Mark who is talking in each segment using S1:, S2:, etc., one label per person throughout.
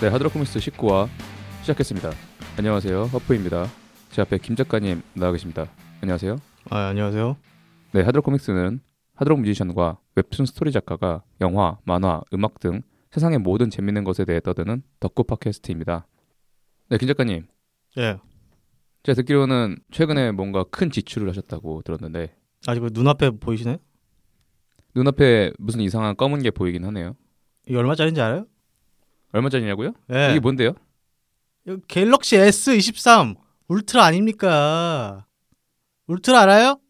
S1: 네, 하드로코믹스 19화 시작했습니다. 안녕하세요, 허프입니다. 제 앞에 김 작가님 나와 계십니다. 안녕하세요.
S2: 아, 안녕하세요.
S1: 네, 하드로코믹스는 하드로 뮤지션과 웹툰 스토리 작가가 영화, 만화, 음악 등 세상의 모든 재밌는 것에 대해 떠드는 덕후 팟캐스트입니다. 네, 김 작가님,
S2: 예.
S1: 제가 듣기로는 최근에 뭔가 큰 지출을 하셨다고 들었는데
S2: 아, 지금 눈앞에 보이시나요?
S1: 눈앞에 무슨 이상한 검은 게 보이긴 하네요.
S2: 이게 얼마짜리인지 알아요?
S1: 얼마짜리냐고요?
S2: 예.
S1: 이게 뭐- 뭔데요?
S2: 이거 갤럭시 S23 울트라 아닙니까? 울트라 알아요?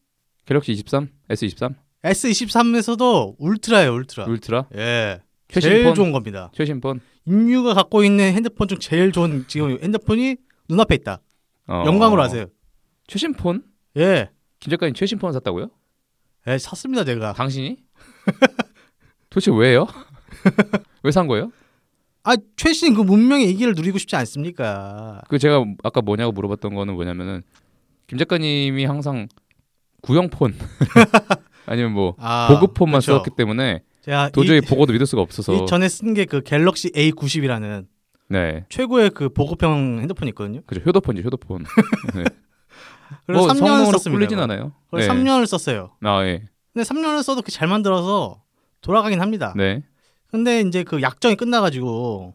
S1: 갤럭시 23, S23,
S2: S23에서도 울트라예요, 울트라.
S1: 울트라,
S2: 예.
S1: 최신
S2: 제일
S1: 폰?
S2: 좋은 겁니다.
S1: 최신 폰.
S2: 인류가 갖고 있는 핸드폰 중 제일 좋은 지금 핸드폰이 눈앞에 있다.
S1: 어,
S2: 영광으로 하세요.
S1: 최신 폰?
S2: 예.
S1: 김 작가님 최신 폰 샀다고요?
S2: 예, 샀습니다, 제가.
S1: 당신이? 도대체 왜요? 왜 산 거예요?
S2: 아, 최신 그 문명의 이기를 누리고 싶지 않습니까?
S1: 그 제가 아까 뭐냐고 물어봤던 거는 뭐냐면은 김 작가님이 항상 구형 폰 아니면 뭐
S2: 아,
S1: 보급 폰만
S2: 그쵸.
S1: 썼기 때문에
S2: 제가
S1: 도저히
S2: 이,
S1: 보고도 믿을 수가 없어서
S2: 이 전에 쓴 게 그 갤럭시 A90이라는
S1: 네
S2: 최고의 그 보급형 핸드폰이 있거든요.
S1: 그죠 효도폰이죠 효도폰 네.
S2: 그래서
S1: 뭐
S2: 3년을
S1: 성능으로
S2: 썼습니다.
S1: 꿀리진
S2: 그걸.
S1: 않아요 네.
S2: 그걸 3년을 썼어요.
S1: 아예
S2: 근데 3년을 써도 그 잘 만들어서 돌아가긴 합니다.
S1: 네
S2: 근데 이제 그 약정이 끝나가지고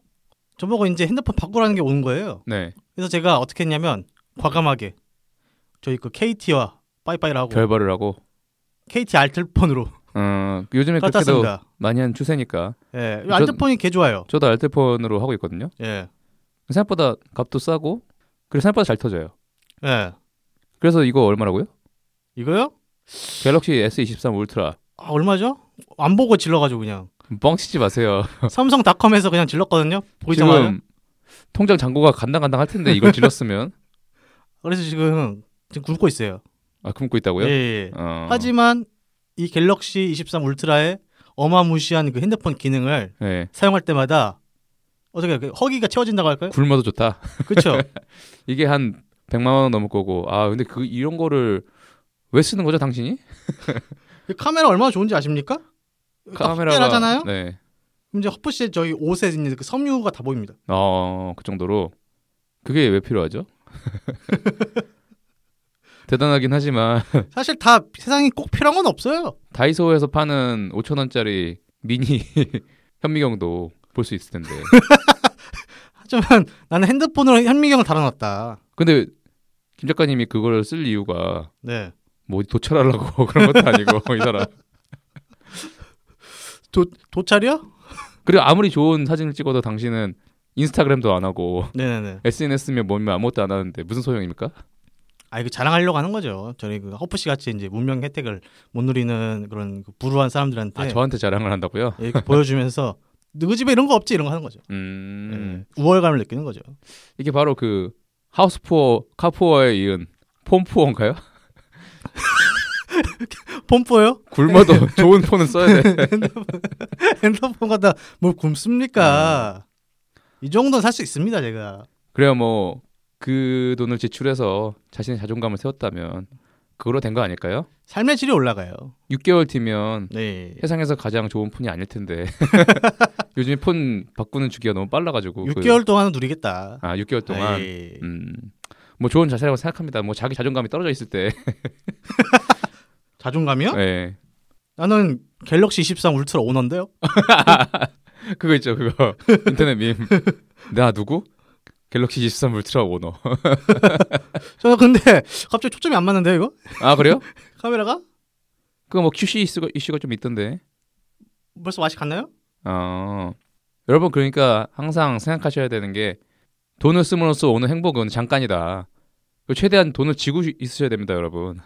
S2: 저보고 이제 핸드폰 바꾸라는 게 온 거예요.
S1: 네.
S2: 그래서 제가 어떻게 했냐면 과감하게 저희 그 KT와 빠이빠이를 하고
S1: 결발을 하고
S2: KT 알뜰폰으로
S1: 어, 요즘에 그렇게도
S2: 깔았습니다.
S1: 많이 하는 추세니까
S2: 예,
S1: 전-
S2: 알뜰폰이 개 좋아요.
S1: 저도 알뜰폰으로 하고 있거든요
S2: 예,
S1: 생각보다 값도 싸고 그리고 생각보다 잘 터져요
S2: 예,
S1: 그래서 이거 얼마라고요?
S2: 이거요?
S1: 갤럭시 S23 울트라
S2: 아, 얼마죠? 안 보고 질러가지고 그냥
S1: 뻥치지 마세요.
S2: 삼성닷컴에서 그냥 질렀거든요. 보이자마자.
S1: 지금 통장 잔고가 간당간당할 텐데 이걸 질렀으면
S2: 그래서 지금 지금 굶고 있어요.
S1: 아 굶고 있다고요?
S2: 예, 예.
S1: 어.
S2: 하지만 이 갤럭시 23 울트라의 어마무시한 그 핸드폰 기능을
S1: 예.
S2: 사용할 때마다 어떻게 할까요? 허기가 채워진다고 할까요?
S1: 굶어도 좋다.
S2: 그렇죠.
S1: 이게 한 100만 원 넘을 거고 아 근데 그 이런 거를 왜 쓰는 거죠 당신이?
S2: 그 카메라 얼마나 좋은지 아십니까? 딱 확대하잖아요.
S1: 네.
S2: 이제 허프 씨의 저희 옷에 있는 그 섬유가 다 보입니다.
S1: 아, 어그 정도로 그게 왜 필요하죠? 대단하긴 하지만
S2: 사실 다 세상에 꼭 필요한 건 없어요.
S1: 다이소에서 파는 5천 원짜리 미니 현미경도 볼 수 있을 텐데
S2: 하지만 나는 핸드폰으로 현미경을 달아놨다.
S1: 근데 김 작가님이 그걸 쓸 이유가
S2: 네.
S1: 뭐 어디 도찰하려고 그런 것도 아니고 이 사람.
S2: 도찰이요?
S1: 그리고 아무리 좋은 사진을 찍어도 당신은 인스타그램도 안 하고
S2: 네네네.
S1: SNS면 뭐면 아무것도 안 하는데 무슨 소용입니까?
S2: 아 이거 자랑하려고 하는 거죠. 저희 그 허프 씨 같이 이제 문명 혜택을 못 누리는 그런 그 불우한 사람들한테
S1: 아 저한테 자랑을 한다고요?
S2: 이렇게 보여주면서 누구 집에 이런 거 없지 이런 거 하는 거죠.
S1: 음
S2: 예. 우월감을 느끼는 거죠.
S1: 이게 바로 그 하우스푸어 카푸어에 이은 폼푸어인가요?
S2: 폼포요?
S1: 굶어도 좋은 폰은 써야 돼.
S2: 핸드폰 갖다 뭘 굶습니까?
S1: 음.
S2: 이 정도는 살 수 있습니다, 제가.
S1: 그래야 뭐 그 돈을 지출해서 자신의 자존감을 세웠다면 그걸로 된 거 아닐까요?
S2: 삶의 질이 올라가요.
S1: 6개월 뒤면
S2: 네.
S1: 세상에서 가장 좋은 폰이 아닐 텐데 요즘에 폰 바꾸는 주기가 너무 빨라가지고 그-
S2: 6개월 예, 동안은 누리겠다. 네.
S1: 아 6개월 동안
S2: 에이.
S1: 음, 뭐 좋은 자세라고 생각합니다. 뭐 자기 자존감이 떨어져 있을 때.
S2: 자존감이요?
S1: 예.
S2: 나는 갤럭시 23 울트라 오너인데요.
S1: 그거 있죠, 그거. 인터넷 밈. 나 누구? 갤럭시 23 울트라 오너.
S2: 저 근데 갑자기 초점이 안 맞는데요, 이거?
S1: 아, 그래요?
S2: 카메라가?
S1: 그거 뭐 QC 이슈가, 이슈가 좀 있던데.
S2: 벌써 맛이 갔나요?
S1: 어. 여러분, 그러니까 항상 생각하셔야 되는 게 돈을 쓰므로써 오는 행복은 잠깐이다. 그 최대한 돈을 지고 있으셔야 됩니다, 여러분.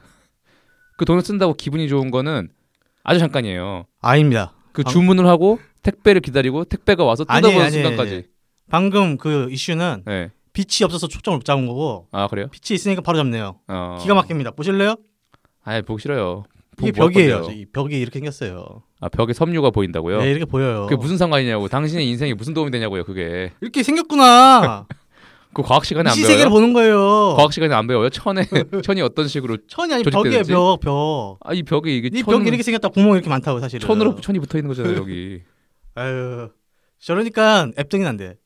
S1: 그 돈을 쓴다고 기분이 좋은 거는 아주 잠깐이에요.
S2: 아닙니다.
S1: 그
S2: 방-
S1: 주문을 하고 택배를 기다리고 택배가 와서
S2: 아니에요,
S1: 뜯어보는
S2: 아니에요,
S1: 순간까지.
S2: 방금 그 이슈는
S1: 예.
S2: 빛이 없어서 초점을 못 잡은 거고
S1: 아, 그래요?
S2: 빛이 있으니까 바로 잡네요.
S1: 어.
S2: 기가 막힙니다. 보실래요?
S1: 아예 보기 싫어요.
S2: 이게
S1: 보고 뭐 할
S2: 벽이에요.
S1: 건데요?
S2: 이 벽이 이렇게 생겼어요.
S1: 아 벽에 섬유가 보인다고요?
S2: 네, 이렇게 보여요.
S1: 그게 무슨 상관이냐고. 당신의 인생에 무슨 도움이 되냐고요. 그게.
S2: 이렇게 생겼구나.
S1: 그 과학 시간에 안
S2: 이 시세계를
S1: 배워요.
S2: 보는 거예요.
S1: 과학 시간에 안 배워요. 천에 천이 어떤 식으로
S2: 천이 아니 벽이에요,
S1: 조직되는지?
S2: 벽, 벽.
S1: 아 이 벽에 이게
S2: 이
S1: 천,
S2: 벽이 이렇게 생겼다 구멍 이렇게 많다고 사실은.
S1: 천으로 천이 붙어 있는 거잖아요 여기.
S2: 아유. 저러니까 앱등이 난데.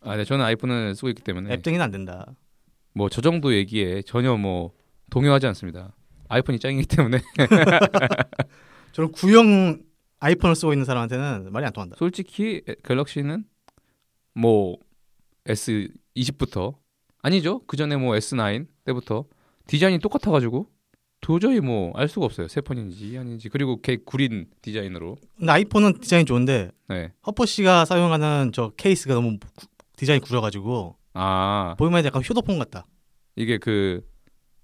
S1: 아, 네, 저는 아이폰을 쓰고 있기 때문에
S2: 앱등이는 안 된다.
S1: 뭐 저 정도 얘기에 전혀 뭐 동요하지 않습니다. 아이폰이 짱이기 때문에
S2: 저런 구형 아이폰을 쓰고 있는 사람한테는 말이 안 통한다.
S1: 솔직히 에- 갤럭시는 뭐 S20부터 아니죠? 그 전에 뭐 S9 때부터 디자인이 똑같아 가지고 도저히 뭐 알 수가 없어요. 새 폰인지 아닌지. 그리고 걔 구린 디자인으로.
S2: 근데 아이폰은 디자인이 좋은데
S1: 네.
S2: 허퍼 씨가 사용하는 저 케이스가 너무 구- 디자인이 구려가지고
S1: 아,
S2: 보이면 약간 휴대폰 같다.
S1: 이게 그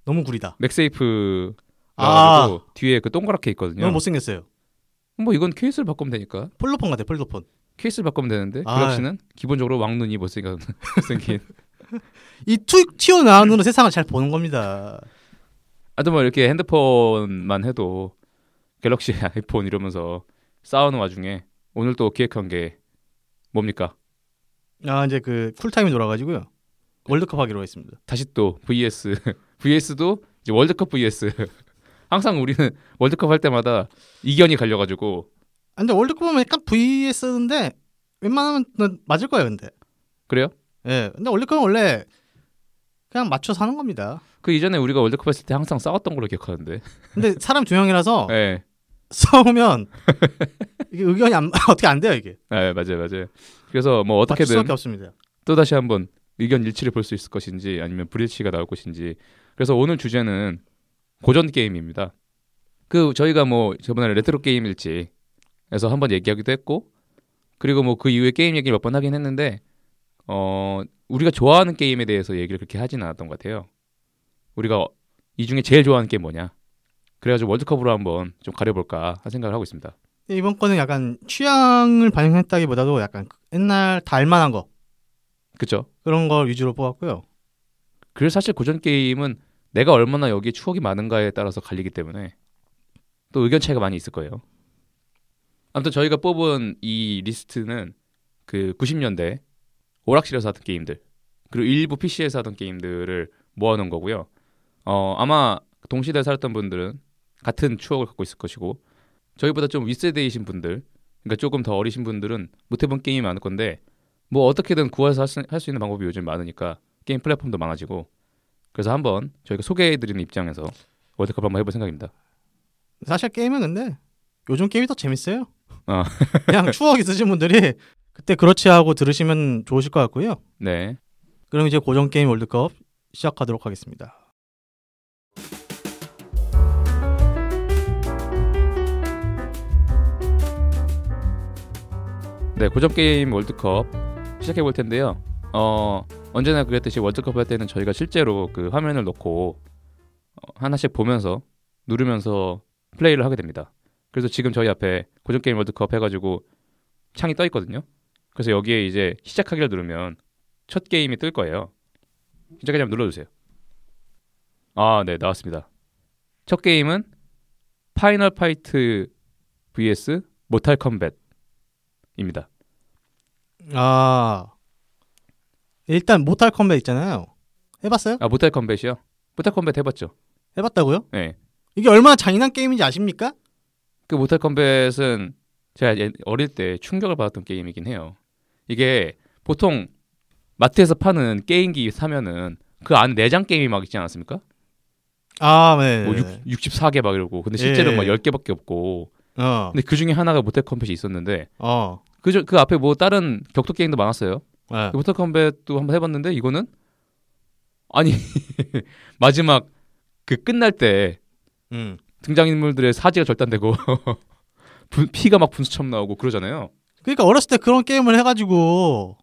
S2: 너무 구리다.
S1: 맥세이프
S2: 아.
S1: 아, 뒤에 그 동그랗게 있거든요.
S2: 너무 못생겼어요.
S1: 뭐 이건 케이스를 바꾸면 되니까.
S2: 폴더폰 같아. 폴더폰.
S1: 케이스를 바꾸면 되는데
S2: 아.
S1: 갤럭시는 기본적으로 왕눈이 못생겨 생긴.
S2: 이 투, 튀어나오는
S1: 네.
S2: 눈으로 세상을 잘 보는 겁니다.
S1: 하여튼 뭐 이렇게 핸드폰만 해도 갤럭시 아이폰 이러면서 싸우는 와중에 오늘 또 기획한 게 뭡니까?
S2: 아 이제 그 쿨타임이 돌아가지고요. 월드컵 하기로 했습니다.
S1: 다시 또 VS VS도 이제 월드컵 VS 항상 우리는 월드컵 할 때마다 이견이 갈려가지고
S2: 아, 근데 월드컵 하면 약간 VS인데 웬만하면 맞을 거예요. 근데
S1: 그래요?
S2: 예. 근데 월드컵은 원래 그냥 맞춰 사는 겁니다.
S1: 그 이전에 우리가 월드컵 했을 때 항상 싸웠던 걸로 기억하는데.
S2: 근데 사람 두 명이라서
S1: 예,
S2: 싸우면 이게 의견이 안, 어떻게 안 돼요 이게.
S1: 네, 맞아요, 맞아요. 그래서 뭐
S2: 맞출
S1: 어떻게든
S2: 수밖에 없습니다.
S1: 또 다시 한번 의견 일치를 볼 수 있을 것인지 아니면 불일치가 나올 것인지 그래서 오늘 주제는 고전 게임입니다. 그 저희가 뭐 저번에 레트로 게임 일지에서 한번 얘기하기도 했고 그리고 뭐 그 이후에 게임 얘기를 몇 번 하긴 했는데 어 우리가 좋아하는 게임에 대해서 얘기를 그렇게 하진 않았던 것 같아요. 우리가 어- 이 중에 제일 좋아하는 게 뭐냐? 그래가지고 월드컵으로 한번 좀 가려볼까 한 생각을 하고 있습니다.
S2: 이번 거는 약간 취향을 반영했다기보다도 약간 옛날 다 알만한 거
S1: 그쵸?
S2: 그런 걸 위주로 뽑았고요.
S1: 그래서 사실 고전 게임은 내가 얼마나 여기에 추억이 많은가에 따라서 갈리기 때문에 또 의견 차이가 많이 있을 거예요. 아무튼 저희가 뽑은 이 리스트는 그 90년대 오락실에서 하던 게임들 그리고 일부 PC에서 하던 게임들을 모아놓은 거고요. 어, 아마 동시대에 살았던 분들은 같은 추억을 갖고 있을 것이고 저희보다 좀 윗세대이신 분들 그러니까 조금 더 어리신 분들은 못해본 게임이 많을 건데 뭐 어떻게든 구해서 할 수 있는 방법이 요즘 많으니까 게임 플랫폼도 많아지고 그래서 한번 저희가 소개해드리는 입장에서 월드컵 한번 해볼 생각입니다.
S2: 사실 게임은 근데 요즘 게임이 더 재밌어요.
S1: 어.
S2: 그냥 추억 있으신 분들이 그때 그렇지 하고 들으시면 좋으실 것 같고요.
S1: 네,
S2: 그럼 이제 고정 게임 월드컵 시작하도록 하겠습니다.
S1: 네 고전 게임 월드컵 시작해 볼 텐데요. 어 언제나 그랬듯이 월드컵 할 때는 저희가 실제로 그 화면을 놓고 어, 하나씩 보면서 누르면서 플레이를 하게 됩니다. 그래서 지금 저희 앞에 고전 게임 월드컵 해가지고 창이 떠 있거든요. 그래서 여기에 이제 시작하기를 누르면 첫 게임이 뜰 거예요. 시작하기 한번 눌러주세요. 아, 네 나왔습니다. 첫 게임은 파이널 파이트 vs 모탈 컴뱃입니다.
S2: 아 일단 모탈 컴뱃 있잖아요. 해봤어요?
S1: 아 모탈 컴뱃이요? 모탈 컴뱃 해봤죠.
S2: 해봤다고요?
S1: 예.
S2: 이게 얼마나 잔인한 게임인지 아십니까?
S1: 그 모탈 컴뱃은 제가 예- 어릴 때 충격을 받았던 게임이긴 해요. 이게 보통 마트에서 파는 게임기 사면은 그 안 내장 게임이 막 있지 않았습니까?
S2: 아 네.
S1: 뭐 6, 64개 막 이러고 근데 실제로
S2: 예.
S1: 막 10개밖에 없고
S2: 어.
S1: 근데 그 중에 하나가 모탈 컴뱃이 있었는데
S2: 어.
S1: 그, 저- 그 앞에 뭐 다른 격투 게임도 많았어요.
S2: 네.
S1: 그 모탈 컴뱃도 한번 해봤는데 이거는 아니 마지막 그 끝날 때
S2: 음.
S1: 등장인물들의 사지가 절단되고 분- 피가 막 분수처럼 나오고 그러잖아요.
S2: 그러니까 어렸을 때 그런 게임을 해가지고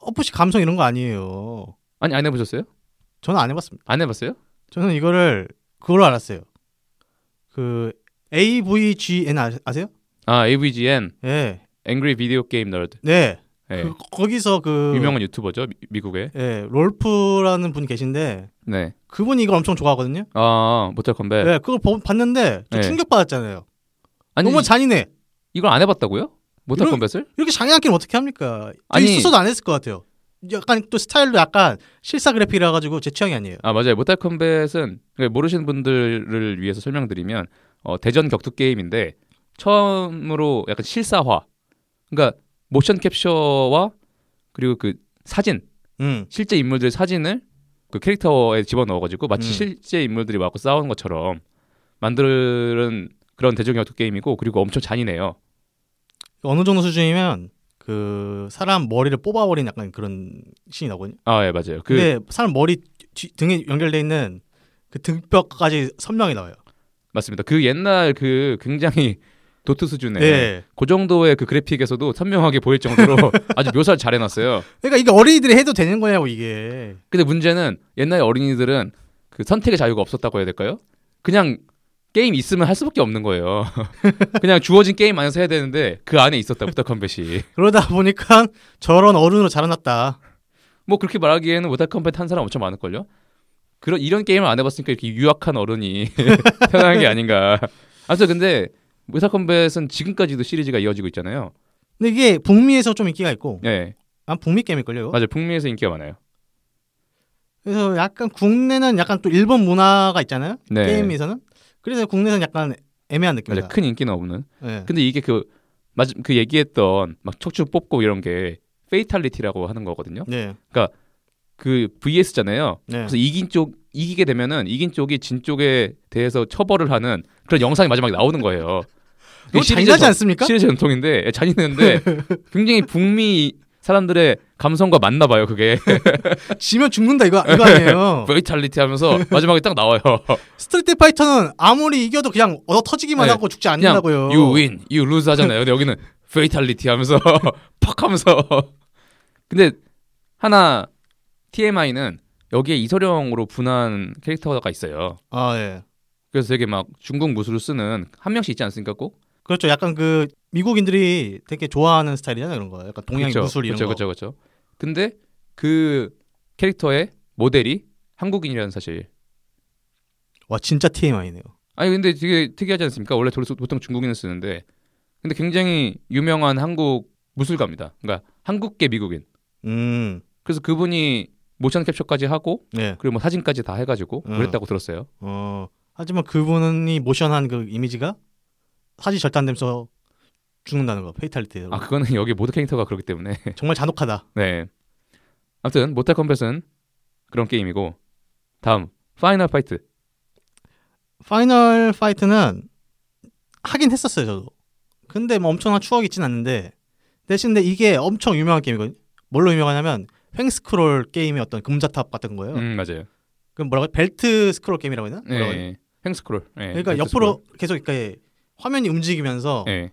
S2: 어프시 감성 이런 거 아니에요.
S1: 아니 안 해보셨어요?
S2: 저는 안 해봤습니다.
S1: 안 해봤어요?
S2: 저는 이거를 그걸로 알았어요. 그 AVGN 아- 아세요?
S1: 아 AVGN
S2: 예.
S1: Angry Video Game Nerd
S2: 네.
S1: 예.
S2: 그- 거기서 그
S1: 유명한 유튜버죠 미, 미국의
S2: 예, 롤프라는 분 계신데
S1: 네.
S2: 그분이 이걸 엄청 좋아하거든요.
S1: 아 모탈
S2: 네.
S1: 컴뱃
S2: 그걸 보- 봤는데 좀
S1: 네.
S2: 충격 받았잖아요.
S1: 아니
S2: 너무 잔인해.
S1: 이걸 안 해봤다고요? 모탈
S2: 이런-
S1: 컴뱃을?
S2: 이렇게 잔인한 게임 어떻게 합니까?
S1: 아니-
S2: 아니 있어서도 안 했을 것 같아요. 약간 또 스타일도 약간 실사 그래픽이라 가지고 제 취향이 아니에요.
S1: 아 맞아요 모탈 컴뱃은 그러니까 모르시는 분들을 위해서 설명드리면 어, 대전 격투 게임인데 처음으로 약간 실사화 그러니까 모션 캡처와 그리고 그 사진
S2: 음.
S1: 실제 인물들의 사진을 그 캐릭터에 집어넣어가지고 마치
S2: 음.
S1: 실제 인물들이 와서 싸우는 것처럼 만드는 그런 대중격투 게임이고 그리고 엄청 잔인해요.
S2: 어느 정도 수준이면 그 사람 머리를 뽑아버린 약간 그런 신이 나거든요.
S1: 아 예 맞아요. 그
S2: 근데 사람 머리 뒤- 등에 연결돼 있는 그 등뼈까지 선명히 나와요.
S1: 맞습니다. 그 옛날 그 굉장히 도트 수준의
S2: 네.
S1: 그 정도의 그 그래픽에서도 선명하게 보일 정도로 아주 묘사를 잘 해놨어요.
S2: 그러니까 이게 어린이들이 해도 되는 거냐고 이게.
S1: 근데 문제는 옛날 어린이들은 그 선택의 자유가 없었다고 해야 될까요? 그냥 게임 있으면 할 수밖에 없는 거예요. 그냥 주어진 게임 안에서 해야 되는데 그 안에 있었다 부탁 컴뱃이.
S2: 그러다 보니까 저런 어른으로 자라났다.
S1: 뭐 그렇게 말하기에는 모탈 컴뱃 한 사람 엄청 많을걸요? 그런 이런 게임을 안 해봤으니까 이렇게 유약한 어른이 태어난 게 아닌가. 아무튼 근데 모탈 컴뱃은 지금까지도 시리즈가 이어지고 있잖아요.
S2: 근데 이게 북미에서 좀 인기가 있고,
S1: 네,
S2: 아 북미 게임일걸요. 이거?
S1: 맞아요. 북미에서 인기가 많아요.
S2: 그래서 약간 국내는 약간 또 일본 문화가 있잖아요.
S1: 네.
S2: 게임에서는. 그래서 국내는 약간 애매한
S1: 맞아요.
S2: 느낌이다.
S1: 큰 인기는 없는.
S2: 예.
S1: 근데 이게 그 맞, 그 얘기했던 막 척추 뽑고 이런 게 페이탈리티라고 하는 거거든요.
S2: 네.
S1: 그 VS잖아요.
S2: 네.
S1: 그래서 이긴 쪽 이기게 되면은 이긴 쪽이 진 쪽에 대해서 처벌을 하는 그런 영상이 마지막에 나오는 거예요. 그
S2: 이거 잔인하지 않습니까?
S1: 시리즈 전통인데 예, 잔인했는데 굉장히 북미 사람들의 감성과 맞나 봐요 그게
S2: 지면 죽는다
S1: 네.
S2: 이거 이거 아니에요.
S1: 페이탈리티 하면서 마지막에 딱 나와요
S2: 어. 스트리트 파이터는 아무리 이겨도 그냥 얻어 터지기만
S1: 네.
S2: 하고 죽지
S1: 그냥
S2: 않는다고요.
S1: you win, you lose 하잖아요 근데 여기는 페이탈리티 하면서 팍 하면서 근데 하나 TMI는 여기에 이소룡으로 분한 캐릭터가 있어요
S2: 아 예.
S1: 그래서 되게 막 중국 무술을 쓰는 한 명씩 있지 않습니까 꼭?
S2: 그렇죠. 약간 그 미국인들이 되게 좋아하는 스타일이잖아요, 그런 거. 약간 동양
S1: 그쵸,
S2: 무술 이런
S1: 그쵸,
S2: 거.
S1: 그쵸, 그쵸. 근데 그 캐릭터의 모델이 한국인이라는 사실.
S2: 와 진짜 TMI네요.
S1: 아니 근데 되게 특이하지 않습니까? 원래 도로- 보통 중국인을 쓰는데 근데 굉장히 유명한 한국 무술가입니다. 그러니까 한국계 미국인.
S2: 음,
S1: 그래서 그분이 모션 캡처까지 하고
S2: 네.
S1: 그리고 뭐 사진까지 다 해가지고
S2: 음.
S1: 그랬다고 들었어요.
S2: 어, 하지만 그분이 모션한 그 이미지가 사지 절단되면서 죽는다는 거, 페이탈리티로.
S1: 아 그거는 여기 모든 캐릭터가 그렇기 때문에
S2: 정말 잔혹하다.
S1: 네. 아무튼 모탈 컴뱃은 그런 게임이고 다음 파이널 파이트
S2: 파이널 파이트는 하긴 했었어요, 저도. 근데 뭐 엄청난 추억이 있진 않는데 대신 근데 이게 엄청 유명한 게임이거든요. 뭘로 유명하냐면 횡스크롤 게임의 어떤 금자탑 같은 거예요.
S1: 음 맞아요.
S2: 그 뭐라고 해요? 벨트 스크롤 게임이라고 해야 되나? 뭐라고 해야 되나?
S1: 예. 행스크롤. 예,
S2: 그러니까
S1: 횡스
S2: 옆으로 계속 이렇게 화면이 움직이면서
S1: 스크롤. 예.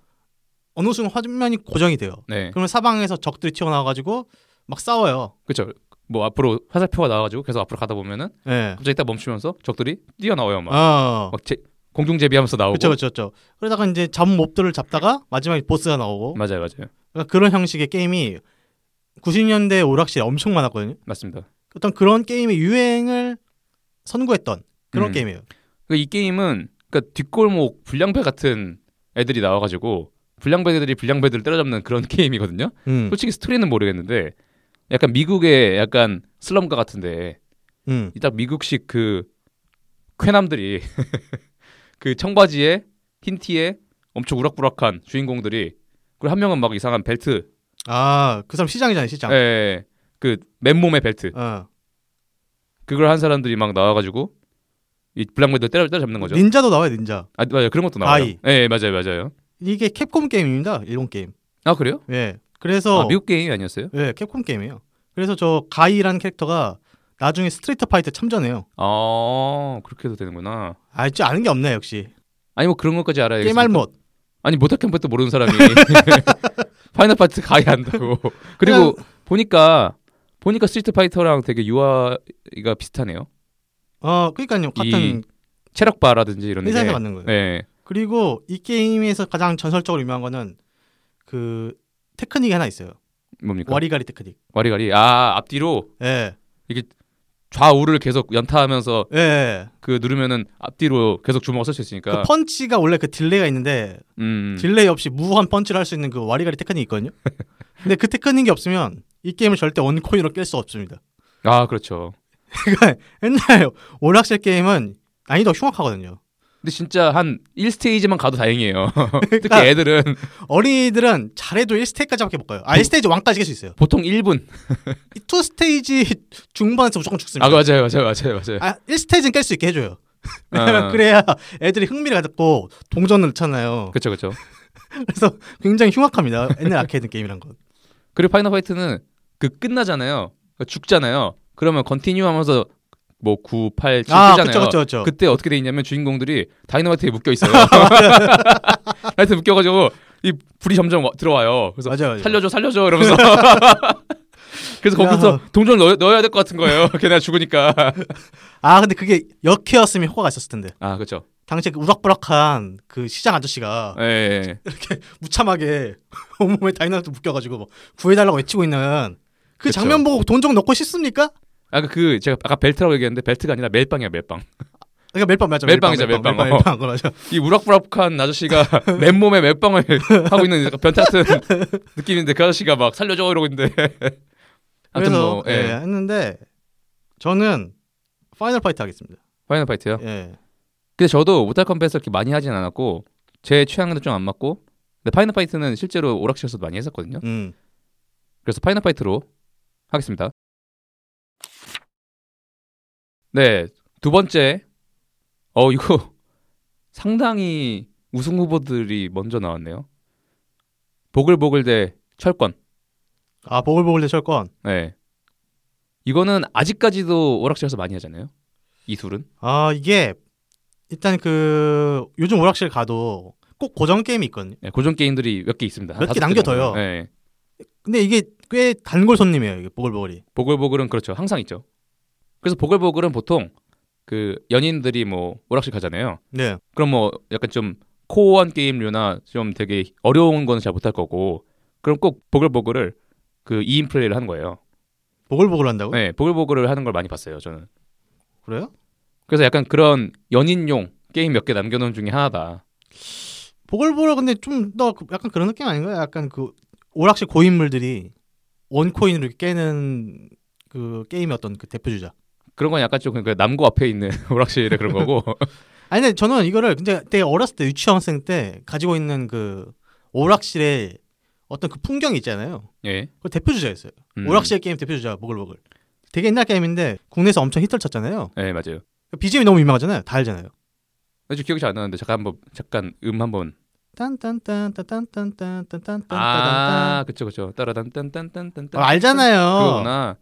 S2: 어느 순간 화면이 고정이 돼요.
S1: 네.
S2: 그러면 사방에서 적들이 튀어나와가지고 막 싸워요.
S1: 그렇죠. 뭐 앞으로 화살표가 나와가지고 계속 앞으로 가다 보면은
S2: 예.
S1: 갑자기 딱 멈추면서 적들이 뛰어나와요 막,
S2: 어.
S1: 막 제, 공중제비하면서 나오고.
S2: 그렇죠, 그렇죠. 그러다가 이제 잡은 몹들을 잡다가 마지막에 보스가 나오고
S1: 맞아요, 맞아요.
S2: 그러니까 그런 형식의 게임이 90년대 오락실에 엄청 많았거든요.
S1: 맞습니다.
S2: 어떤 그런 게임의 유행을 선구했던 그런
S1: 음.
S2: 게임이에요.
S1: 그러니까 이 게임은 그러니까 뒷골목 불량배 같은 애들이 나와가지고 불량배들이 불량배들을 때려잡는 그런 게임이거든요.
S2: 음.
S1: 솔직히 스토리는 모르겠는데 약간 미국의 약간 슬럼가 같은데
S2: 음.
S1: 이 딱 미국식 그 쾌남들이 그 청바지에 흰 티에 엄청 우락부락한 주인공들이 그리고 한 명은 막 이상한 벨트
S2: 아, 그 사람 시장이잖아요, 시장.
S1: 예, 예. 그 맨몸에 벨트
S2: 어.
S1: 그걸 한 사람들이 막 나와가지고 이 블랙매드 때려 때려잡는 거죠
S2: 닌자도 나와요, 닌자.
S1: 아 맞아요 그런 것도 나와요
S2: 아이.
S1: 예 예, 맞아요 맞아요
S2: 이게 캡콤 게임입니다, 일본 게임.
S1: 아 그래요
S2: 예. 그래서
S1: 아, 미국 게임이 아니었어요
S2: 예, 캡콤 게임이에요. 그래서 저 가이라는 캐릭터가 나중에 스트리트 파이터 참전해요.
S1: 아 그렇게 해도 되는구나
S2: 아, 진짜 아는 게 없네 역시.
S1: 아니 뭐 그런 것까지 알아야
S2: 게임할 못.
S1: 아니 모타캠프도 모르는 사람이 파이널 파트 가야 한다고. 그리고 보니까 보니까 스트리트 파이터랑 되게 유아가 비슷하네요.
S2: 어, 그러니까요. 같은
S1: 체력바라든지 이런
S2: 회사에서
S1: 게.
S2: 만든 거예요.
S1: 네.
S2: 그리고 이 게임에서 가장 전설적으로 유명한 거는 그 테크닉이 하나 있어요.
S1: 뭡니까?
S2: 와리가리 테크닉.
S1: 와리... 가리아 앞뒤로
S2: 예.
S1: 좌우를 계속 연타하면서
S2: 예, 예.
S1: 그 누르면은 앞뒤로 계속 주먹을 쓸 수 있으니까.
S2: 그 펀치가 원래 그 딜레이가 있는데
S1: 그러니까 음.
S2: 딜레이 없이 무한 펀치를 할 수 있는 그 와리가리 테크닉이 있거든요. 근데 그 테크닉이 없으면 이 게임을 절대 원코인으로 깰 수 없습니다.
S1: 아 그렇죠.
S2: 그러니까 옛날 오락실 게임은 난이도가 흉악하거든요.
S1: 근데 진짜 한 1스테이지만 가도 다행이에요. 특히
S2: 그러니까
S1: 애들은
S2: 어린이들은 잘해도 1스테이지까지밖에 못 가요. 아, 1스테이지 왕까지 깰 수 있어요.
S1: 보통 1분.
S2: 이 2스테이지 중반에서 무조건
S1: 아,
S2: 죽습니다.
S1: 맞아요, 맞아요, 맞아요, 맞아요.
S2: 아, 1스테이지는 깰 수 있게 해줘요. 왜냐면
S1: 아.
S2: 그래야 애들이 흥미를 갖고 동전을 넣잖아요.
S1: 그렇죠, 그렇죠.
S2: 그래서 굉장히 흉악합니다. 옛날 아케이드 게임이란 건.
S1: 그리고 파이널 파이트는 그 끝나잖아요. 그러니까 죽잖아요. 그러면 컨티뉴 하면서 뭐 9, 8, 7
S2: 아, 그쵸,
S1: 뜨잖아요.
S2: 그쵸, 그쵸.
S1: 그때 어떻게 돼 있냐면 주인공들이 다이너마이트에 묶여 있어요. 다이너마이트 묶여 가지고 이 불이 점점 와- 들어와요. 그래서
S2: 맞아요, 맞아요.
S1: 살려줘 살려줘 이러면서 그래서 거기서 동전 넣, 넣어야 될 것 같은 거예요. 걔네가 죽으니까.
S2: 아, 근데 그게 역회였으면 효과가 있었을 텐데.
S1: 아, 그렇죠.
S2: 당시에 그 우락부락한 그 시장 아저씨가
S1: 예, 예.
S2: 무참하게 온몸에 다이너마이트 묶여가지고 막 구해달라고 외치고 있는 그
S1: 그쵸.
S2: 장면 보고 돈 좀 넣고 싶습니까?
S1: 아까 그 제가 아까 벨트라고 얘기했는데 벨트가 아니라 멜빵이야, 멜빵.
S2: 그러니까 멜빵 맞아.
S1: 멜빵이죠,
S2: 멜빵,
S1: 멜빵.
S2: 멜빵, 멜빵, 그거 맞아.
S1: 이 우락부락한 아저씨가 맨몸에 멜빵을 하고 있는 약간 변태 같은 느낌인데 그 아저씨가 막 살려줘 이러고 있는데 아무튼
S2: 그래서
S1: 뭐
S2: 예.
S1: 예.
S2: 했는데 저는 파이널 파이트 하겠습니다.
S1: 파이널 파이트요.
S2: 예.
S1: 근데 저도 모탈 컴뱃을 그렇게 많이 하진 않았고 제 취향에도 좀 안 맞고 근데 파이널 파이트는 실제로 오락실에서도 많이 했었거든요.
S2: 음.
S1: 그래서 파이널 파이트로 하겠습니다. 네, 두 번째. 어, 이거 상당히 우승 후보들이 먼저 나왔네요. 보글보글 대 철권.
S2: 아, 보글보글 대철권.
S1: 네. 이거는 아직까지도 오락실에서 많이 하잖아요. 이 둘은.
S2: 아, 이게 일단 그 요즘 오락실 가도 꼭 고정 게임이 있거든요.
S1: 네, 고전 게임들이 몇 개 있습니다. 한
S2: 몇개
S1: 다섯 개
S2: 남겨둬요.
S1: 정도. 네.
S2: 근데 이게 꽤 단골 손님이에요. 이게 보글보글이.
S1: 보글보글은 그렇죠. 항상 있죠. 그래서 보글보글은 보통 그 연인들이 뭐 오락실 가잖아요.
S2: 네.
S1: 그럼 뭐 약간 좀 코어한 게임류나 좀 되게 어려운 거는 잘 못할 거고 그럼 꼭 보글보글을 그 2인 플레이를 하는 거예요.
S2: 보글보글 한다고?
S1: 네, 보글보글을 하는 걸 많이 봤어요, 저는.
S2: 그래요?
S1: 그래서 약간 그런 연인용 게임 몇 개 남겨놓은 중에 하나다.
S2: 보글보글 근데 좀 더 약간 그런 느낌 아닌가요? 약간 그 오락실 고인물들이 원코인으로 깨는 그 게임의 어떤 그 대표 주자.
S1: 그런 건 약간 좀 그러니까 남고 앞에 있는 오락실의 그런 거고.
S2: 아니 근데 저는 이거를 근데 되게 어렸을 때 유치원생 때 가지고 있는 그 오락실의 어떤 그 풍경이 있잖아요.
S1: 예.
S2: 그 대표 주자였어요.
S1: 음.
S2: 오락실 게임 대표 주자 보글보글. 되게 옛날 게임인데 국내에서 엄청 히트를 쳤잖아요.
S1: 네, 맞아요.
S2: BGM이 너무 유명하잖아요. 다 알잖아요.
S1: 아직 기억이 잘 안 나는데 잠깐 한번 잠깐 음 한번.
S2: 딴딴딴딴딴딴딴딴딴딴 어,
S1: 아,
S2: 아,
S1: 그쵸 그쵸. 따라단 딴딴딴딴.
S2: 알잖아요.
S1: 그거구나.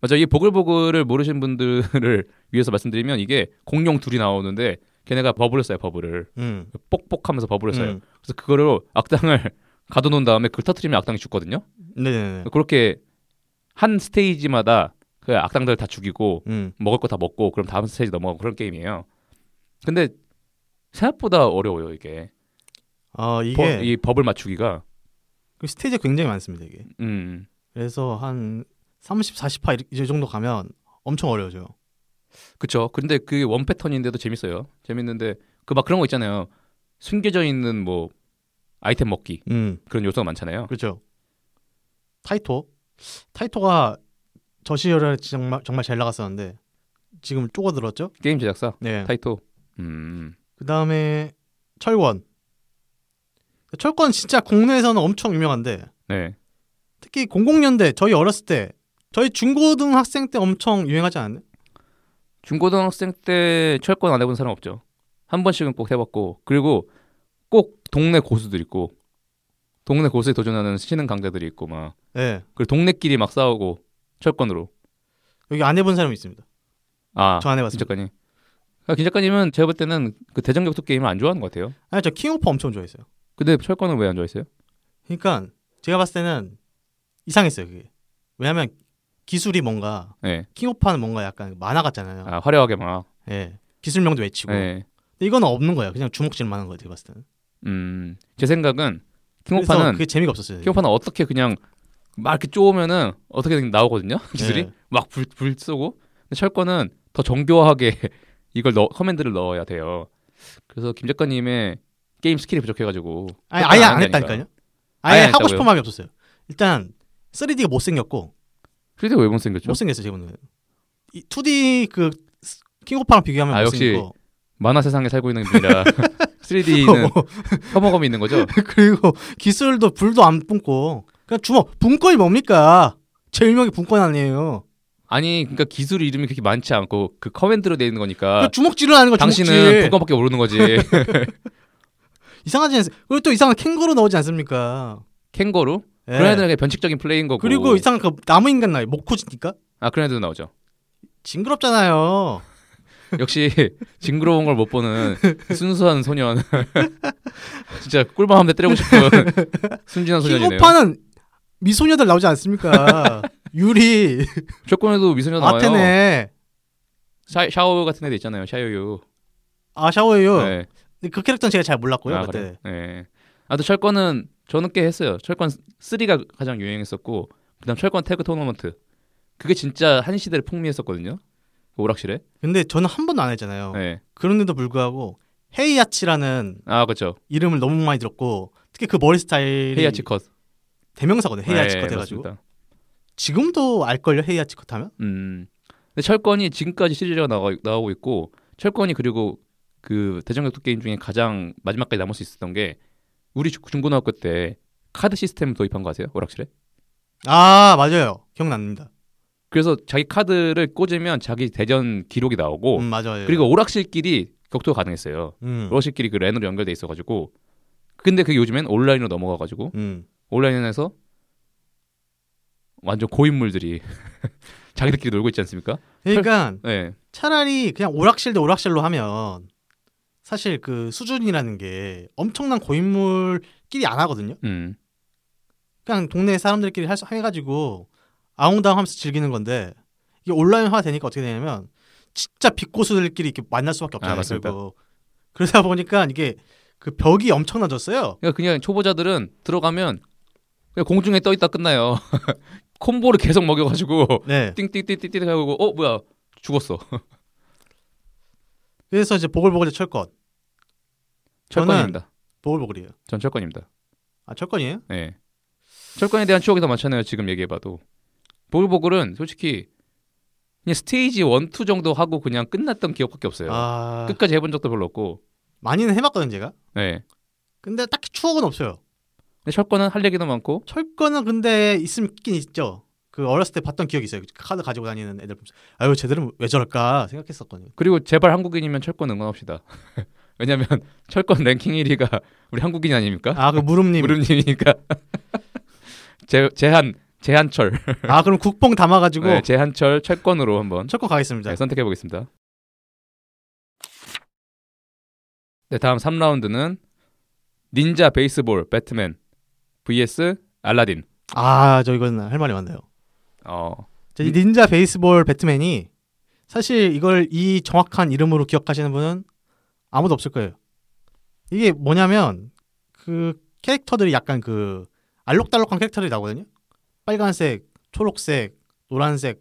S1: 맞아. 이 보글보글을 모르신 분들을 위해서 말씀드리면 이게 공룡 둘이 나오는데 걔네가 버블을 써요. 버블을
S2: 음.
S1: 뽁뽁하면서 버블을 써요.
S2: 음.
S1: 그래서 그거를 악당을 가둬놓은 다음에 그걸 터트리면 악당이 죽거든요.
S2: 네네네.
S1: 그렇게 한 스테이지마다 그 악당들 을다 죽이고
S2: 음.
S1: 먹을 거 다 먹고 그럼 다음 스테이지 넘어가고 그런 게임이에요. 근데 생각보다 어려워요 이게.
S2: 어 이게
S1: 버- 뭐, 이 버블 맞추기가.
S2: 그 스테이지가 굉장히 많습니다 이게.
S1: 음.
S2: 그래서 한 30, 40파 이 정도 가면 엄청 어려워져요.
S1: 그쵸. 근데 그게 원 패턴인데도 재밌어요. 재밌는데 그 막 그런 거 있잖아요. 숨겨져 있는 뭐 아이템 먹기
S2: 음.
S1: 그런 요소가 많잖아요.
S2: 그렇죠. 타이토. 타이토가 저 시절에 정말 정말 잘 나갔었는데 지금 쪼그들었죠?
S1: 게임 제작사
S2: 네.
S1: 타이토. 음.
S2: 그 다음에 철권. 철권 진짜 국내에서는 엄청 유명한데
S1: 네.
S2: 특히 00년대 저희 어렸을 때 저희 중고등학생 때 엄청 유행하지 않았나요?
S1: 중고등학생 때 철권 안 해본 사람 없죠. 한 번씩은 꼭 해봤고 그리고 꼭 동네 고수들 있고 동네 고수에 도전하는 신흥 강자들이 있고 막
S2: 예.
S1: 그리고 동네끼리 막 싸우고 철권으로.
S2: 여기 안 해본 사람이 있습니다.
S1: 아.
S2: 저 안
S1: 김
S2: 해봤습니다.
S1: 작가님. 아, 김 작가님은 제가 볼 때는 그 대전격투 게임을 안 좋아하는 것 같아요.
S2: 아니 저 킹오프 엄청 좋아했어요.
S1: 근데 철권을 왜 안 좋아했어요?
S2: 그러니까 제가 봤을 때는 이상했어요 그게. 왜냐하면 기술이 뭔가
S1: 네.
S2: 킹오프는 뭔가 약간 만화 같잖아요.
S1: 아, 화려하게 막.
S2: 예. 기술명도 외치고.
S1: 네.
S2: 근데 이건 없는 거야. 그냥 주먹질만 하는 거야 제가 봤을 때는.
S1: 음, 제 생각은
S2: 그래서
S1: 킹오파는
S2: 그게 재미가 없었어요.
S1: 킹오파는 어떻게 그냥 막 이렇게 쪼으면은 어떻게든 나오거든요 기술이
S2: 네.
S1: 막 불 불 쏘고 근데 철권은 더 정교하게 이걸 넣 커맨드를 넣어야 돼요. 그래서 김 작가님의 게임 스킬이 부족해가지고
S2: 아니,
S1: 철권
S2: 아예 안
S1: 한다니까요.
S2: 했다니까요. 아예,
S1: 아예 안
S2: 하고
S1: 했다고요?
S2: 싶은 마음이 없었어요. 일단 3D가 못생겼고
S1: 그래서 왜 못생겼죠?
S2: 못생겼어요 제 보는. 이 2D 그 스- 킹오파랑 비교하면
S1: 아,
S2: 못생겼고
S1: 만화 세상에 살고 있는 분이라 3D는 혐오감이 있는 거죠.
S2: 뭐, 그리고 기술도 불도 안 뿜고 그냥 주먹 분권이 뭡니까? 제일 유명한 게 분권 아니에요.
S1: 아니 그러니까 기술 이름이 그렇게 많지 않고 그 커맨드로 돼 있는 거니까
S2: 그 주먹질을 하는 거
S1: 아, 당신은
S2: 주먹질.
S1: 분권밖에 모르는 거지.
S2: 이상하지 않습니까? 그리고 또 이상한 캥거루 나오지 않습니까?
S1: 캥거루?
S2: 예.
S1: 그런 애들은 그냥 변칙적인 플레이인 거고.
S2: 그리고 이상한 그 나무 인간 나요. 목코지니까
S1: 아 그런 애들도 나오죠.
S2: 징그럽잖아요.
S1: 역시 징그러운 걸 못 보는 순수한 소년. 진짜 꿀밤 한대 때리고 싶은 순진한 소년이네요.
S2: 킹오파는 미소녀들 나오지 않습니까? 유리,
S1: 조건에도 미소녀 나와요.
S2: 아테네,
S1: 샤, 샤오 같은 애들 있잖아요. 샤오유.
S2: 아샤오예요.
S1: 네.
S2: 근데 그 캐릭터는 제가 잘 어, 몰랐고요
S1: 아,
S2: 그때.
S1: 그래요? 네. 아또 철권은 저는 꽤 했어요. 철권 3가 가장 유행했었고 그다음 철권 태그 토너먼트. 그게 진짜 한 시대를 풍미했었거든요. 그 오락실에.
S2: 근데 저는 한 번도 안 했잖아요.
S1: 네.
S2: 그런데도 불구하고 헤이아치라는
S1: 아 그렇죠.
S2: 이름을 너무 많이 들었고 특히 그 머리 스타일이
S1: 헤이아치 컷.
S2: 대명사거든. 헤이아치
S1: 네,
S2: 컷 해가지고
S1: 맞습니다.
S2: 지금도 알 걸요. 헤이아치 컷 하면
S1: 음. 근데 철권이 지금까지 시리즈가 나가, 나오고 있고 철권이 그리고 그 대전격투 게임 중에 가장 마지막까지 남을 수 있었던 게 우리 중- 중고등학교 때 카드 시스템 도입한 거 아세요? 오락실에?
S2: 아 맞아요. 기억납니다.
S1: 그래서 자기 카드를 꽂으면 자기 대전 기록이 나오고
S2: 음, 맞아요.
S1: 그리고 오락실끼리 격투가 가능했어요.
S2: 음,
S1: 오락실끼리 그 랜으로 연결돼 있어가지고 근데 그게 요즘엔 온라인으로 넘어가가지고
S2: 음.
S1: 온라인에서 완전 고인물들이 자기들끼리 놀고 있지 않습니까?
S2: 그러니까
S1: 네,
S2: 차라리 그냥 오락실 대 오락실로 하면 사실 그 수준이라는 게 엄청난 고인물끼리 안 하거든요.
S1: 음.
S2: 그냥 동네 사람들끼리 할 수- 해가지고 아웅다웅하면서 즐기는 건데 이게 온라인화 되니까 어떻게 되냐면 진짜 빅고수들끼리 이렇게 만날
S1: 아,
S2: 수밖에 없잖아요.
S1: 맞습니다.
S2: 결국. 그러다 보니까 이게 그 벽이 엄청나졌어요.
S1: 그러니까 그냥 초보자들은 들어가면 그냥 공중에 떠 있다 끝나요. 콤보를 계속 먹여가지고
S2: 네.
S1: 띵띵띵띵띵 하고 어 뭐야 죽었어.
S2: 그래서 이제 보글보글의 철권, 저는-
S1: 철권입니다.
S2: 보글보글이에요.
S1: 전 철권입니다.
S2: 아 철권이에요?
S1: 예. 철권에 대한 추억이 더 많잖아요. 지금 얘기해봐도 보글보글은 솔직히 그냥 스테이지 1, 2 정도 하고 그냥 끝났던 기억밖에 없어요.
S2: 아
S1: 네. 끝까지 해본 적도 별로 없고.
S2: 많이는 해봤거든요 제가.
S1: 예.
S2: 근데 딱히 추억은 없어요.
S1: 근데 철권은 할 얘기도 많고
S2: 철권은 근데 있으면 있긴 있죠. 그 어렸을 때 봤던 기억이 있어요. 카드 가지고 다니는 애들 보면서 아유 쟤들은 왜 저럴까 생각했었거든요.
S1: 그리고 제발 한국인이면 철권 응원합시다. 왜냐면 철권 랭킹 1위가 우리 한국인 이 아닙니까?
S2: 아그 어? 무릎님.
S1: 무릎님이니까 제, 제한 제한철
S2: 아 그럼 국뽕 담아가지고
S1: 네, 제한철 철권으로 한번 네,
S2: 철권 가겠습니다.
S1: 선택해 보겠습니다. 네 다음 3라운드는 닌자 베이스볼 배트맨 vs 알라딘.
S2: 아, 저 이건 할 말이 많네요.
S1: 어
S2: 자, 이 닌자 베이스볼 배트맨이 사실 이걸 이 정확한 이름으로 기억하시는 분은 아무도 없을 거예요. 이게 뭐냐면 그 캐릭터들이 약간 그 알록달록한 캐릭터들이 나오거든요. 빨간색, 초록색, 노란색,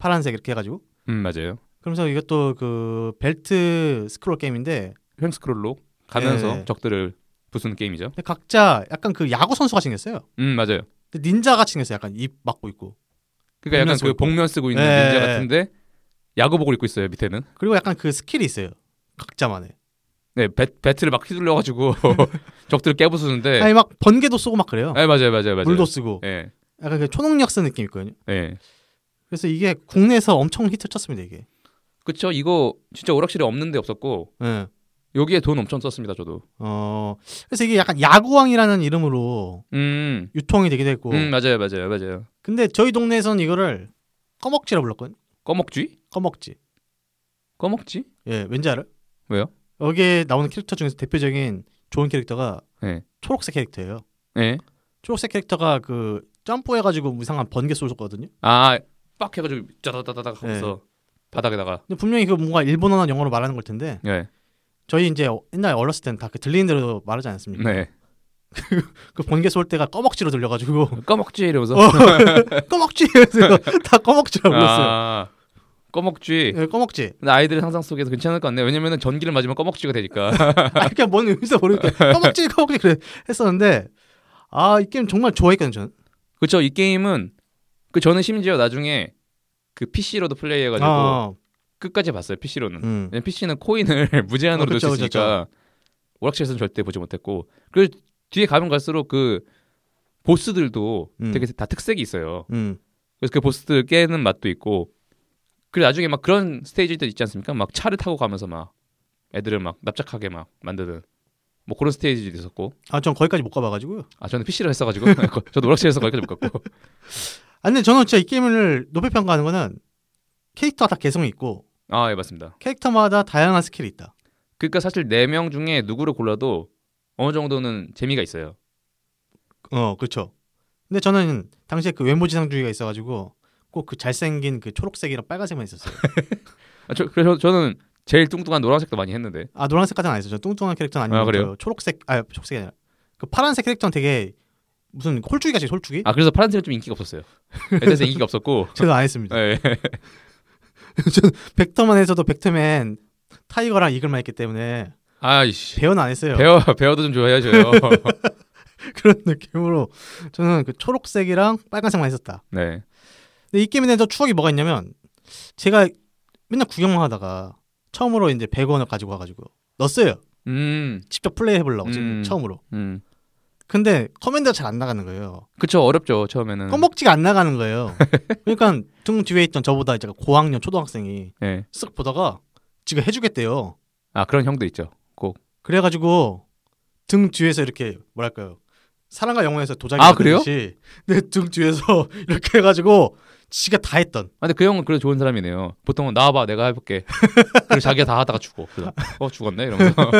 S2: 파란색 이렇게 해가지고
S1: 음, 맞아요.
S2: 그러면서 이것도 그 벨트 스크롤 게임인데
S1: 횡 스크롤로 가면서
S2: 예.
S1: 적들을 부수는 게임이죠.
S2: 각자 약간 그 야구 선수가 생겼어요.
S1: 음 맞아요.
S2: 근데 닌자 같이 생겼어요. 약간 입 막고 있고
S1: 그러니까
S2: 복면
S1: 약간
S2: 쓰고
S1: 그 복면 쓰고 있는
S2: 예,
S1: 닌자
S2: 예.
S1: 같은데 야구복을 입고 있어요 밑에는.
S2: 그리고 약간 그 스킬이 있어요. 각자만의.
S1: 네 배, 배트를 막 휘둘려가지고 적들을 깨부수는데.
S2: 아니 막 번개도 쏘고 막 그래요.
S1: 네 맞아요 맞아요 맞아요.
S2: 물도 쓰고
S1: 예,
S2: 약간 그 초능력 쓴 느낌 있거든요.
S1: 예.
S2: 그래서 이게 국내에서 엄청 히트 쳤습니다 이게.
S1: 그쵸 이거 진짜 오락실에 없는데 없었고
S2: 예.
S1: 여기에 돈 엄청 썼습니다 저도.
S2: 어 그래서 이게 약간 야구왕이라는 이름으로
S1: 음,
S2: 유통이 되기도 했고.
S1: 음 맞아요 맞아요 맞아요.
S2: 근데 저희 동네에서는 이거를 꺼먹지라 불렀거든요.
S1: 꺼먹쥐?
S2: 꺼먹지.
S1: 꺼먹쥐?
S2: 예, 왠지 알아?
S1: 왜요?
S2: 여기에 나오는 캐릭터 중에서 대표적인 좋은 캐릭터가
S1: 예.
S2: 초록색 캐릭터예요.
S1: 예.
S2: 초록색 캐릭터가 그 점프해가지고 이상한 번개 쏘거든요.
S1: 아빡 해가지고 짜다다다닥 하면서
S2: 예.
S1: 바닥에다가.
S2: 근데 분명히 그 뭔가 일본어나 영어로 말하는 걸 텐데
S1: 예.
S2: 저희 이제 옛날에 어렸을 땐 다 그 들리는 대로 말하지 않았습니까?
S1: 네.
S2: 그 번개 쏠 때가 꺼먹지로 들려가지고
S1: 꺼먹쥐 이러면서.
S2: 어, 꺼먹지 그래서 다 꺼먹지라고 불렀어요.
S1: 아, 네. 꺼먹쥐.
S2: 예, 꺼먹지.
S1: 근데 아이들의 상상 속에서 괜찮을 것 같네요. 왜냐면은 전기를 맞으면 꺼먹쥐가 되니까.
S2: 아, 그냥 뭔 의미인지 모르겠고 꺼먹지 꺼먹지 그래 했었는데 아 이 게임 정말 좋아했거든요 저는.
S1: 그쵸 이 게임은 그 저는 심지어 나중에 그 PC로도 플레이해가지고
S2: 아,
S1: 끝까지 봤어요 PC로는.
S2: 음.
S1: 왜냐면 PC는 코인을 무제한으로
S2: 어,
S1: 넣을 수
S2: 그쵸, 그쵸,
S1: 있으니까 오락실에서는 절대 보지 못했고 그 뒤에 가면 갈수록 그 보스들도
S2: 음.
S1: 되게 다 특색이 있어요.
S2: 음.
S1: 그래서 그 보스들 깨는 맛도 있고 그리고 나중에 막 그런 스테이지들 있지 않습니까? 막 차를 타고 가면서 막 애들을 막 납작하게 막 만드는 뭐 그런 스테이지도 있었고
S2: 아, 전 거기까지 못 가봐가지고요.
S1: 아 저는 PC로 했어가지고 저도 오락실에서 거기까지 못 갔고
S2: 아, 근데 저는 진짜 이 게임을 높이 평가하는 거는 캐릭터가 다 개성이 있고
S1: 아 예 맞습니다.
S2: 캐릭터마다 다양한 스킬이 있다.
S1: 그러니까 사실 네 명 중에 누구를 골라도 어느 정도는 재미가 있어요.
S2: 어, 그렇죠. 근데 저는 당시에 그 외모지상주의가 있어가지고 꼭 그 잘생긴 그 초록색이랑 빨간색만 있었어요.
S1: 아, 저, 그래서 저는 제일 뚱뚱한 노란색도 많이 했는데
S2: 아, 노란색까지는 안 했어요. 저 뚱뚱한 캐릭터는 아니고
S1: 아, 그래요?
S2: 저 초록색, 아, 초록색이 아니라 그 파란색 캐릭터는 되게 무슨 홀쭉이 같이 홀쭉이?
S1: 아 그래서 파란색은 좀 인기가 없었어요. 애들에서 인기가 없었고
S2: 저는 안 했습니다.
S1: 예, 예.
S2: 백터만에서도 백터맨 타이거랑 이글만 했기 때문에
S1: 아이씨
S2: 배어는 안 했어요.
S1: 배워 배워도 좀 좋아야죠.
S2: 그런 느낌으로 저는 그 초록색이랑 빨간색만 했었다.
S1: 네.
S2: 근데 이 게임에 대해서 추억이 뭐가 있냐면 제가 맨날 구경만 하다가 처음으로 이제 100원을 가지고 와가지고 넣었어요.
S1: 음,
S2: 직접 플레이 해보려고 지금
S1: 음.
S2: 처음으로.
S1: 음.
S2: 근데 커맨드가 잘 안 나가는 거예요.
S1: 그쵸 어렵죠 처음에는.
S2: 껌먹지가 안 나가는 거예요. 그러니까 등 뒤에 있던 저보다 이제 고학년 초등학생이
S1: 예.
S2: 쓱 보다가 지금 해주겠대요.
S1: 아 그런 형도 있죠. 꼭.
S2: 그래가지고 등 뒤에서 이렇게 뭐랄까요 사랑과 영혼에서 도장이
S1: 아, 그래요?
S2: 내등 뒤에서 이렇게 해가지고 지가 다 했던
S1: 아, 근데 그 형은 그래도 좋은 사람이네요. 보통은 나와봐 내가 해볼게. 그리고 자기가 다 하다가 죽고. 그래서, 어 죽었네 이러면서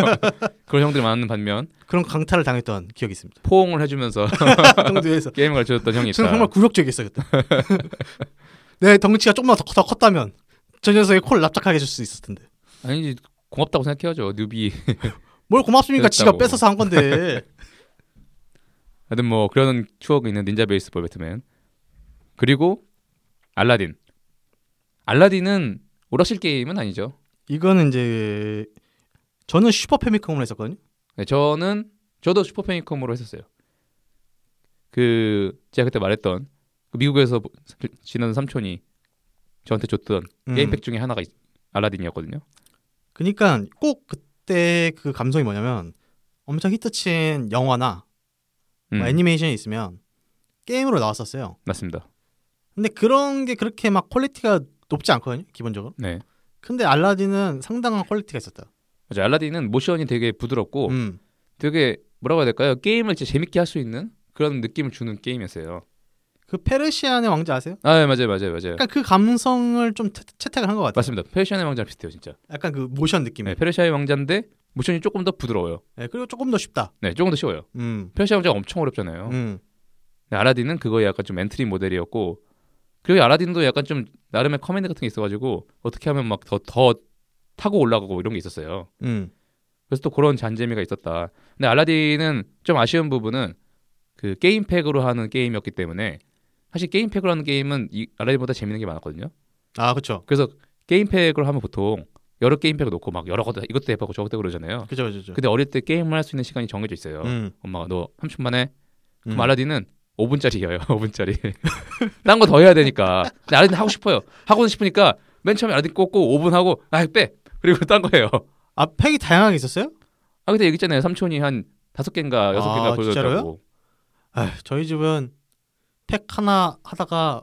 S1: 그런 형들이 많은 반면
S2: 그런 강탈을 당했던 기억이 있습니다.
S1: 포옹을 해주면서
S2: 등 뒤에서
S1: 게임을 가르쳐줬던 형이 있다.
S2: 저는 정말 굴욕적이었어요 그때. 내 덩치가 조금만 더, 더 컸다면 저 녀석의 코를 납작하게 해줄 수 있을 텐데.
S1: 아니지 고맙다고 생각해야죠 뉴비.
S2: 뭘 고맙습니까? 지가
S1: 그랬다고.
S2: 뺏어서 한 건데.
S1: 하여튼 뭐 그런 추억이 있는 닌자 베이스볼 배트맨 그리고 알라딘 알라딘은 오락실 게임은 아니죠
S2: 이거는 이제 저는 슈퍼 패미컴으로 했었거든요.
S1: 네, 저는 저도 슈퍼 패미컴으로 했었어요 그 제가 그때 말했던 그 미국에서 보- 지낸 삼촌이 저한테 줬던
S2: 음.
S1: 게임팩 중에 하나가 있- 알라딘이었거든요
S2: 그러니까 꼭 그때 그 감성이 뭐냐면 엄청 히트친 영화나
S1: 음,
S2: 뭐 애니메이션이 있으면 게임으로 나왔었어요.
S1: 맞습니다
S2: 근데 그런 게 그렇게 막 퀄리티가 높지 않거든요, 기본적으로.
S1: 네
S2: 근데 알라딘은 상당한 퀄리티가 있었다.
S1: 맞아요. 알라딘은 모션이 되게 부드럽고
S2: 음.
S1: 되게 뭐라고 해야 될까요 게임을 진짜 재밌게 할 수 있는 그런 느낌을 주는 게임이었어요
S2: 그 페르시안의 왕자 아세요?
S1: 아 예, 맞아요 맞아요 맞아요
S2: 약간 그 감성을 좀 채- 채택을 한 것 같아요.
S1: 맞습니다. 페르시아의 왕자랑 비슷해요, 진짜.
S2: 약간 그 모션 느낌.
S1: 네,
S2: 네.
S1: 페르시아의 왕자인데 모션이 조금 더 부드러워요.
S2: 그리고 조금 더 쉽다.
S1: 네, 조금 더 쉬워요.
S2: 음.
S1: 페르시아 왕자가 엄청 어렵잖아요.
S2: 음.
S1: 근데 알라딘은 그거에 약간 좀 엔트리 모델이었고 그리고 알라딘도 약간 좀 나름의 커맨드 같은 게 있어가지고 어떻게 하면 막 더 더 타고 올라가고 이런 게 있었어요.
S2: 음.
S1: 그래서 또 그런 잔재미가 있었다. 근데 알라딘은 좀 아쉬운 부분은 그 게임팩으로 하는 게임이었기 때문에 사실 게임팩으로 하는 게임은 이 알라딘보다 재밌는 게 많았거든요.
S2: 아, 그렇죠.
S1: 그래서 게임팩으로 하면 보통 여러 게임팩을 놓고 막 여러 것도 이것도 해보고 저것도 해보고 그러잖아요.
S2: 그죠, 그죠, 그죠.
S1: 음. 근데 어릴 때 게임을 할 수 있는 시간이 정해져 있어요.
S2: 음.
S1: 엄마가 너 30분 에
S2: 음.
S1: 그럼 알라딘은 5분짜리예요. 5분짜리. 딴 거 더 해야 되니까. 근데 알라딘 하고 싶어요. 하고는 싶으니까 맨 처음에 알라딘 꽂고 5분 하고 아 빼. 그리고 딴 거 해요.
S2: 아, 팩이 다양하게 있었어요?
S1: 아 근데 얘기 있잖아요. 삼촌이 한 다섯 개인가 여섯
S2: 아,
S1: 개인가
S2: 진짜로요?
S1: 보여줬다고.
S2: 아휴, 저희 집은 팩 하나 하다가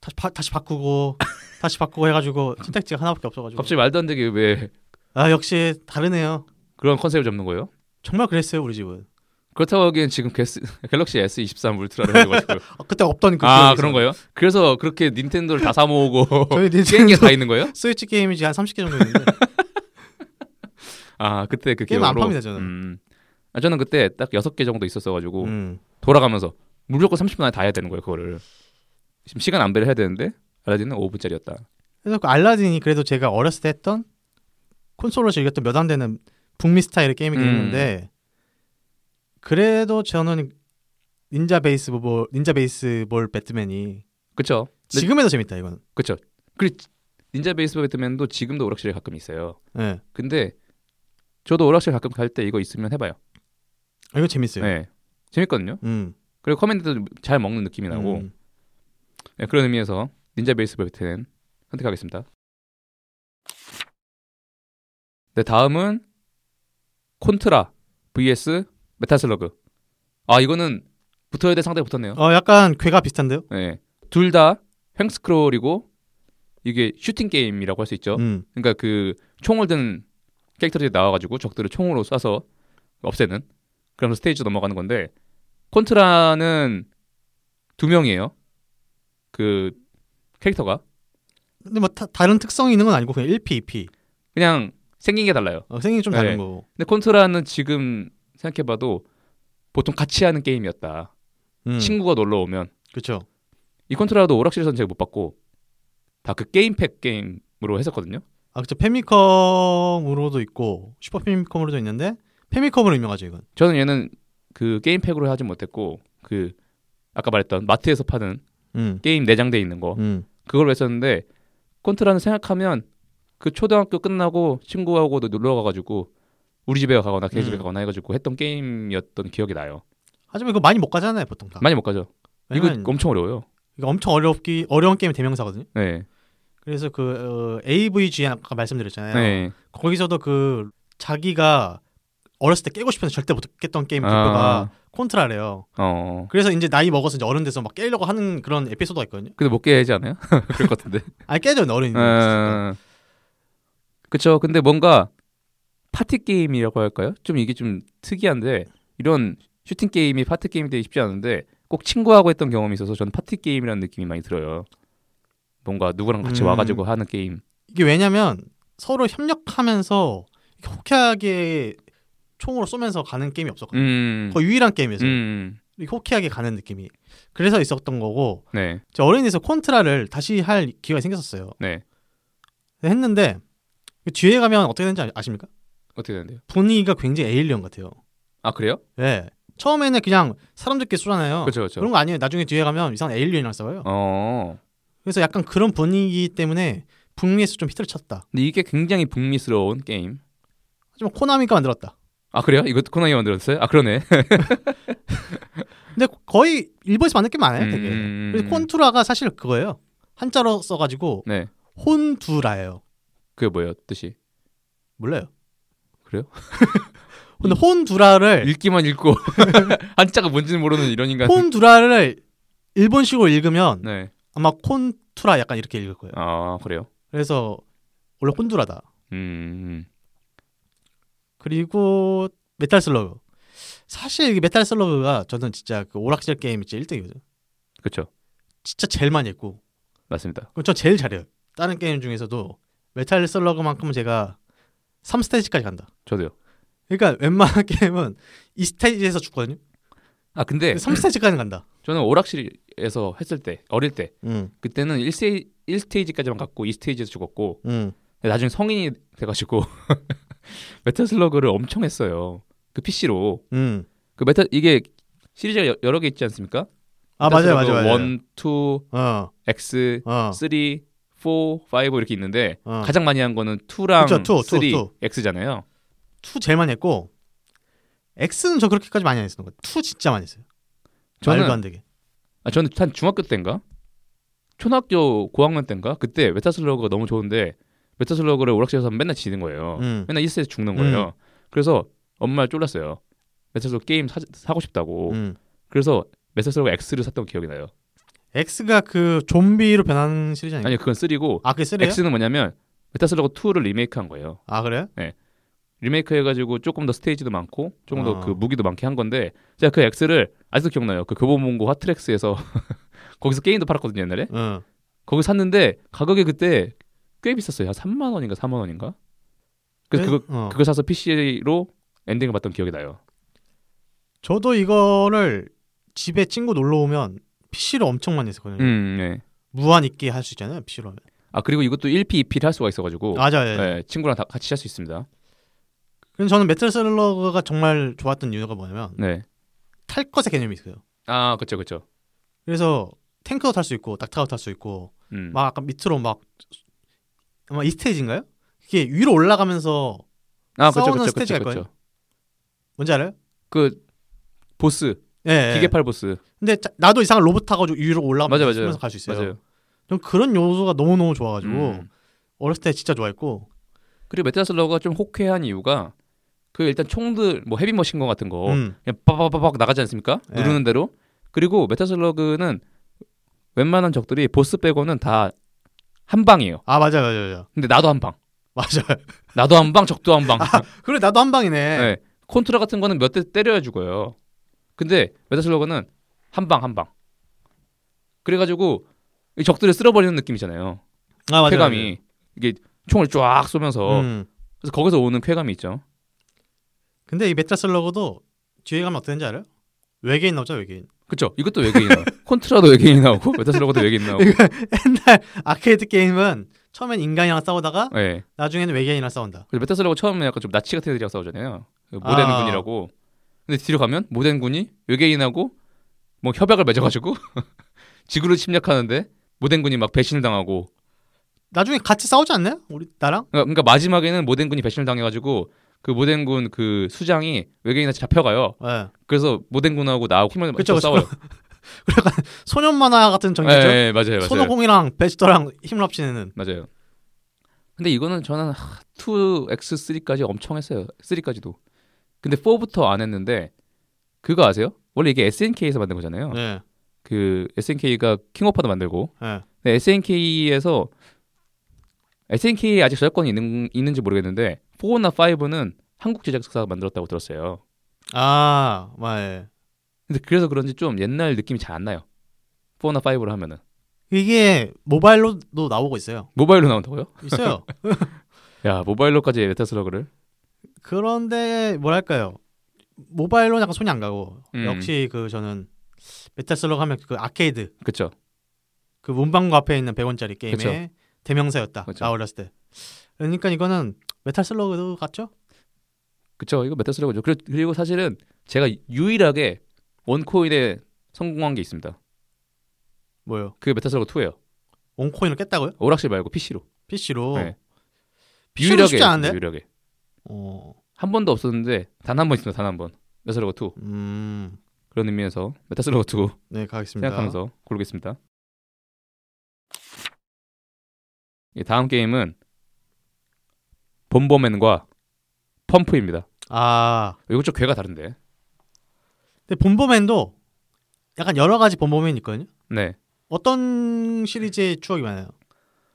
S2: 다시, 바, 다시 바꾸고 다시 바꾸고 해가지고 선택지가 하나밖에 없어가지고
S1: 갑자기 말도 안 되게 왜
S2: 아 역시 다르네요
S1: 그런 컨셉을 잡는 거예요?
S2: 정말 그랬어요 우리 집은
S1: 그렇다고 하기엔 지금 게스- 갤럭시 S23 울트라를 해가지고
S2: 아, 그때 없던 그
S1: 아
S2: 기억이
S1: 그런
S2: 있어요.
S1: 거예요? 그래서 그렇게 닌텐도를 다 사 모으고
S2: 저희
S1: 게임기
S2: 닌텐도
S1: 다 있는 거예요?
S2: 스위치 게임이 지금 한 30개 정도 있는데
S1: 아 그때 그
S2: 게임
S1: 기억으로
S2: 안 팝니다, 저는.
S1: 음. 뭐. 아, 저는 그때 딱 여섯 개 정도 있었어가지고
S2: 음.
S1: 돌아가면서 무조건 30분 안에 다 해야 되는 거예요 그거를 지금 시간 안배를 해야 되는데 알라딘은 5분짜리였다
S2: 그래서 그 알라딘이 그래도 제가 어렸을 때 했던 콘솔로 즐겼던 몇 안 되는 북미 스타일의 게임이긴
S1: 음.
S2: 했는데 그래도 저는 닌자 베이스볼 닌자 베이스볼 배트맨이
S1: 그쵸 근데-
S2: 지금에도 재밌다 이거는
S1: 그쵸 그리고 지- 닌자 베이스볼 배트맨도 지금도 오락실에 가끔 있어요
S2: 예
S1: 근데 저도 오락실 가끔 갈 때 이거 있으면 해봐요
S2: 아, 이거 재밌어요
S1: 네. 재밌거든요
S2: 음.
S1: 그리고 커맨드도 잘 먹는 느낌이 나고
S2: 음.
S1: 네, 그런 의미에서 닌자 베이스볼 배트맨 선택하겠습니다 네, 다음은 콘트라 vs 메탈슬러그. 아, 이거는 붙어야 될 상대가 붙었네요.
S2: 어, 약간 괴가 비슷한데요?
S1: 네. 둘 다 횡스크롤이고 이게 슈팅 게임이라고 할 수 있죠.
S2: 음.
S1: 그러니까 그 총을 든 캐릭터들이 나와가지고 적들을 총으로 쏴서 없애는 그러면서 스테이지 넘어가는 건데 콘트라는 두 명이에요. 그 캐릭터가
S2: 근데 뭐 타- 다른 특성이 있는 건 아니고 그냥 1P, 2P.
S1: 그냥 생긴 게 달라요.
S2: 어, 생긴 좀 다른
S1: 네.
S2: 거고.
S1: 근데 콘트라는 지금 생각해봐도 보통 같이 하는 게임이었다.
S2: 음.
S1: 친구가 놀러 오면
S2: 그렇죠.
S1: 이 콘트라도 오락실에서는 제가 못 봤고 다 그 게임팩 게임으로 했었거든요.
S2: 아, 그렇죠. 페미컴으로도 있고 슈퍼 페미컴으로도 있는데 페미컴으로 유명하죠, 이건.
S1: 저는 얘는 그 게임팩으로 하진 못했고 그 아까 말했던 마트에서 파는
S2: 음.
S1: 게임 내장돼 있는 거
S2: 음.
S1: 그걸 했었는데 콘트라는 생각하면 그 초등학교 끝나고 친구하고도 놀러 가가지고 우리 집에 가거나 걔 집에
S2: 음.
S1: 가거나 해가지고 했던 게임이었던 기억이 나요.
S2: 하지만 이거 많이 못 가잖아요, 보통 다.
S1: 많이 못 가죠. 이거
S2: 왜냐면
S1: 엄청 어려워요.
S2: 이거 엄청 어렵기 어려운 게임 대명사거든요.
S1: 네.
S2: 그래서 그 어, AVGN 아까 말씀드렸잖아요.
S1: 네.
S2: 거기서도 그 자기가 어렸을 때 깨고 싶은데 절대 못 깼던 게임
S1: 아.
S2: 대표가 콘트라래요.
S1: 어.
S2: 그래서 이제 나이 먹어서 이제 어른 돼서 막 깨려고 하는 그런 에피소드가 있거든요.
S1: 근데 못 깨지 않아요? 그럴 것 같은데.
S2: 아니 깨져 어른이. 됐을 때.
S1: 어. 그쵸. 근데 뭔가 파티 게임이라고 할까요? 좀 이게 좀 특이한데 이런 슈팅 게임이 파티 게임이 되기 쉽지 않은데 꼭 친구하고 했던 경험이 있어서 저는 파티 게임이라는 느낌이 많이 들어요. 뭔가 누구랑 같이
S2: 음.
S1: 와가지고 하는 게임.
S2: 이게 왜냐면 서로 협력하면서 이렇게 호쾌하게 총으로 쏘면서 가는 게임이 없었거든요.
S1: 음.
S2: 거의 유일한 게임에서
S1: 음.
S2: 이렇게 호쾌하게 가는 느낌이 그래서 있었던 거고
S1: 네.
S2: 제 어린이에서 콘트라를 다시 할 기회가 생겼었어요.
S1: 네.
S2: 했는데 그 뒤에 가면 어떻게 되는지 아- 아십니까?
S1: 어떻게 되는데요?
S2: 분위기가 굉장히 에일리언 같아요.
S1: 아 그래요?
S2: 예. 처음에는 그냥 사람들끼리 쏘잖아요.
S1: 그렇죠, 그렇죠.
S2: 런거 아니에요. 나중에 뒤에 가면 이상한 에일리언이랑 싸워요.
S1: 어.
S2: 그래서 약간 그런 분위기 때문에 북미에서 좀 히트를 쳤다.
S1: 근데 이게 굉장히 북미스러운 게임.
S2: 하지만 코나미가 만들었다.
S1: 아 그래요? 이거 코나이 만들었어요? 아 그러네.
S2: 근데 거의 일본에서 만든 게 많아요, 되게.
S1: 음.
S2: 그래서 콘투라가 사실 그거예요. 한자로 써가지고
S1: 네.
S2: 혼두라예요.
S1: 그게 뭐예요? 뜻이?
S2: 몰라요.
S1: 그래요?
S2: 근데 혼두라를
S1: 읽기만 읽고 한자가 뭔지는 모르는 이런 인간.
S2: 혼두라를 일본식으로 읽으면
S1: 그러니까 그 네.
S2: 아마 콘투라 약간 이렇게 읽을 거예요.
S1: 아 그래요.
S2: 그래서 원래 혼두라다.
S1: 음.
S2: 그리고 메탈 슬러그. 사실 이 메탈 슬러그가 저는 진짜 그 오락실 게임 이제 1등이거든요.
S1: 그렇죠.
S2: 진짜 제일 많이 했고
S1: 맞습니다.
S2: 그럼 저 제일 잘해요. 다른 게임 중에서도 메탈 슬러그만큼은 제가 3스테이지까지 간다.
S1: 저도요.
S2: 그러니까 웬만한 게임은 2스테이지에서 죽거든요.
S1: 아 근데
S2: 3스테이지까지 간다.
S1: 저는 오락실에서 했을 때 어릴 때
S2: 음.
S1: 그때는 1세, 1스테이지까지만 갔고 2스테이지에서 죽었고
S2: 음.
S1: 나중에 성인이 돼가지고 메탈슬러그를 엄청 했어요. 그 PC로
S2: 음.
S1: 그 메탈 이게 시리즈가 여- 여러 개 있지 않습니까?
S2: 아, 맞아요. 맞아요. 맞아요.
S1: 원, 투,
S2: 어.
S1: 엑스,
S2: 어.
S1: 쓰리, 포, 파이브 이렇게 있는데
S2: 어.
S1: 가장 많이 한 거는 투랑
S2: 그쵸, 투, 투,
S1: 쓰리,
S2: 투.
S1: 엑스잖아요.
S2: 2 제일 많이 했고 X는 저 그렇게까지 많이 안 했었던 것 같아요. 2 진짜 많이 했어요.
S1: 저는-
S2: 말도 안 되게.
S1: 아, 저는 한 중학교 때인가? 초등학교 고학년 때인가? 그때 메타슬러그가 너무 좋은데 메타슬러그를 오락실에서 하면 맨날 지는 거예요.
S2: 음.
S1: 맨날 1세에서 죽는 거예요. 그래서 엄마를 쫄랐어요. 메타슬러그 게임 사, 사고 싶다고.
S2: 음.
S1: 그래서 메타슬러그 X를 샀던 기억이 나요.
S2: X가 그 좀비로 변하는 시리즈 아니에요?
S1: 아니 그건 3고
S2: 아, 그게 네. 쓰레요?
S1: X는 뭐냐면 메타슬러그 2를 리메이크한 거예요.
S2: 아, 그래요?
S1: 리메이크 해가지고 조금 더 스테이지도 많고 조금 더
S2: 아.
S1: 그 무기도 많게 한 건데 제가 그 X를 아직도 기억나요. 그 교보문고 하트렉스에서 거기서 게임도 팔았거든요 옛날에.
S2: 응.
S1: 거기 샀는데 가격이 그때 꽤 비쌌어요. 한 3만 원인가 4만 원인가? 그래서 그거
S2: 어.
S1: 그거 사서 PC로 엔딩을 봤던 기억이 나요.
S2: 저도 이거를 집에 친구 놀러 오면 PC로 엄청 많이 했었거든요.
S1: 음, 네. 무한
S2: 무한 있게 할 수 있잖아요, PC로 하면.
S1: 아 그리고 이것도 1P, 2P를 할 수가 있어가지고
S2: 맞아요. 예.
S1: 네, 친구랑 다 같이 할 수 있습니다.
S2: 근데 저는 메탈 슬러그가 정말 좋았던 이유가 뭐냐면
S1: 네.
S2: 탈 것의 개념이 있어요.
S1: 아 그렇죠, 그렇죠.
S2: 그래서 탱크도 탈 수 있고 낙타도 탈 수 있고
S1: 음.
S2: 막 아까 밑으로 막 아마 이 스테이지인가요? 그게 위로 올라가면서
S1: 아
S2: 싸우는
S1: 그렇죠,
S2: 스테이지가
S1: 그렇죠, 그렇죠.
S2: 뭔지 알아요?
S1: 그 보스
S2: 예. 예.
S1: 기계팔 보스
S2: 근데 자- 나도 이상한 로봇 타가지고 위로
S1: 맞아,
S2: 올라가면서
S1: 맞아요.
S2: 면서 갈 수 있어요.
S1: 맞아요.
S2: 전 그런 요소가 너무 너무 좋아가지고
S1: 음.
S2: 어렸을 때 진짜 좋아했고
S1: 그리고 메탈슬러가 좀 호쾌한 이유가 그 일단 총들 뭐 헤비머신건 같은 거
S2: 음.
S1: 그냥 빠바바박 나가지 않습니까?
S2: 예.
S1: 누르는 대로. 그리고 메탈슬러그는 웬만한 적들이 보스 빼고는 다 한 방이에요.
S2: 아 맞아 맞아 맞아
S1: 근데 나도 한 방.
S2: 맞아.
S1: 나도 한 방, 적도 한 방.
S2: 그래 나도 한 방이네.
S1: 네. 콘트라 같은 거는 몇 대 때려야 죽어요. 근데 메탈슬러그는 한 방, 한 방. 그래가지고 이 적들을 쓸어버리는 느낌이잖아요.
S2: 아 맞아.
S1: 쾌감이 어. 이게 총을 쫙 쏘면서
S2: 맞아. 음.
S1: 그래서 거기서 오는 쾌감이 있죠.
S2: 근데 이 메타슬러그도 뒤에 가면 어땠는지 알아요? 외계인 나오죠 외계인.
S1: 그쵸? 이것도 외계인 나와. 콘트라도 외계인 나오고 메탈슬러그도 외계인 나오고.
S2: 그러니까. 옛날 아케이드 게임은 처음엔 인간이랑 싸우다가
S1: 네.
S2: 나중에는 외계인이랑 싸운다.
S1: 그래서 메타슬러그 처음에 약간 좀 나치 같은 애들이랑 싸우잖아요. 그 모덴
S2: 아.
S1: 군이라고. 근데 뒤로 가면 모덴 군이 외계인하고 뭐 협약을 맺어가지고 지구를 침략하는데 모덴 군이 막 배신을 당하고.
S2: 나중에 같이 싸우지 않나요? 우리 나랑?
S1: 그러니까, 그러니까 마지막에는 모덴 군이 배신을 당해가지고 그 모덴 군그 수장이 외계인한테 잡혀가요.
S2: 예.
S1: 그래서 모덴 군하고 나하고 힘을
S2: 그쵸,
S1: 맞춰
S2: 그쵸.
S1: 싸워요.
S2: 소년 만화 같은 전개죠.
S1: 예, 예, 맞아요, 맞아요.
S2: 손오공이랑 베지터랑 힘을 합치는.
S1: 맞아요. 근데 이거는 저는 하, 2X3까지 엄청 했어요. 3까지도. 근데 4부터 안 했는데 그거 아세요? 원래 이게 SNK에서 만든 거잖아요.
S2: 예.
S1: 그 SNK가 킹오파도 만들고
S2: 예.
S1: 근데 SNK에서 SNK에 아직 저작권이 있는, 있는지 모르겠는데 4나 5는 한국 제작사가 만들었다고 들었어요.
S2: 아, 마, 예.
S1: 근데 그래서 그런지 좀 옛날 느낌이 잘 안 나요. 4나 5로 하면은
S2: 이게 모바일로도 나오고 있어요.
S1: 모바일로 나온다고요?
S2: 있어요.
S1: 야 모바일로까지 메타슬러그를
S2: 그런데 뭐랄까요? 모바일로 는 약간 손이 안 가고
S1: 음.
S2: 역시 그 저는 메탈슬러그 하면 그 아케이드
S1: 그쵸?
S2: 그 문방구 앞에 있는 100원짜리 게임의
S1: 그쵸.
S2: 대명사였다.
S1: 그쵸.
S2: 나 어렸을 때. 그러니까 이거는 메탈슬러그도 같죠?
S1: 그쵸 이거 메타슬러그죠 그리- 그리고 사실은 제가 유일하게 원코인에 성공한 게 있습니다
S2: 뭐요?
S1: 그게 메타슬러그 2예요
S2: 원코인을 깼다고요?
S1: 오락실 말고 PC로
S2: PC로.
S1: 네.
S2: PC로 어. 쉽지 않은데?
S1: 유일하게
S2: 어.
S1: 한 번도 없었는데 단 한 번 있습니다 단 한번 메타슬러그 2
S2: 음.
S1: 그런 의미에서 메타슬러그 2
S2: 네, 가겠습니다.
S1: 생각하면서 고르겠습니다 예, 다음 게임은 본버맨과 펌프입니다
S2: 아.
S1: 이거 좀 괴가 다른데
S2: 근데 본보맨도 약간 여러 가지 본보맨이 있거든요.
S1: 네
S2: 어떤 시리즈의 추억이 많아요?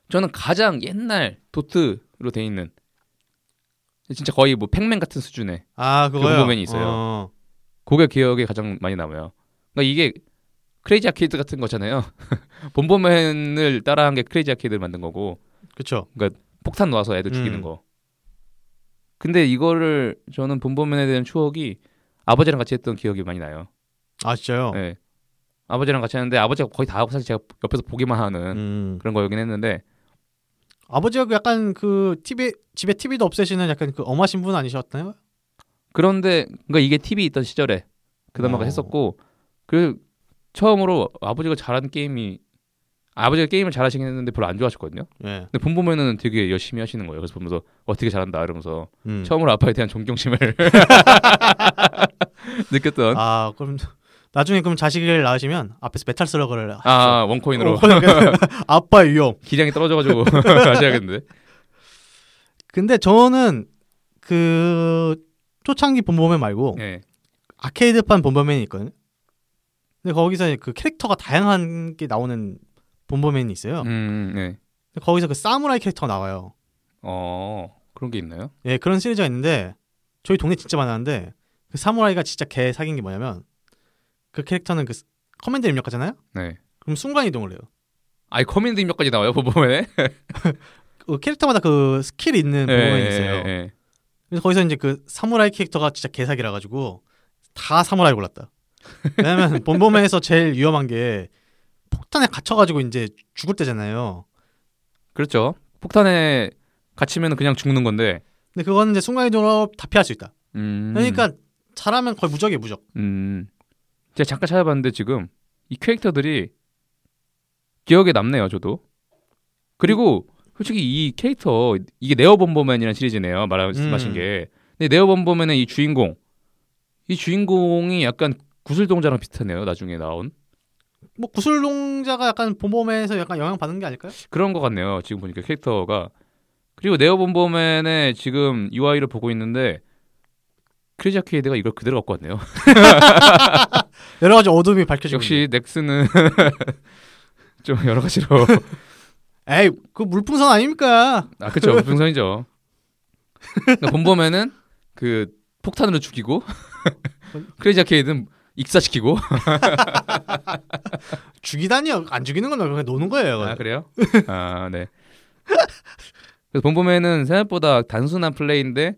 S1: 저는 가장 옛날 도트로 돼 있는 진짜 거의 뭐 팩맨 같은 수준의
S2: 아, 그거요. 본보맨이 있어요. 어.
S1: 그게 기억에 가장 많이 남아요. 그러니까 이게 크레이지 아케이드 같은 거잖아요. 본보맨을 따라한 게 크레이지 아케이드를 만든 거고
S2: 그렇죠.
S1: 폭탄 놔서 애들 죽이는
S2: 음.
S1: 거. 근데 이거를 저는 본보맨에 대한 추억이 아버지랑 같이 했던 기억이 많이 나요.
S2: 아, 진짜요?
S1: 네. 아버지랑 같이 하는데 아버지가 거의 다 하고 사실 제가 옆에서 보기만 하는
S2: 음.
S1: 그런 거였긴 했는데
S2: 아버지가 그 약간 그 TV 집에 TV도 없애시는 약간 그 엄하신 분 아니셨나요?
S1: 그런데 그러니까 이게 TV 있던 시절에 그나마가
S2: 어.
S1: 했었고 그 처음으로 아버지가 잘한 게임이 아버지가 게임을 잘하시긴 했는데 별로 안 좋아하셨거든요.
S2: 예.
S1: 근데 본 보면은 되게 열심히 하시는 거예요. 그래서 보면서 어떻게 잘한다 이러면서
S2: 음.
S1: 처음으로 아빠에 대한 존경심을 느꼈던 아,
S2: 아, 그럼 나중에 그럼 자식을 낳으시면 앞에서 메탈 슬러그를 하십시오.
S1: 아, 원코인으로
S2: 어, 아빠의 위험.
S1: 기량이 떨어져가지고 하셔야겠는데
S2: 근데 저는 그 초창기 본보맨 말고
S1: 예
S2: 아케이드판 본보맨이 있거든요. 근데 거기서 그 캐릭터가 다양한 게 나오는 본보맨이 있어요.
S1: 음, 예.
S2: 근데 거기서 그 사무라이 캐릭터가 나와요.
S1: 어 그런 게 있나요?
S2: 예, 그런 시리즈가 있는데 저희 동네 진짜 많았는데 그 사무라이가 진짜 개 사귄 게 뭐냐면 그 캐릭터는 그 커맨드 입력하잖아요.
S1: 네.
S2: 그럼 순간 이동을 해요.
S1: 아이 커맨드 입력까지 나와요 본 보면에
S2: 그 캐릭터마다 그 스킬이 있는 본보맨이 있어요.
S1: 예, 예.
S2: 그래서 거기서 이제 그 사무라이 캐릭터가 진짜 개사기라 가지고 다 사무라이 골랐다. 왜냐면 본보맨에서 제일 위험한 게 폭탄에 갇혀 가지고 이제 죽을 때잖아요.
S1: 그렇죠. 폭탄에 갇히면 그냥 죽는 건데
S2: 근데 그거는 이제 순간 이동으로 다 피할 수 있다.
S1: 음.
S2: 그러니까 잘하면 거의 무적이에요, 무적.
S1: 음. 제가 잠깐 찾아봤는데 지금 이 캐릭터들이 기억에 남네요, 저도. 그리고 솔직히 이 캐릭터 이게 네오 범버맨이라는 시리즈네요. 말씀하신
S2: 음.
S1: 게. 근데 네오 범버맨의 이 주인공 이 주인공이 약간 구슬동자랑 비슷하네요. 나중에 나온
S2: 뭐 구슬농자가 약간 본범에서 약간 영향 받은 게 아닐까요?
S1: 그런 것 같네요. 지금 보니까 캐릭터가 그리고 네오본보맨의 지금 UI를 보고 있는데 크리자 퀴에드가 이걸 그대로 갖고 왔네요.
S2: 여러 가지 어둠이 밝혀지고. 있네요.
S1: 역시 넥슨은 좀 여러 가지로
S2: 에이 그 물풍선 아닙니까?
S1: 아 그렇죠 분선이죠. 그러니까 본범에는 그 폭탄으로 죽이고 크레이지 아케이드는 익사시키고
S2: 죽이다니요. 안 죽이는 건 그냥 노는 거예요.
S1: 아
S2: 이건.
S1: 그래요? 아 네. 그래서 본범에는 생각보다 단순한 플레이인데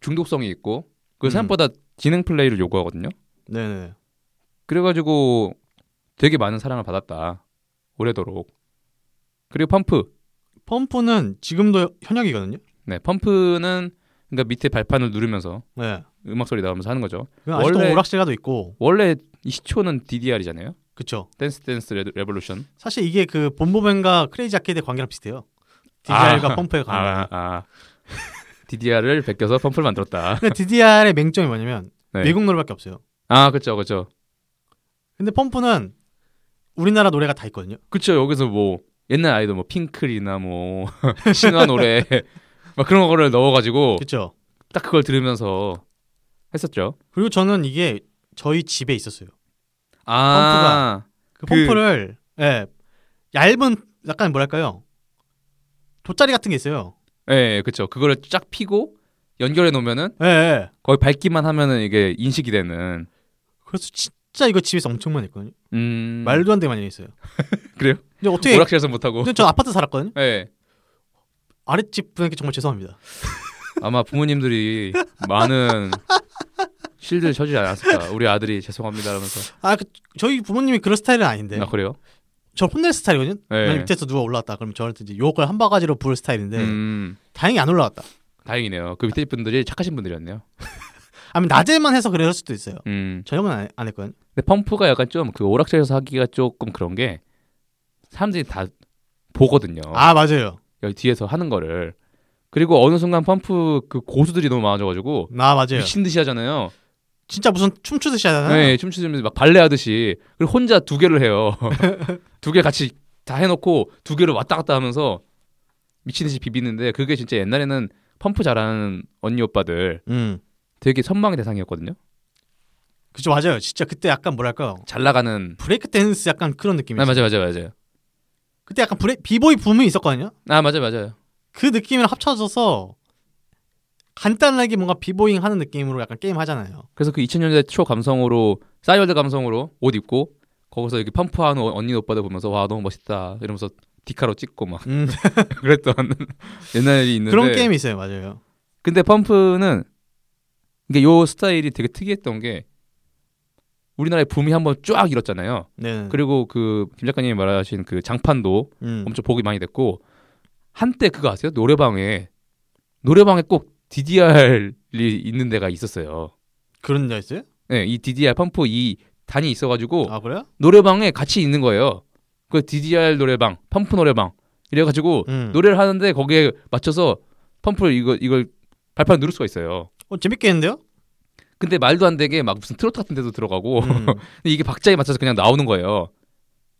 S1: 중독성이 있고 그
S2: 음.
S1: 생각보다 진행 플레이를 요구하거든요.
S2: 네네.
S1: 그래가지고 되게 많은 사랑을 받았다 오래도록. 그리고 펌프
S2: 펌프는 지금도 현역이거든요.
S1: 네 펌프는 그러니까 밑에 발판을 누르면서
S2: 네.
S1: 음악 소리 나오면서 하는 거죠.
S2: 그건 아직도
S1: 원래-
S2: 오락실가도 있고.
S1: 원래 이 시초는 DDR이잖아요.
S2: 그쵸.
S1: 댄스 댄스 레- 레볼루션.
S2: 사실 이게 그 본보맨과 크레이지 아케이드의 관계랑 비슷해요. DDR과
S1: 아.
S2: 펌프의 관계.
S1: 아, 아. DDR을 베껴서 펌프를 만들었다.
S2: 근데 DDR의 맹점이 뭐냐면
S1: 네.
S2: 외국 노래밖에 없어요.
S1: 아, 그렇죠. 그렇죠.
S2: 근데 펌프는 우리나라 노래가 다 있거든요.
S1: 그렇죠. 여기서 뭐 옛날 아이돌 뭐 핑클이나 뭐 신화 노래 막 그런 거를 넣어 가지고
S2: 그쵸.
S1: 딱 그걸 들으면서 했었죠.
S2: 그리고 저는 이게 저희 집에 있었어요.
S1: 아.
S2: 그
S1: 그-
S2: 펌프를 예 얇은 약간 뭐랄까요 돗자리 같은 게 있어요.
S1: 예, 네, 그렇죠. 그거를 쫙 피고 연결해 놓으면은
S2: 예, 예.
S1: 거의 밟기만 하면은 이게 인식이 되는
S2: 그래서 진짜 이거 집에서 엄청 많이 했거든요.
S1: 음.
S2: 말도 안 되게 많이 했어요.
S1: 그래요?
S2: 근데 어떻게?
S1: 오락실에서 못 하고.
S2: 근데 전 아파트 살았거든요.
S1: 예.
S2: 아랫집 분에게 정말 죄송합니다.
S1: 아마 부모님들이 많은 실드를 쳐주지 않았을까. 우리 아들이 죄송합니다 하면서.
S2: 아 그, 저희 부모님이 그런 스타일은 아닌데
S1: 아 그래요?
S2: 저 혼낼 스타일이거든요.
S1: 네.
S2: 만약 네. 아, 밑에서 네. 누가 올라왔다 그러면 저한테 이제 욕을 한 바가지로 부을 스타일인데
S1: 음,
S2: 다행히 안 올라왔다.
S1: 다행이네요. 그 밑에 분들이 착하신 분들이었네요.
S2: 아니 낮에만 해서 그랬을 수도 있어요.
S1: 음.
S2: 저녁은 안, 안 했거든요.
S1: 근데 펌프가 약간 좀 그 오락실에서 하기가 조금 그런 게 사람들이 다 보거든요.
S2: 아 맞아요.
S1: 여기 뒤에서 하는 거를. 그리고 어느 순간 펌프 그 고수들이 너무 많아져가지고
S2: 나 맞아요.
S1: 미친 듯이 하잖아요.
S2: 진짜 무슨 춤추듯이 예. 하잖아요.
S1: 네, 춤추면서 막 발레 하듯이 그리고 혼자 두 개를 해요. 두 개 같이 다 해놓고 두 개를 왔다 갔다 하면서 미친 듯이 비비는데 그게 진짜 옛날에는 펌프 잘하는 언니 오빠들
S2: 음.
S1: 되게 선망의 대상이었거든요.
S2: 그죠 맞아요. 진짜 그때 약간 뭐랄까요
S1: 잘 나가는.
S2: 브레이크 댄스 약간 그런 느낌이.
S1: 아
S2: 있어요.
S1: 맞아 맞아 맞아.
S2: 그때 약간 브레 비보이 붐이 있었거든요.
S1: 아 맞아 맞아.
S2: 그 느낌이랑 합쳐져서 간단하게 뭔가 비보잉 하는 느낌으로 약간 게임 하잖아요.
S1: 그래서 그 2000년대 초 감성으로 싸이월드 감성으로 옷 입고 거기서 이렇게 펌프하는 언니 오빠들 보면서 와 너무 멋있다 이러면서 디카로 찍고 막
S2: 음,
S1: 그랬던 옛날이 있는데
S2: 그런 게임이 있어요, 맞아요.
S1: 근데 펌프는 이게 요 스타일이 되게 특이했던 게 우리나라의 붐이 한번 쫙 일었잖아요.
S2: 네.
S1: 그리고 그 김 작가님이 말하신 그 장판도
S2: 음.
S1: 엄청 복이 많이 됐고 한때 그거 아세요? 노래방에 노래방에 꼭 DDR이 있는 데가 있었어요.
S2: 그런 데 있어요?
S1: 네, 이 DDR 펌프 이 단이 있어가지고
S2: 아 그래요?
S1: 노래방에 같이 있는 거예요. 그 DDR 노래방, 펌프 노래방 이래가지고
S2: 음.
S1: 노래를 하는데 거기에 맞춰서 펌프를 이거 이걸 발판 누를 수가 있어요.
S2: 어, 재밌겠는데요?
S1: 근데 말도 안 되게 막 무슨 트로트 같은 데도 들어가고
S2: 음.
S1: 근데 이게 박자에 맞춰서 그냥 나오는 거예요.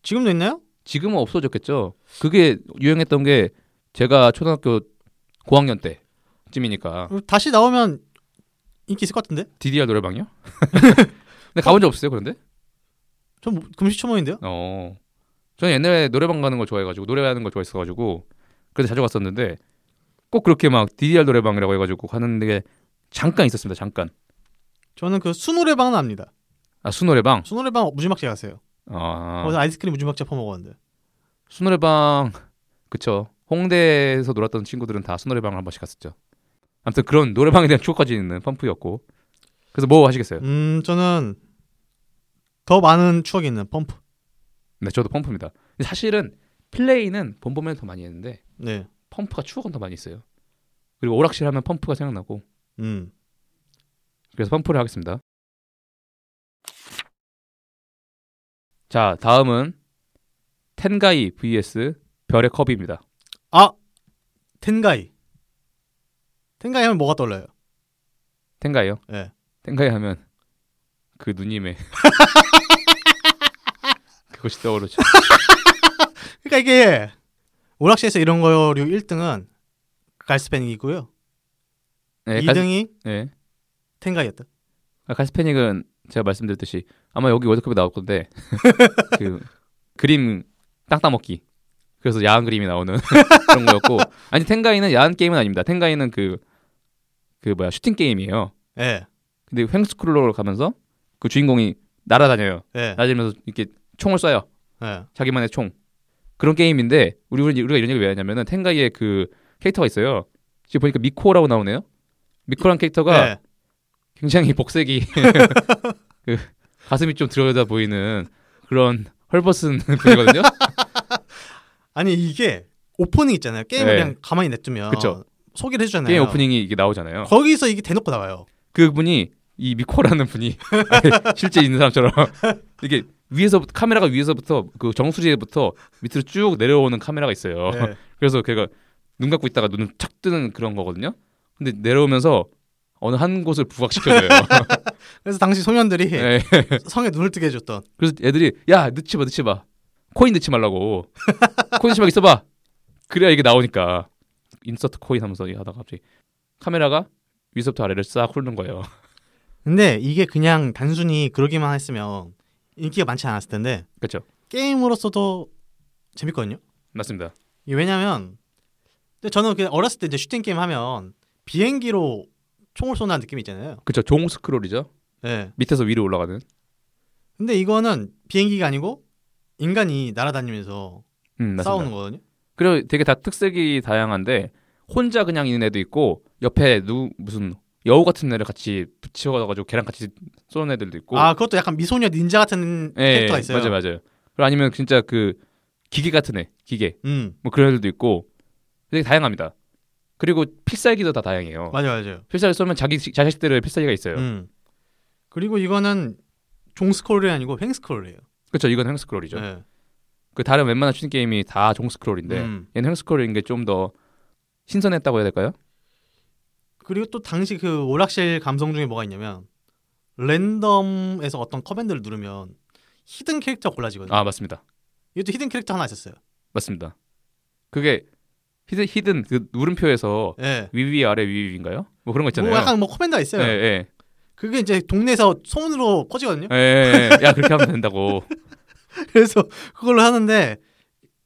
S2: 지금도 있나요?
S1: 지금은 없어졌겠죠. 그게 유행했던 게 제가 초등학교 고학년 때쯤이니까
S2: 다시 나오면 인기 있을 것 같은데?
S1: DDR 노래방이요? 근데 가본 적 없어요. 그런데
S2: 좀 뭐, 금시초문인데요?
S1: 어 저는 옛날에 노래방 가는 걸 좋아해가지고 노래하는 걸 좋아했어가지고 그래서 자주 갔었는데 꼭 그렇게 막 DDR 노래방이라고 해가지고 가는 게 잠깐 있었습니다. 잠깐
S2: 저는 그 수노래방은 압니다.
S1: 아 수노래방
S2: 수노래방 무지막지 갔어요.
S1: 아
S2: 거기서 아이스크림 무지막지 퍼먹었는데.
S1: 수노래방 그쵸 홍대에서 놀았던 친구들은 다 수노래방을 한 번씩 갔었죠 아무튼 그런 노래방에 대한 추억까지 있는 펌프였고 그래서 뭐 하시겠어요?
S2: 음, 저는 더 많은 추억이 있는 펌프.
S1: 네 저도 펌프입니다 근데 사실은 플레이는 본보면 더 많이 했는데
S2: 네.
S1: 펌프가 추억은 더 많이 있어요 그리고 오락실 하면 펌프가 생각나고
S2: 음.
S1: 그래서 펌프를 하겠습니다 자 다음은 텐가이 vs 별의 컵입니다
S2: 텐가이. 텐가이 하면 뭐가 떠올라요?
S1: 텐가이요?
S2: 예.
S1: 텐가이 하면 그 누님의 그것이 떠오르죠.
S2: 그러니까 이게 오락실에서 이런 거류 1등은 갈스페닉이고요.
S1: 네,
S2: 이
S1: 갈-
S2: 2등이
S1: 네.
S2: 텐가이였다.
S1: 아, 갈스페닉은 제가 말씀드렸듯이 아마 여기 월드컵에 나올 건데 그 그림 땅 따먹기 그래서 야한 그림이 나오는 그런 거였고 아니 텐가이는 야한 게임은 아닙니다 텐가이는 그 그 뭐야 슈팅 게임이에요
S2: 예.
S1: 근데 횡스크롤러로 가면서 그 주인공이 날아다녀요
S2: 예.
S1: 날아다니면서 이렇게 총을 쏴요
S2: 예.
S1: 자기만의 총 그런 게임인데 우리 우리- 우리가 이런 얘기를 왜 하냐면은 텐가이의 그 캐릭터가 있어요 지금 보니까 미코라고 나오네요 미코란 캐릭터가
S2: 예.
S1: 굉장히 복색이 그 가슴이 좀 들여다 보이는 그런 헐벗은 분이거든요.
S2: 아니 이게 오프닝 있잖아요. 게임을
S1: 예.
S2: 그냥 가만히 냅두면
S1: 그쵸.
S2: 소개를 해주잖아요.
S1: 게임 오프닝이 이게 나오잖아요.
S2: 네. 거기서 이게 대놓고 나와요.
S1: 그분이 이 미코라는 분이 실제 있는 사람처럼 이게 위에서 부터 카메라가 위에서부터 그 정수리에부터 밑으로 쭉 내려오는 카메라가 있어요.
S2: 예.
S1: 그래서 걔가 눈 감고 있다가 눈을 착 뜨는 그런 거거든요. 근데 내려오면서 어느 한 곳을 부각시켜줘요.
S2: 그래서 당시 소년들이
S1: 예.
S2: 성에 눈을 뜨게 해줬던
S1: 그래서 애들이 야 넣지 마 넣지 마 코인 넣지 말라고 코인 넣지 말고 있어봐 그래야 이게 나오니까 인서트 코인 하면서 하다가 갑자기 카메라가 위서부터 아래를 싹 훑는 거예요
S2: 근데 이게 그냥 단순히 그러기만 했으면 인기가 많지 않았을 텐데
S1: 그렇죠
S2: 게임으로서도 재밌거든요.
S1: 맞습니다
S2: 이게 왜냐면 근데 저는 그 어렸을 때 이제 슈팅 게임 하면 비행기로 총을 쏜다는 느낌이 있잖아요.
S1: 그렇죠 종 스크롤이죠
S2: 예.
S1: 밑에서 위로 올라가는 음,
S2: 근데 이거는 비행기가 아니고 인간이 날아다니면서
S1: 음, 맞습니다.
S2: 싸우는 거거든요.
S1: 그리고 되게 다 특색이 다양한데 혼자 그냥 있는 애도 있고 옆에 누 무슨 여우 같은 애를 같이 붙여가지고 걔랑 같이 쏘는 애들도 있고 예,
S2: 아 그것도 약간 미소녀 닌자 같은 캐릭터가 있어요.
S1: 맞아요 맞아요 그리고 아니면 진짜 그 기계 같은 애 기계
S2: 음
S1: 뭐 그런 애들도 있고 되게 다양합니다. 그리고 필살기도 다 다양해요.
S2: 맞아요 맞아요.
S1: 필살기 쏘면 자기 자식대로의 필살기가 있어요.
S2: 음 그리고 이거는 종 스크롤이 아니고 횡 스크롤이에요.
S1: 그렇죠. 이건 횡 스크롤이죠.
S2: 예.
S1: 그 다른 웬만한 슈팅 게임이 다 종 스크롤인데
S2: 음.
S1: 얘는 횡 스크롤인 게 좀 더 신선했다고 해야 될까요?
S2: 그리고 또 당시 그 오락실 감성 중에 뭐가 있냐면 랜덤에서 어떤 커맨드를 누르면 히든 캐릭터 가 골라지거든요.
S1: 아 맞습니다.
S2: 이것도 히든 캐릭터 하나 있었어요.
S1: 맞습니다. 그게 히든, 히든 그 물음표에서
S2: 예.
S1: 위위 아래 위위인가요? 뭐 그런 거 있잖아요.
S2: 뭐 약간 뭐 커맨드가
S1: 예,
S2: 있어요.
S1: 예,
S2: 그게 이제 동네에서 소문으로 퍼지거든요.
S1: 예, 예, 예. 야 그렇게 하면 된다고.
S2: 그래서 그걸로 하는데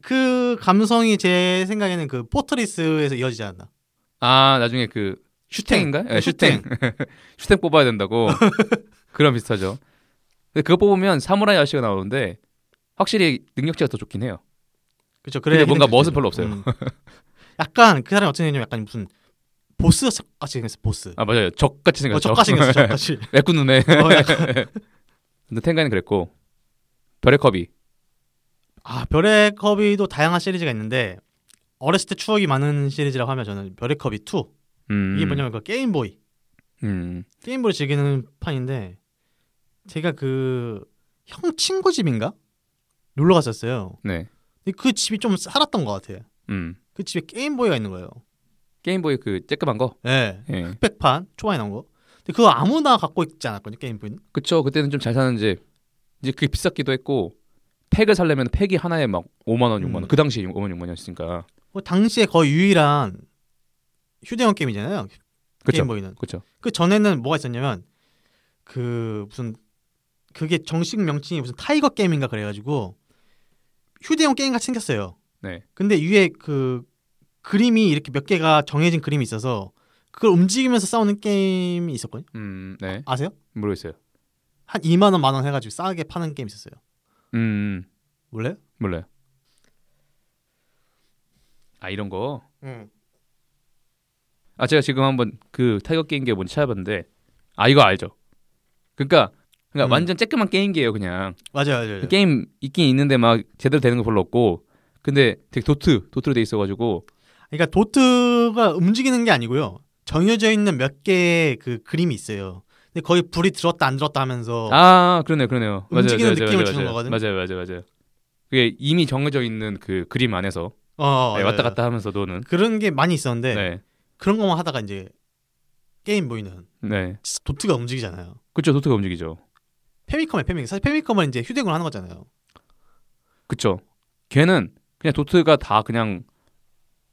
S2: 그 감성이 제 생각에는 그 포트리스에서 이어지지 않았나. 네,
S1: 아 나중에 그 슈탱인가? 예,
S2: 슈탱.
S1: 슈탱. 슈탱 뽑아야 된다고 그런 비슷하죠. 근데 그거 뽑으면 사무라이 아저씨가 나오는데 확실히 능력치가 더 좋긴 해요.
S2: 그렇죠. 음.
S1: 근데 뭔가 멋은 별로 없어요.
S2: 약간 그 사람이 어떻게 생냐면 약간 무슨 보스 같이 생겼어. 보스.
S1: 아 맞아요. 적 같이
S2: 어,
S1: 생겼죠.
S2: 적가 생겼어. 적같이.
S1: 애꾸 눈에.
S2: 어, 약간.
S1: 근데 텐가는 그랬고 별의 컵이
S2: 아 별의 컵이도 다양한 시리즈가 있는데 어렸을 때 추억이 많은 시리즈라고 하면 저는 별의 컵이 2
S1: 음,
S2: 이게 뭐냐면 그 게임보이
S1: 음,
S2: 게임보이 즐기는 판인데 제가 그 형 친구 집인가 놀러 갔었어요.
S1: 네,
S2: 근데 그 집이 좀 살았던 것 같아요.
S1: 음
S2: 그 집에 게임보이가 있는 거예요.
S1: 게임보이 그 쬐끄만 거.
S2: 예,
S1: 예,
S2: 흑백판 초반에 나온 거. 근데 그거 아무나 갖고 있지 않았거든요 게임보이는.
S1: 그쵸. 그때는 좀 잘 사는 집. 이제 그게 비쌌기도 했고 팩을 사려면 팩이 하나에 막 5만 원, 6만 원.
S2: 음.
S1: 그 당시에 5만 원, 6만 원이었으니까.
S2: 그 당시에 거의 유일한 휴대용 게임이잖아요.
S1: 그쵸,
S2: 게임보이는.
S1: 그쵸.
S2: 그 전에는 뭐가 있었냐면 그 무슨 그게 정식 명칭이 무슨 타이거 게임인가 그래가지고 휴대용 게임 같이 생겼어요.
S1: 네,
S2: 근데 위에 그 그림이 이렇게 몇 개가 정해진 그림이 있어서 그걸 움직이면서 싸우는 게임이 있었거든요.
S1: 음, 네,
S2: 아세요?
S1: 모르겠어요.
S2: 한 2만 원, 만 원 해가지고 싸게 파는 게임 있었어요.
S1: 음.
S2: 몰라요?
S1: 몰라요. 아 이런 거.
S2: 응.
S1: 아 제가 지금 한번 그 타이거 게임기가 뭔지 찾아봤는데 아 이거 알죠. 그러니까 그러니까
S2: 음. 네.
S1: 완전 쬐끄만 게임기예요 그냥.
S2: 맞아요, 맞아요.
S1: 그
S2: 맞아요.
S1: 게임 있긴 있는데 막 제대로 되는 거 별로 없고 근데 되게 도트 도트로 돼 있어가지고
S2: 그러니까 도트가 움직이는 게 아니고요. 정해져 있는 몇 개의 그 그림이 있어요. 근데 거기 불이 들었다 안 들었다 하면서
S1: 아 그러네요 그러네요 맞아요,
S2: 어. 움직이는
S1: 맞아요,
S2: 느낌을
S1: 맞아요,
S2: 주는
S1: 맞아요.
S2: 거거든.
S1: 맞아요 맞아요 맞아요. 그게 이미 정해져 있는 그 그림 안에서
S2: 어,
S1: 아니,
S2: 예,
S1: 네, 왔다
S2: 예.
S1: 갔다 하면서 노는
S2: 그런 게 많이 있었는데
S1: 네
S2: 그런 것만 하다가 이제 게임 보이는
S1: 네
S2: 진짜 도트가 움직이잖아요.
S1: 그쵸 도트가 움직이죠
S2: 페미컴에 페미컴 사실 페미컴은 이제 휴대용으로 하는 거잖아요.
S1: 그쵸 걔는 그냥 도트가 다 그냥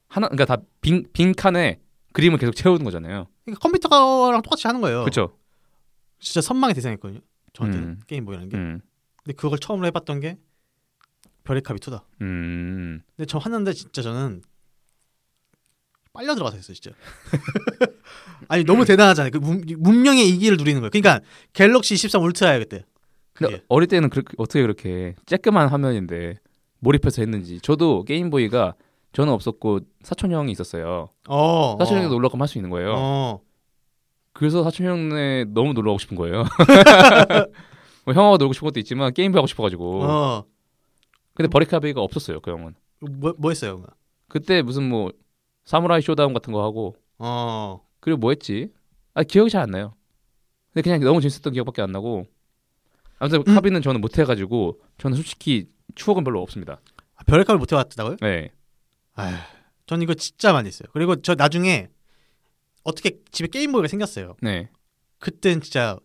S1: 하나 그러니까 다 빈 빈 칸에 그림을 계속 채우는 거잖아요.
S2: 그러니까 컴퓨터랑 똑같이 하는 거예요.
S1: 그렇죠.
S2: 진짜 선망의 대상이었거든요. 저한테는
S1: 음.
S2: 게임보이라는 게.
S1: 음.
S2: 근데 그걸 처음으로 해봤던 게 별의 카비 2다.
S1: 음.
S2: 근데 저 하는데 진짜 저는 빨려 들어가서 했어요, 진짜. 아니 너무 대단하잖아요. 그 문, 문명의 이기를 누리는 거예요. 그러니까 갤럭시 23 울트라야 그때.
S1: 근데
S2: 그게.
S1: 어릴 때는 그렇게, 어떻게 그렇게 쬐끄만 화면인데 몰입해서 했는지 저도 게임보이가 저는 없었고 사촌 형이 있었어요.
S2: 어.
S1: 사촌 형이
S2: 어.
S1: 놀러 가면 할 수 있는 거예요.
S2: 어.
S1: 그래서 사촌 형네 너무 놀러 가고 싶은 거예요. 뭐 형하고 놀고 싶은 것도 있지만 게임보이 하고 싶어가지고.
S2: 어.
S1: 근데 버리카베이가 없었어요 그 형은.
S2: 뭐, 뭐 했어요, 그거?
S1: 그때 무슨 뭐 사무라이 쇼다운 같은 거 하고
S2: 어.
S1: 그리고 뭐 했지? 아 기억이 잘 안 나요. 근데 그냥 너무 재밌었던 기억밖에 안 나고. 아무튼
S2: 음.
S1: 카비는 저는 못 해가지고 저는 솔직히 추억은 별로 없습니다.
S2: 아, 별의 카비 못 해봤다고요?
S1: 네.
S2: 아휴, 전 이거 진짜 많이 했어요. 그리고 저 나중에 어떻게 집에 게임보이가 생겼어요.
S1: 네.
S2: 그땐 진짜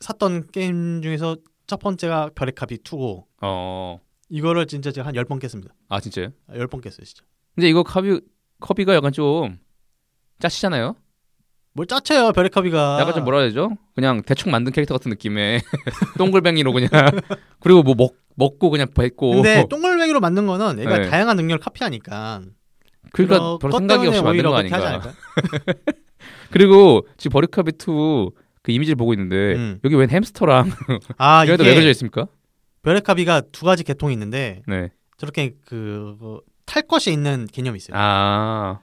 S2: 샀던 게임 중에서 첫 번째가 별의 카비 2고
S1: 어.
S2: 이거를 진짜 제가 한 10번 깼습니다.
S1: 아 진짜요?
S2: 10번 깼어요, 진짜.
S1: 근데 이거 카비 커비가 약간 좀 짜시잖아요.
S2: 뭘 짜쳐요, 별의 카비가.
S1: 약간 좀 뭐라 해야 되죠? 그냥 대충 만든 캐릭터 같은 느낌의 동글뱅이로 그냥 그리고 뭐 먹, 먹고 그냥 뱉고
S2: 근데 동글뱅이로 만든 거는 얘가
S1: 네.
S2: 다양한 능력을 카피하니까
S1: 그러니까
S2: 그런
S1: 별로
S2: 것
S1: 생각이 없이
S2: 때문에
S1: 만든
S2: 오히려
S1: 거
S2: 그렇게 하지
S1: 아닌가.
S2: 않을까요?
S1: 그리고 지금 버리카비 2그 이미지를 보고 있는데
S2: 음.
S1: 여기 웬 햄스터랑
S2: 아,
S1: 이거 왜 그려져
S2: 이게
S1: 있습니까?
S2: 별의 카비가 두 가지 계통이 있는데
S1: 네.
S2: 저렇게 그 탈 것이 있는 개념이 있어요.
S1: 아.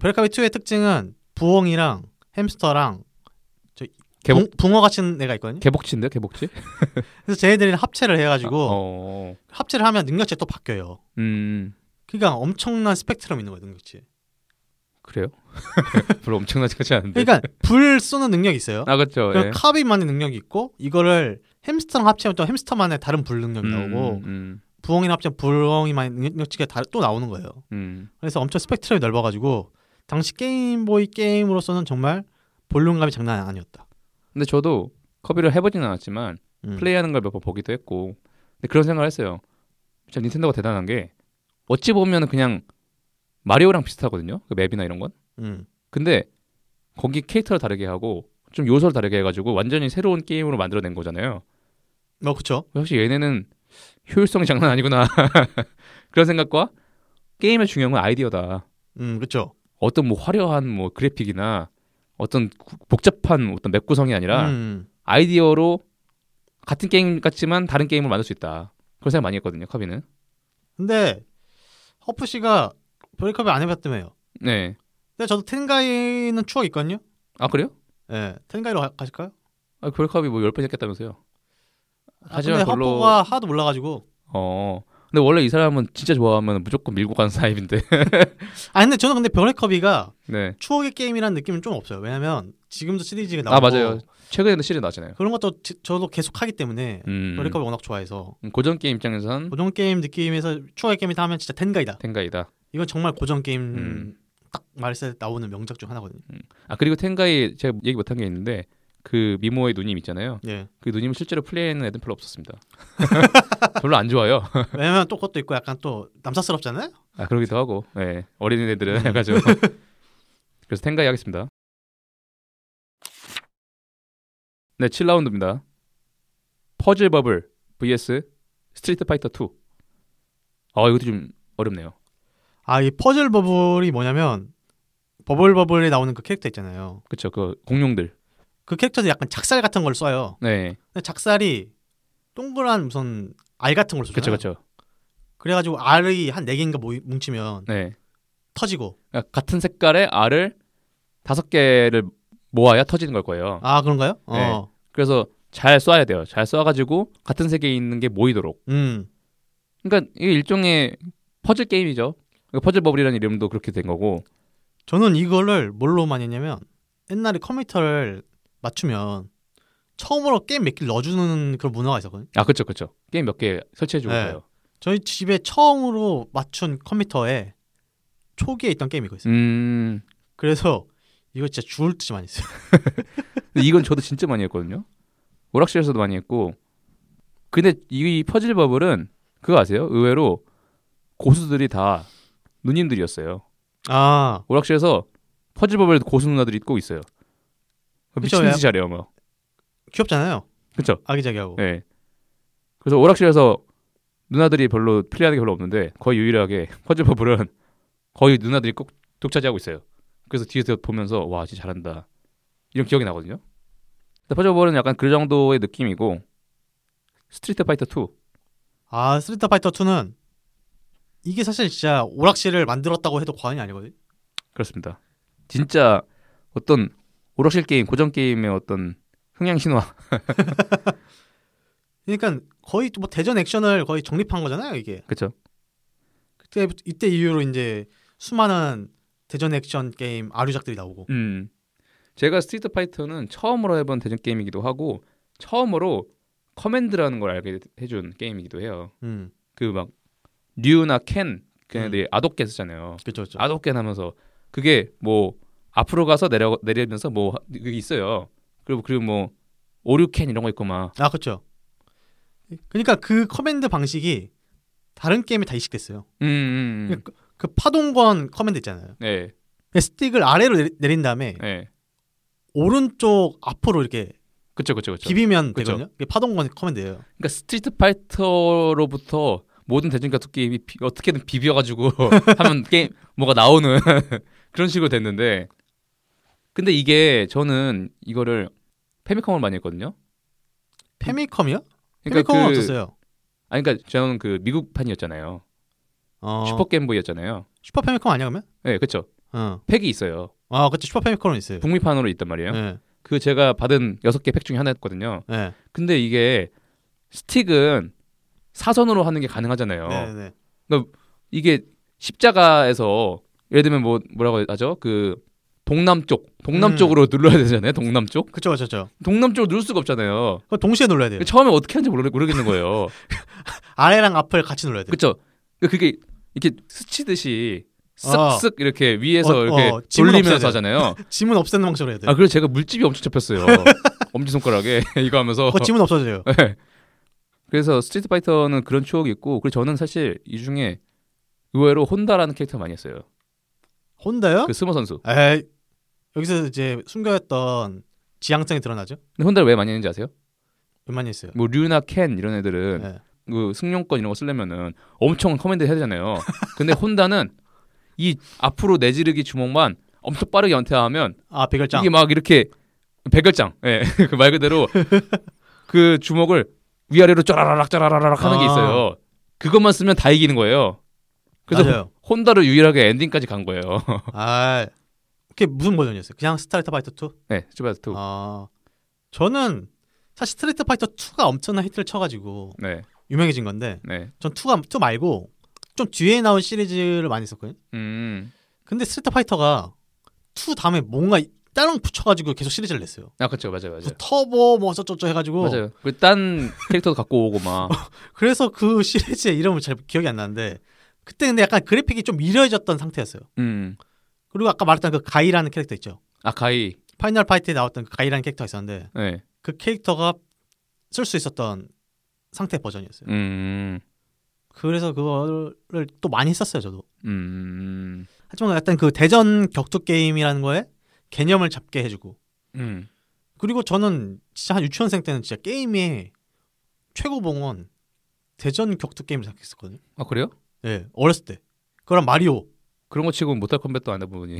S2: 별의카비 2의 특징은 부엉이랑 햄스터랑
S1: 개복
S2: 붕어 같은 애가 있거든요.
S1: 개복치인데 개복치?
S2: 그래서 쟤네들이랑 합체를 해가지고
S1: 어.
S2: 합체를 하면 능력치 또 바뀌어요.
S1: 음.
S2: 그러니까 엄청난 스펙트럼 있는 거예요 능력치.
S1: 그래요? 별로 엄청나지 않은데.
S2: 그러니까 불 쏘는 능력이 있어요.
S1: 네. 아 그렇죠.
S2: 그리고
S1: 예.
S2: 카비만의 능력이 있고 이거를 햄스터랑 합치면 또 햄스터만의 다른 불 능력이 나오고
S1: 음, 음,
S2: 부엉이랑 합치면 부엉이만의 능력치가 다, 또 나오는 거예요.
S1: 음.
S2: 그래서 엄청 스펙트럼이 넓어가지고 당시 게임보이 게임으로서는 정말 볼륨감이 장난 아니었다.
S1: 근데 저도 커비를 해보진 않았지만
S2: 음.
S1: 플레이하는 걸 몇 번 보기도 했고 근데 그런 생각을 했어요. 참 닌텐도가 대단한 게 어찌 보면 그냥 마리오랑 비슷하거든요. 그 맵이나 이런 건.
S2: 음.
S1: 근데 거기 캐릭터를 다르게 하고 좀 요소를 다르게 해가지고 완전히 새로운 게임으로 만들어낸 거잖아요.
S2: 어 그쵸.
S1: 역시 얘네는 효율성이 장난 아니구나 그런 생각과 게임의 중요한 건 아이디어다.
S2: 음 그쵸.
S1: 어떤 뭐 화려한 뭐 그래픽이나 어떤 구- 복잡한 어떤 맵 구성이 아니라
S2: 음.
S1: 아이디어로 같은 게임 같지만 다른 게임을 만들 수 있다. 그런 생각 많이 했거든요. 카비는.
S2: 근데 허프 씨가 브레이크업을 안 해봤다며요.
S1: 네.
S2: 근데 저도 텐가이는 추억 이 있거든요.
S1: 아 그래요?
S2: 예, 텐가이로 가, 가실까요?
S1: 아, 골컵이 뭐 10번 했겠다면서요.
S2: 아,
S1: 하지만
S2: 근데
S1: 별로-
S2: 허프가 하나도 몰라가지고.
S1: 어. 근데 원래 이 사람은 진짜 좋아하면 무조건 밀고 가는 사입인데.
S2: 아 근데 저는 근데 브레이크업이가
S1: 네.
S2: 추억의 게임이라는 느낌은 좀 없어요. 왜냐면 지금도 시리즈가
S1: 아
S2: 나오고
S1: 맞아요. 최근에도 시리즈 나왔잖아요.
S2: 그런 것도 지- 저도 계속 하기 때문에
S1: 음.
S2: 브레이크업이 워낙 좋아해서
S1: 고전 게임 입장에선
S2: 고전 게임 느낌에서 추억의 게임이다 하면 진짜 텐가이다.
S1: 텐가이다.
S2: 이건 정말 고전 게임
S1: 음.
S2: 딱 말세 나오는 명작 중 하나거든요.
S1: 아 그리고 텐가이 제가 얘기 못한 게 있는데 그 미모의 누님 있잖아요.
S2: 예.
S1: 그 누님은 실제로 플레이하는 애들 별로 없었습니다. 별로 안 좋아요.
S2: 왜냐면 또 그것도 있고 약간 또 남사스럽잖아요.
S1: 아 그러기도 하고. 네. 어린애들은 약간 좀. 그래서 텐가이 하겠습니다. 네, 7라운드입니다. 퍼즐 버블 vs 스트리트 파이터 2. 아 이것도 좀 어렵네요.
S2: 아 이 퍼즐 버블이 뭐냐면 버블 버블에 나오는 그 캐릭터 있잖아요.
S1: 그쵸? 그 공룡들.
S2: 그 캐릭터도 약간 작살 같은 걸 써요.
S1: 네.
S2: 근데 작살이 동그란 무슨 알 같은 걸 써요.
S1: 그쵸 그쵸.
S2: 그래가지고 알이 한 네 개인가 모이- 뭉치면
S1: 네.
S2: 터지고
S1: 그러니까 같은 색깔의 알을 다섯 개를 모아야 터지는 걸 거예요.
S2: 아 그런가요? 어,
S1: 네. 그래서 잘 쏴야 돼요. 잘 쏴가지고 같은 색에 있는 게 모이도록.
S2: 음,
S1: 그러니까 이게 일종의 퍼즐 게임이죠. 그러니까 퍼즐 버블이라는 이름도 그렇게 된 거고.
S2: 저는 이거를 뭘로 많이 했냐면 옛날에 컴퓨터를 맞추면 처음으로 게임 몇 개를 넣어주는 그런 문화가 있었거든요.
S1: 아 그렇죠, 그렇죠. 게임 몇 개 설치해주고
S2: 네.
S1: 가요.
S2: 저희 집에 처음으로 맞춘 컴퓨터에 초기에 있던 게임이 거있어요
S1: 음,
S2: 그래서 이거 진짜 죽을 듯이 많이 했어요.
S1: 근데 이건 저도 진짜 많이 했거든요. 오락실에서도 많이 했고. 근데 이 퍼즐 버블은 그거 아세요? 의외로 고수들이 다 누님들이었어요.
S2: 아,
S1: 오락실에서 퍼즐버블 고수 누나들이 꼭 있어요.
S2: 그쵸,
S1: 미친 듯이 잘해요, 뭐.
S2: 귀엽잖아요.
S1: 그쵸?
S2: 아기자기하고.
S1: 예. 그래서 오락실에서 누나들이 별로 플레이하는 게 별로 없는데 거의 유일하게 퍼즐버블은 거의 누나들이 꼭 독차지하고 있어요. 그래서 뒤에서 보면서 와 진짜 잘한다 이런 기억이 나거든요. 근데 퍼즐버블은 약간 그 정도의 느낌이고 스트리트 파이터 2
S2: 아, 스리트 파이터 2는 이게 사실 진짜 오락실을 만들었다고 해도 과언이 아니거든.
S1: 그렇습니다. 진짜 어떤 오락실 게임 고전 게임의 어떤 흥행 신화
S2: 그러니까 거의 뭐 대전 액션을 거의 정립한 거잖아요, 이게.
S1: 그렇죠?
S2: 그때 이때 이후로 이제 수많은 대전 액션 게임 아류작들이 나오고.
S1: 음. 제가 스트리트 파이터는 처음으로 해본 대전 게임이기도 하고 처음으로 커맨드라는 걸 알게 해준 게임이기도 해요.
S2: 음.
S1: 그 막 류나 켄 걔네들이 아독게 쓰잖아요.
S2: 그렇죠. 그렇죠.
S1: 아독게 하면서 그게 뭐 앞으로 가서 내려 내리면서 뭐 그게 있어요. 그리고 그리고 뭐 오류캔 이런 거 있고 막
S2: 아, 그렇죠. 그러니까 그 커맨드 방식이 다른 게임에 다 이식됐어요.
S1: 음, 음, 음.
S2: 그 파동권 커맨드 있잖아요. 그
S1: 네,
S2: 스틱을 아래로 내리- 내린 다음에
S1: 네,
S2: 오른쪽 앞으로 이렇게
S1: 그쵸, 그쵸, 그쵸.
S2: 비비면
S1: 그쵸.
S2: 되거든요. 이게 파동권 커맨드예요.
S1: 그러니까 스트리트 파이터로부터 모든 대중가투 게임이 비- 어떻게든 비벼가지고 하면 게임 뭐가 나오는 그런 식으로 됐는데 근데 이게 저는 이거를 페미컴을 많이 했거든요.
S2: 페미컴이요?
S1: 그러니까
S2: 페미컴은
S1: 그-
S2: 없었어요.
S1: 아니 그러니까 저는 그 미국판이었잖아요.
S2: 어,
S1: 슈퍼
S2: 슈퍼
S1: 게임보이였잖아요.
S2: 페미컴 아니야 그러면?
S1: 네, 그렇죠.
S2: 어.
S1: 팩이 있어요.
S2: 아, 그렇죠. 슈퍼 페미컴은 있어요.
S1: 북미판으로 있단 말이에요.
S2: 예.
S1: 그 제가 받은 여섯 개 팩 중에 하나였거든요.
S2: 예.
S1: 근데 이게 스틱은 사선으로 하는 게 가능하잖아요.
S2: 네, 네.
S1: 이게 십자가에서 예를 들면 뭐 뭐라고 하죠? 그 동남쪽,
S2: 음.
S1: 동남쪽으로 눌러야 되잖아요. 동남쪽.
S2: 그렇죠. 그렇죠.
S1: 동남쪽으로 누를 수가 없잖아요.
S2: 그 동시에 눌러야 돼요.
S1: 처음에 어떻게 하는지 모르, 모르겠는 거예요.
S2: 아래랑 앞을 같이 눌러야 돼요.
S1: 그렇죠. 그게 이렇게 스치듯이
S2: 아.
S1: 쓱쓱 이렇게 위에서
S2: 어,
S1: 이렇게
S2: 어, 짐은
S1: 돌리면서
S2: 없애야 네.
S1: 하잖아요.
S2: 지문 없애는 방식으로 해야 돼요.
S1: 그 아 그래서 제가 물집이 엄청 잡혔어요. 엄지 손가락에 이거 하면서.
S2: 그거 지문 없어져요.
S1: 네. 그래서 스트리트 파이터는 그런 추억이 있고 그리고 저는 사실 이 중에 의외로 혼다라는 캐릭터 많이 했어요.
S2: 혼다요?
S1: 그 스모 선수.
S2: 에이, 여기서 이제 숨겨왔던 지향성이 드러나죠.
S1: 근데 혼다를 왜 많이 했는지 아세요?
S2: 웬만히 있어요.
S1: 뭐 류나 켄 이런 애들은
S2: 네.
S1: 그 승용권 이런 거 쓰려면은 엄청 커맨드 해야 되잖아요. 근데 혼다는 이 앞으로 내지르기 주먹만 엄청 빠르게 연타하면
S2: 아 백열장.
S1: 이게 막 이렇게 백열장, 예, 그말 그대로 그 주먹을 위아래로 짜라라락 짜라라락 하는 게
S2: 아.
S1: 있어요. 그것만 쓰면 다 이기는 거예요. 그래서
S2: 맞아요.
S1: 혼다를 유일하게 엔딩까지 간 거예요.
S2: 아, 그게 무슨 버전이었어요? 그냥 스트리트 파이터 2?
S1: 네, 슈퍼바이트 2.
S2: 아, 저는 사실 스트리트 파이터 2가 엄청난 히트를 쳐가지고
S1: 네,
S2: 유명해진 건데
S1: 네.
S2: 전 2가 2 말고 좀 뒤에 나온 시리즈를 많이 썼거든요.
S1: 음,
S2: 근데 스트리트 파이터가 2 다음에 뭔가 다른 거 붙여가지고 계속 시리즈를 냈어요.
S1: 아 그렇죠, 맞아요, 맞아요.
S2: 그래서 터보 뭐 어쩌저쩌 해가지고
S1: 맞아요. 그딴 캐릭터도 갖고 오고 막
S2: 그래서 그 시리즈의 이름을 잘 기억이 안 나는데 그때 근데 약간 그래픽이 좀 이려졌던 상태였어요.
S1: 음.
S2: 그리고 아까 말했던 그 가이라는 캐릭터 있죠.
S1: 아카이.
S2: 파이널 파이트에 나왔던 그 가이라는 캐릭터가 있었는데
S1: 네.
S2: 그 캐릭터가 쓸 수 있었던 상태 버전이었어요.
S1: 음.
S2: 그래서 그거를 또 많이 썼어요, 저도.
S1: 음.
S2: 하지만 약간 그 대전 격투 게임이라는 거에 개념을 잡게 해주고
S1: 음.
S2: 그리고 저는 진짜 한 유치원생 때는 진짜 게임의 최고봉은 대전 격투 게임을 생각했었거든요.
S1: 아 그래요?
S2: 예, 어렸을 때. 그거랑 마리오.
S1: 그런 거 치고 모탈 컴뱃도 안 해보니.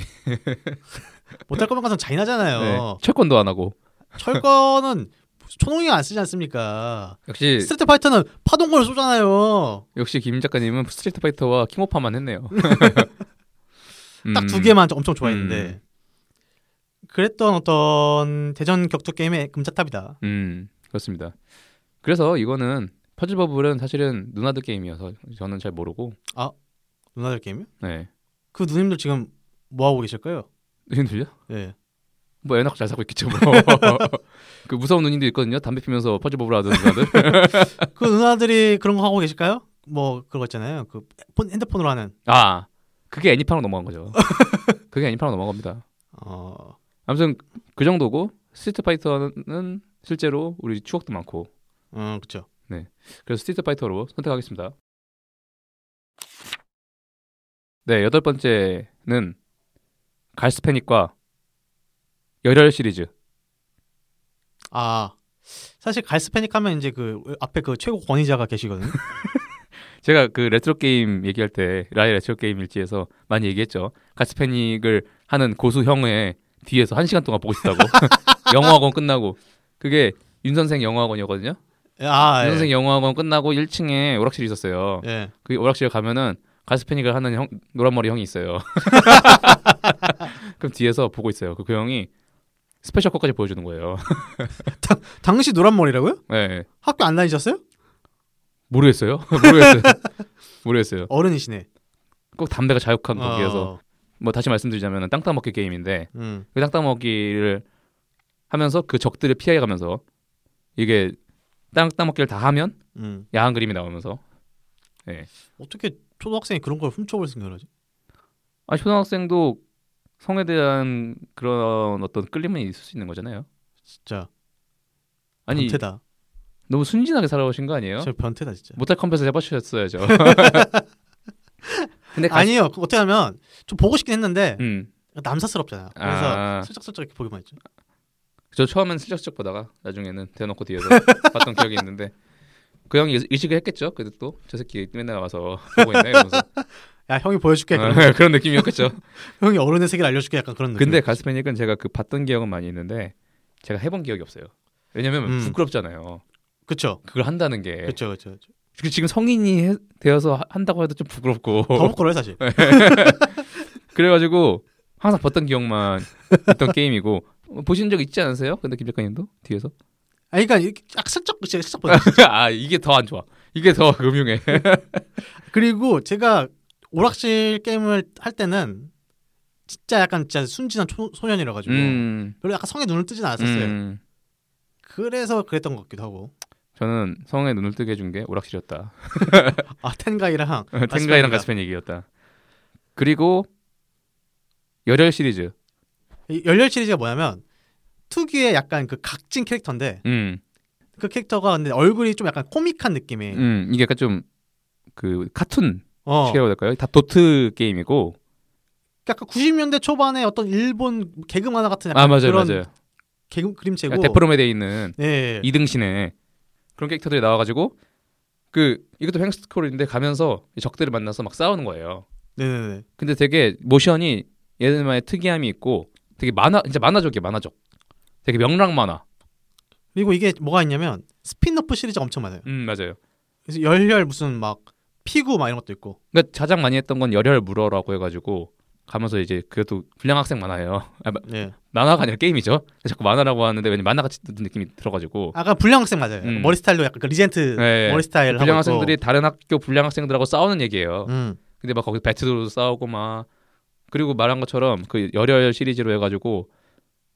S2: 못할 거면 가서 잔인하잖아요.
S1: 네. 철권도 안 하고.
S2: 철거는 초능이 안 쓰지 않습니까?
S1: 역시
S2: 스트리트 파이터는 파동권을 쏘잖아요.
S1: 역시 김 작가님은 스트리트 파이터와 킹오파만 했네요.
S2: 딱 두
S1: 음.
S2: 개만 엄청 좋아했는데 그랬던 어떤 대전 격투 게임의 금자탑이다.
S1: 음 그렇습니다. 그래서 이거는 퍼즐버블은 사실은 누나들 게임이어서 저는 잘 모르고.
S2: 누나들 게임이요?
S1: 네.
S2: 그 누님들 지금 뭐 하고 계실까요?
S1: 누님들요?
S2: 예.
S1: 뭐 애나 잘 사고 있겠죠. 뭐그 무서운 누님도 있거든요. 담배 피면서 퍼즐버블 하던 누나들.
S2: 그 누나들이 그런 거 하고 계실까요? 뭐 그런 거 있잖아요. 그 폰- 핸드폰으로 하는
S1: 아 그게 애니팡으로 넘어간 거죠. 그게 애니팡으로 넘어갑니다.
S2: 어
S1: 아무튼 그 정도고 스트리트 파이터는 실제로 우리 추억도 많고
S2: 음, 그렇죠.
S1: 그래서 스트리트 파이터로 선택하겠습니다. 네, 여덟 번째는 갈스페닉과 열혈 시리즈.
S2: 아 사실 갈스패닉 하면 이제 그 앞에 그 최고 권위자가 계시거든요.
S1: 제가 그 레트로 게임 얘기할 때 라이 레트로 게임 일지에서 많이 얘기했죠. 갈스페닉을 하는 고수 형의 뒤에서 한 시간 동안 보고 싶다고. 영어학원 끝나고 그게 윤 선생 영어학원이었거든요.
S2: 아
S1: 윤
S2: 예.
S1: 선생 영어학원 끝나고 1층에 오락실이 있었어요.
S2: 예.
S1: 그 오락실 가면은 가스패닉을 하는 형 노란 머리 형이 있어요. 그럼 뒤에서 보고 있어요. 그, 그 형이 스페셜 컷까지 보여주는 거예요.
S2: 당시 노란 머리라고요?
S1: 네,
S2: 학교 안 다니셨어요?
S1: 모르겠어요. 모르겠어요. 모르겠어요.
S2: 어른이시네.
S1: 꼭 담배가 자욱한
S2: 어,
S1: 거기에서 뭐 다시 말씀드리자면 땅 따먹기 게임인데
S2: 음.
S1: 그 땅 따먹기를 하면서 그 적들을 피해가면서 이게 땅 따먹기를 다 하면
S2: 음.
S1: 야한 그림이 나오면서
S2: 어떻게 초등학생이 그런 걸 훔쳐볼 생각을 하지?
S1: 아 초등학생도 성에 대한 그런 어떤 끌림이 있을 수 있는 거잖아요.
S2: 진짜
S1: 아니
S2: 변태다.
S1: 너무 순진하게 살아오신 거 아니에요? 뭐,
S2: 진짜 변태다 진짜.
S1: 모탈 컴뱃을 해보셨어야죠. 근데 가...
S2: 아니요. 그 어떻게 하면 좀 보고 싶긴 했는데
S1: 음,
S2: 남사스럽잖아요. 그래서
S1: 아.
S2: 슬쩍슬쩍 이렇게 보기만 했죠.
S1: 저 처음엔 슬쩍슬쩍 보다가 나중에는 대놓고 뒤에서 봤던 기억이 있는데 그 형이 의식을 했겠죠. 그래도 또 저 새끼 맨날 와서 보고 있네 이러면서
S2: 야 형이 보여줄게. 그럼.
S1: 아, 그런 느낌이었겠죠.
S2: 형이 어른의 세계를 알려줄게. 약간 그런 느낌.
S1: 근데 가스패닉은 제가 그 봤던 기억은 많이 있는데 제가 해본 기억이 없어요. 왜냐면
S2: 음. 그렇죠.
S1: 부끄럽잖아요.
S2: 그쵸.
S1: 그걸 한다는 게
S2: 그쵸 그쵸. 그쵸.
S1: 그 지금 성인이 해- 되어서 하- 한다고 해도 좀 부끄럽고
S2: 더 부끄러워요 사실.
S1: 예. 그래가지고 항상 봤던 기억만 있던 게임이고 어, 보신 적 있지 않으세요? 근데 김 작가님도 뒤에서
S2: 아 그러니까 이렇게 딱 슬쩍 진짜 슬쩍 보여.
S1: 아 이게 더 안 좋아 이게 더 음흉해
S2: 그리고 제가 오락실 게임을 할 때는 진짜 약간 진짜 순진한 초, 소년이라 가지고
S1: 음,
S2: 별로 약간 성에 눈을 뜨진 않았었어요.
S1: 음.
S2: 그래서 그랬던 것 같기도 하고.
S1: 저는 성에 눈을 뜨게 해준 게 오락실이었다
S2: 아 텐가이랑
S1: 어, 텐가이랑
S2: 가스펜이다.
S1: 가스펜 얘기였다 그리고 열혈 시리즈
S2: 이 열렬 시리즈가 뭐냐면 특유의 약간 그 각진 캐릭터인데
S1: 음,
S2: 그 캐릭터가 근데 얼굴이 좀 약간 코믹한 느낌이.
S1: 음 이게 약간 좀 그 카툰
S2: 네. 어.
S1: 시라고 될까요? 다 도트 게임이고
S2: 그러니까 약간 90년대 초반에 어떤 일본 개그 만화 같은 약간
S1: 아 맞아요
S2: 그런
S1: 맞아요
S2: 개그 그림체고.
S1: 데프롬에 돼 있는
S2: 예, 예.
S1: 이등신에 그런 캐릭터들이 나와가지고 그 이것도 횡스크롤인데 가면서 이 적들을 만나서 막 싸우는 거예요.
S2: 네네네.
S1: 근데 되게 모션이 얘들만의 특이함이 있고 되게 만화 진짜 만화적이에요 만화적. 되게 명랑 만화.
S2: 그리고 이게 뭐가 있냐면 스피너프 시리즈가 엄청 많아요.
S1: 음 맞아요.
S2: 그래서 열렬 무슨 막 피구 막 이런 것도 있고.
S1: 그러니까 가장 많이 했던 건 열혈 물어라고 해가지고 가면서 이제 그것도 불량 학생 만화예요. 아, 마-
S2: 예.
S1: 만화가 아니라 게임이죠. 자꾸 만화라고 하는데 왠지 만화 같이 듣는 느낌이 들어가지고
S2: 아까 불량 학생 맞아요.
S1: 음.
S2: 머리 스타일도 약간 그 리젠트
S1: 네.
S2: 머리 스타일
S1: 불량
S2: 하고 있고.
S1: 학생들이 다른 학교 불량 학생들하고 싸우는 얘기예요.
S2: 음.
S1: 근데 막 거기 배트도 싸우고 막 그리고 말한 것처럼 그 열혈 시리즈로 해가지고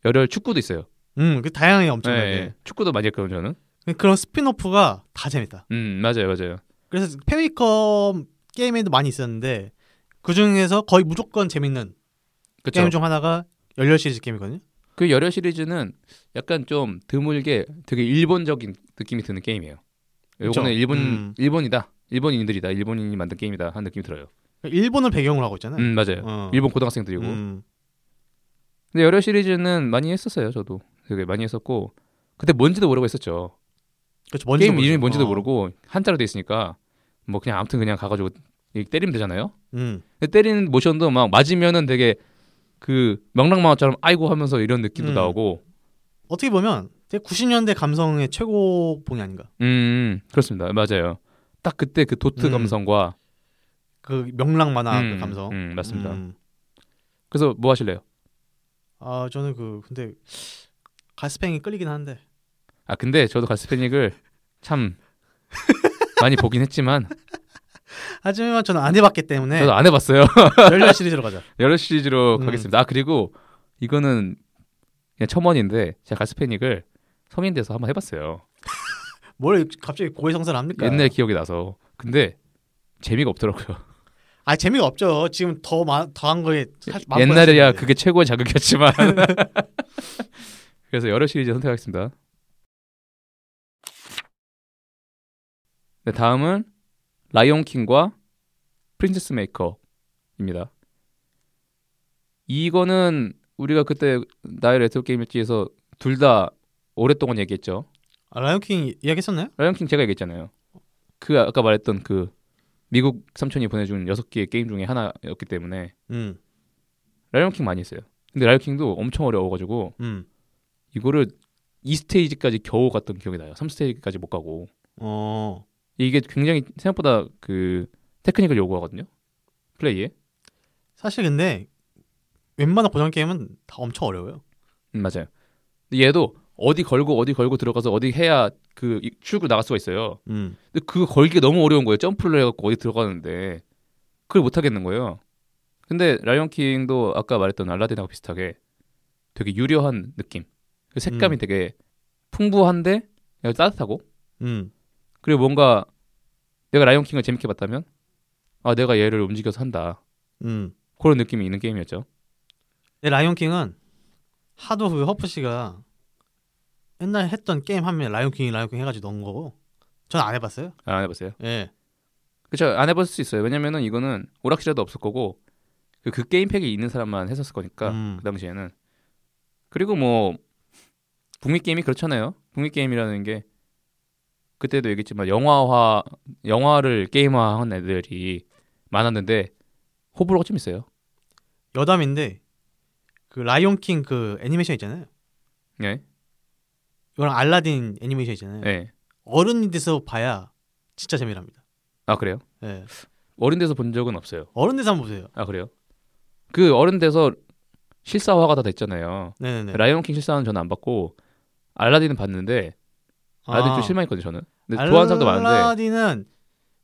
S1: 열혈 축구도 있어요.
S2: 음, 그 다양해 엄청나게.
S1: 예, 예. 축구도 많이 했거든요 저는.
S2: 근데 그런 스피노프가 다 재밌다.
S1: 음 맞아요 맞아요.
S2: 그래서 페미컴 게임에도 많이 있었는데 그 중에서 거의 무조건 재밌는
S1: 그쵸.
S2: 게임 중 하나가 열렬 시리즈 게임이거든요.
S1: 그 열혈 시리즈는 약간 좀 드물게 되게 일본적인 느낌이 드는 게임이에요.
S2: 그쵸.
S1: 요거는 일본
S2: 음.
S1: 일본이다. 일본인들이다. 일본인이 만든 게임이다 하는 느낌이 들어요.
S2: 일본을 배경으로 하고 있잖아요.
S1: 음 맞아요.
S2: 어.
S1: 일본 고등학생들이고.
S2: 음.
S1: 근데 열혈 시리즈는 많이 했었어요 저도. 되게 많이 했었고 그때 뭔지도 모르고 했었죠.
S2: 그렇죠. 뭔지
S1: 게임 이름이 뭔지도 모르고 한자로 돼 있으니까 뭐 그냥 아무튼 그냥 가가지고 이 때리면 되잖아요.
S2: 음.
S1: 근데 때리는 모션도 막 맞으면은 되게 그 명랑만화처럼 아이고 하면서 이런 느낌도
S2: 음.
S1: 나오고
S2: 어떻게 보면 되게 90년대 감성의 최고봉이 아닌가.
S1: 음 그렇습니다 맞아요 딱 그때 그 도트
S2: 음.
S1: 감성과
S2: 그 명랑 만화
S1: 음,
S2: 그 감성.
S1: 음, 맞습니다
S2: 음.
S1: 그래서 뭐 하실래요
S2: 아 저는 그 근데 가스팽이 끌리긴 하는데
S1: 아 근데 저도 갈스패닉을 참 많이 보긴 했지만
S2: 하지만 저는 안 해봤기 때문에
S1: 저도 안 해봤어요
S2: 열렬 시리즈로 가자.
S1: 여러 시리즈로
S2: 네. 음.
S1: 가겠습니다. 아 그리고 이거는 그냥 첨언인데 제가 가스패닉을 성인 돼서 한번 해봤어요.
S2: 뭘 갑자기 고해성사를 합니까?
S1: 옛날 기억이 나서 근데 재미가 없더라고요.
S2: 아 재미가 없죠. 지금 더 마, 더한 거에 살- 마음
S1: 옛날에야
S2: 꺼냈었는데.
S1: 그게 최고의 자극이었지만 그래서 여러 시리즈 선택하겠습니다. 네, 다음은 라이온 킹과 프린세스 메이커 입니다. 이거는 우리가 그때 나의 레트로 게임 일지에서 둘 다 오랫동안 얘기했죠.
S2: 아, 라이온킹 이야기했었나요?
S1: 라이언킹 제가 얘기했잖아요. 그 아까 말했던 그 미국 삼촌이 보내준 여섯 개의 게임 중에 하나였기 때문에
S2: 음,
S1: 라이언킹 많이 했어요. 근데 라이언킹도 엄청 어려워가지고
S2: 음,
S1: 이거를 2스테이지까지 겨우 갔던 기억이 나요. 3스테이지까지 못 가고
S2: 어,
S1: 이게 굉장히 생각보다 그 테크닉을 요구하거든요. 플레이에
S2: 사실 근데 웬만한 고전 게임은 다 엄청 어려워요.
S1: 음, 맞아요. 근데 얘도 어디 걸고 어디 걸고 들어가서 어디 해야 그 이- 출구 나갈 수가 있어요.
S2: 음,
S1: 근데 그 걸기가 너무 어려운 거예요. 점프를 해갖고 어디 들어가는데 그걸 못 하겠는 거예요. 근데 라이언 킹도 아까 말했던 알라딘하고 비슷하게 되게 유려한 느낌, 그 색감이
S2: 음.
S1: 되게 풍부한데 그냥 따뜻하고
S2: 음,
S1: 그리고 뭔가 내가 라이언 킹을 재밌게 봤다면 아 내가 얘를 움직여서 한다
S2: 음.
S1: 그런 느낌이 있는 게임이었죠.
S2: 근데 라이온킹은 하도 그 허프 씨가 옛날 했던 게임 하면 라이온킹 라이온킹 해가지고 넣은 거고 전 안 해봤어요.
S1: 아, 안 해봤어요.
S2: 예,
S1: 그렇죠. 안 해볼 수 있어요. 왜냐면은 이거는 오락실에도 없을 거고 그, 그 게임팩이 있는 사람만 했었을 거니까
S2: 음.
S1: 그 당시에는 그리고 뭐 북미 게임이 그렇잖아요. 북미 게임이라는 게 그때도 얘기했지만 영화화 영화를 게임화한 애들이 많았는데 호불호가 좀 있어요.
S2: 여담인데 그 라이온킹 그 애니메이션 있잖아요. 네.
S1: 예,
S2: 이거랑 알라딘 애니메이션 있잖아요.
S1: 예.
S2: 어른이 돼서 봐야 진짜 재미랍니다.
S1: 아 그래요?
S2: 예.
S1: 어린 데서 본 적은 없어요.
S2: 어른 돼서 한번 보세요.
S1: 아 그래요? 그 어른 돼서 실사화가 다 됐잖아요.
S2: 네네네.
S1: 라이온킹 실사는 저는 안 봤고 알라딘은 봤는데 알라딘 아, 좀 실망했거든요 저는. 근데 좋아하는 사람도 많은데.
S2: 아, 알라딘은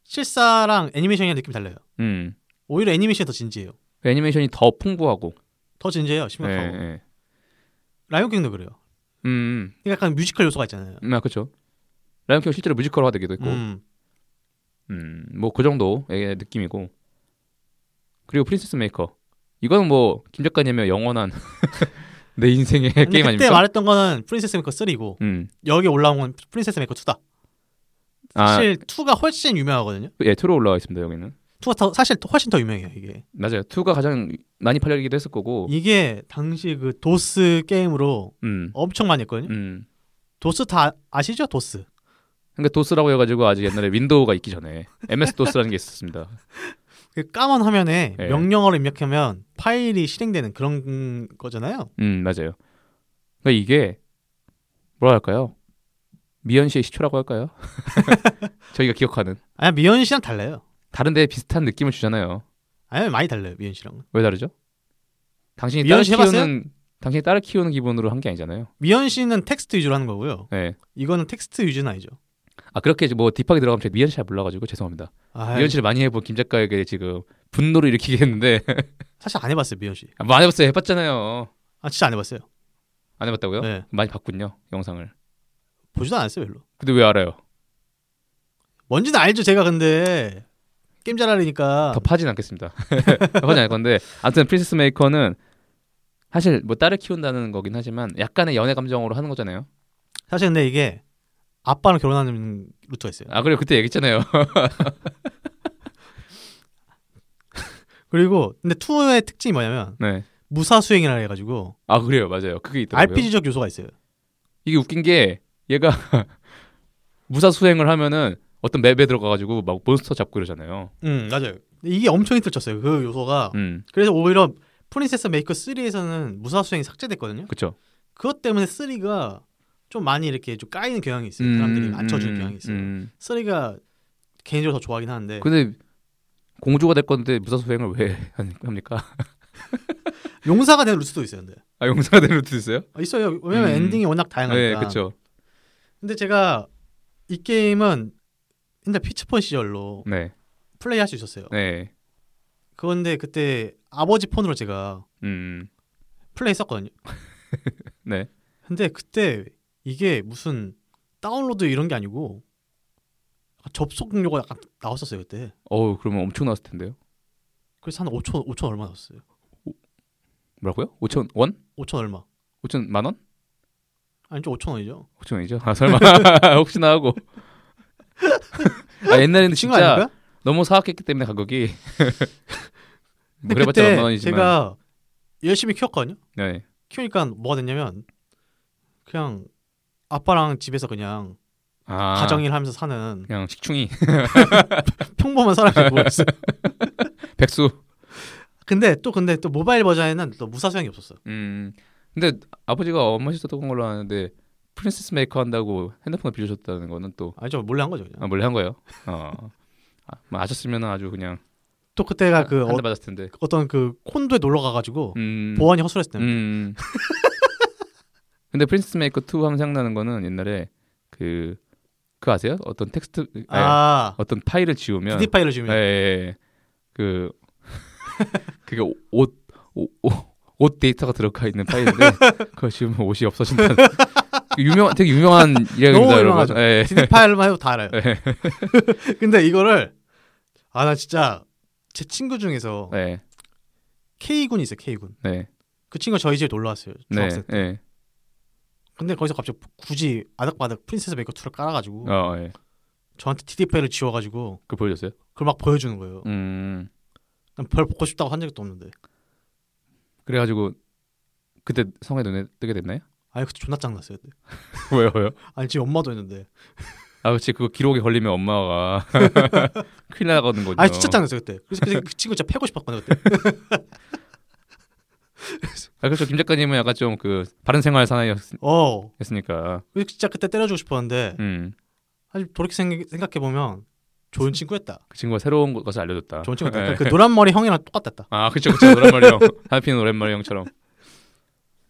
S2: 실사랑 애니메이션이랑 느낌이 달라요.
S1: 음.
S2: 오히려 애니메이션이 더 진지해요.
S1: 그 애니메이션이 더 풍부하고.
S2: 더 진지해요.
S1: 예,
S2: 심각하고.
S1: 예.
S2: 라이온킹도 그래요.
S1: 음.
S2: 그러니까 약간 뮤지컬 요소가 있잖아요.
S1: 음. 아 그렇죠. 라이언 킹 실제로 뮤지컬화 되기도 했고. 음.
S2: 음.
S1: 뭐 그 정도의 느낌이고. 그리고 프린세스 메이커. 이건 뭐 김 작가님의 영원한 내 인생의
S2: 근데
S1: 네, 게임
S2: 그때
S1: 아닙니까?
S2: 말했던 거는 프린세스 메이커 3고
S1: 음.
S2: 여기 올라온 건 프린세스 메이커 2다.
S1: 아,
S2: 사실 2가 훨씬 유명하거든요.
S1: 예, 2로 올라와 있습니다, 여기는.
S2: 2가 더, 사실 훨씬 더 유명해요. 이게
S1: 맞아요. 2가 가장 많이 팔리기도 했을 거고.
S2: 이게 당시 그 도스 게임으로
S1: 음.
S2: 엄청 많이 했거든요.
S1: 음.
S2: 도스 다 아시죠? 도스.
S1: 그러니까 도스라고 해 가지고 아직 옛날에 윈도우가 있기 전에 MS 도스라는 게 있었습니다.
S2: 그 까만 화면에
S1: 네.
S2: 명령어를 입력하면 파일이 실행되는 그런 거잖아요.
S1: 음 맞아요. 그러니까 이게 뭐라 할까요? 미연 씨의 시초라고 할까요? 저희가 기억하는
S2: 아 미연 씨랑 달라요.
S1: 다른데 비슷한 느낌을 주잖아요.
S2: 아니 많이 달라요 미연 씨랑.
S1: 왜 다르죠? 당신이
S2: 미연
S1: 딸을
S2: 씨 해봤어요?
S1: 키우는 당신이 딸을 키우는 기분으로 한 게 아니잖아요.
S2: 미연 씨는 텍스트 위주로 하는 거고요.
S1: 네.
S2: 이거는 텍스트 위주는 아니죠.
S1: 아 그렇게 이제 뭐 딥하게 들어가면 제가 미연 씨 잘 몰라가지고 죄송합니다.
S2: 아,
S1: 미연 씨를 많이 해본 김 작가에게 지금 분노를 일으키겠는데
S2: 사실 안 해봤어요 미연 씨.
S1: 아, 뭐 안 해봤어요. 해봤잖아요.
S2: 아 진짜 안 해봤어요.
S1: 안 해봤다고요?
S2: 네.
S1: 많이 봤군요 영상을.
S2: 보지도 않았어요 별로.
S1: 근데 왜 알아요?
S2: 뭔지는 알죠 제가 근데 게임 잘하려니까
S1: 더 파진 않겠습니다. 더 파진 않을 건데 아무튼 프린세스 메이커는 사실 뭐 딸을 키운다는 거긴 하지만 약간의 연애 감정으로 하는 거잖아요.
S2: 사실 근데 이게 아빠랑 결혼하는 루트가 있어요.
S1: 아 그래 요 그때 얘기했잖아요.
S2: 그리고 근데 투의 특징이 뭐냐면
S1: 네.
S2: 무사 수행이라 해가지고
S1: 아 그래요 맞아요. 그게 있더라고요.
S2: RPG적 요소가 있어요.
S1: 이게 웃긴 게 얘가 무사 수행을 하면은 어떤 맵에 들어가가지고 막 몬스터 잡고 이러잖아요.
S2: 음 맞아요. 근데 이게 엄청 힘들었어요 그 요소가.
S1: 음
S2: 그래서 오히려 프린세스 메이커 3에서는 무사 수행이 삭제됐거든요.
S1: 그쵸.
S2: 그것 때문에 3가 좀 많이 이렇게 좀 까이는 경향이 있어요. 사람들이 안 쳐주는
S1: 음,
S2: 경향이 있어요. 네.
S1: 음. 그
S2: 3가 개인적으로 더 좋아하긴 하는데
S1: 근데 공주가 될 건데 무사 수행을 왜 합니까?
S2: 용사가 되는 루트도 있어요. 근데
S1: 아 용사가 되는 루트 있어요?
S2: 아, 있어요. 왜냐면
S1: 음.
S2: 엔딩이 워낙
S1: 네
S2: 다양하니까.
S1: 그쵸.
S2: 근데 제가 이 게임은 근데 피치폰 시절로
S1: 네
S2: 플레이할 수 있었어요.
S1: 네.
S2: 그런데 그때 아버지 폰으로 제가
S1: 음
S2: 플레이했었거든요.
S1: 네.
S2: 근데 그때 이게 무슨 다운로드 이런 게 아니고 약간 접속료가 약간 나왔었어요 그때.
S1: 어우 그러면 엄청 나왔을 텐데요.
S2: 그래서 한 5천 5천 얼마 나왔어요.
S1: 뭐라고요? 5천 원?
S2: 5천 얼마?
S1: 5천 만 원?
S2: 아니죠 5천 원이죠.
S1: 5천 원이죠? 아 설마 혹시나 하고 아 옛날에는
S2: 친구
S1: 진짜
S2: 아닙니까?
S1: 너무 사악했기 때문에 가격이 뭐
S2: 근데
S1: 그래봤자
S2: 그때
S1: 몇만 원이지만.
S2: 제가 열심히 키웠거든요.
S1: 네.
S2: 키우니까 뭐가 됐냐면 그냥 아빠랑 집에서 그냥
S1: 아,
S2: 가정일 하면서 사는
S1: 그냥 식충이
S2: 평범한 사람이 뭐였어요.
S1: 백수.
S2: 근데 또 근데 또 모바일 버전에는 또 무사 수양이 없었어요.
S1: 음. 근데 아버지가 엄마셨던 걸로 아는데 프린세스 메이커 한다고 핸드폰을 빌려줬다는 거는 또
S2: 아니 저 몰래 한 거죠. 그냥.
S1: 아, 몰래 한 거예요. 어. 아, 뭐 아셨으면 아주 그냥
S2: 또 그때가 그
S1: 한대 맞았을 텐데.
S2: 어, 떤그 콘도에 놀러 가가지고
S1: 음.
S2: 보안이 허술했을 때.
S1: 음. 근데 프린세스 메이커 2 하면 생각나는 거는 옛날에 그 그거 아세요? 어떤 텍스트 아니,
S2: 아
S1: 어떤 파일을 지우면
S2: 디디 파일을 지금
S1: 예, 예, 예. 그 그게 옷 옷 데이터가 들어가 있는 파일인데 그거 지금 옷이 없어진다는 그 유명 되게 유명한 이야기입니다,
S2: 유명하죠.
S1: 여러분. 예.
S2: 디디 파일만 해도 다 알아요.
S1: 네.
S2: 근데 이거를 아 나 진짜 제 친구 중에서
S1: 네.
S2: K 군이 있어요. K 군.
S1: 네.
S2: 그 친구가 저희 집에 놀러 왔어요.
S1: 네.
S2: 중학생.
S1: 네.
S2: 근데 거기서 갑자기 굳이 아닥바닥 프린세스 메이커 2를 깔아가지고
S1: 어, 예.
S2: 저한테 디디 파일을 지워가지고
S1: 그거 보여줬어요?
S2: 그걸 막 보여주는 거예요.
S1: 음.
S2: 난 별 보고 싶다고 한 적도 없는데.
S1: 그래 가지고 그때 성에 눈에 뜨게 됐나요?
S2: 아니 그때 존나 짱났어요. 그때.
S1: 왜요? 왜요?
S2: 아니 지금 엄마도 했는데.
S1: 아, 그렇지. 그거 기록에 걸리면 엄마가 큰일 나거든 거죠.
S2: 아니 진짜 짱났어요 그때. 그래서 그때 그 친구 진짜 패고 싶었거든요 그때.
S1: 아, 그렇죠. 김 작가님은 약간 좀 그 바른 생활 사나이였으니까.
S2: 어. 그래서 진짜 그때 때려주고 싶었는데
S1: 음.
S2: 사실 돌이켜 생각해 보면 좋은 친구였다.
S1: 그 친구가 새로운 것을 알려줬다.
S2: 좋은 친구였다.
S1: 예.
S2: 그러니까 그 노란 머리 형이랑 똑같았다.
S1: 아, 그쵸, 그쵸. 노란머리 형. 하필 노란머리 형처럼.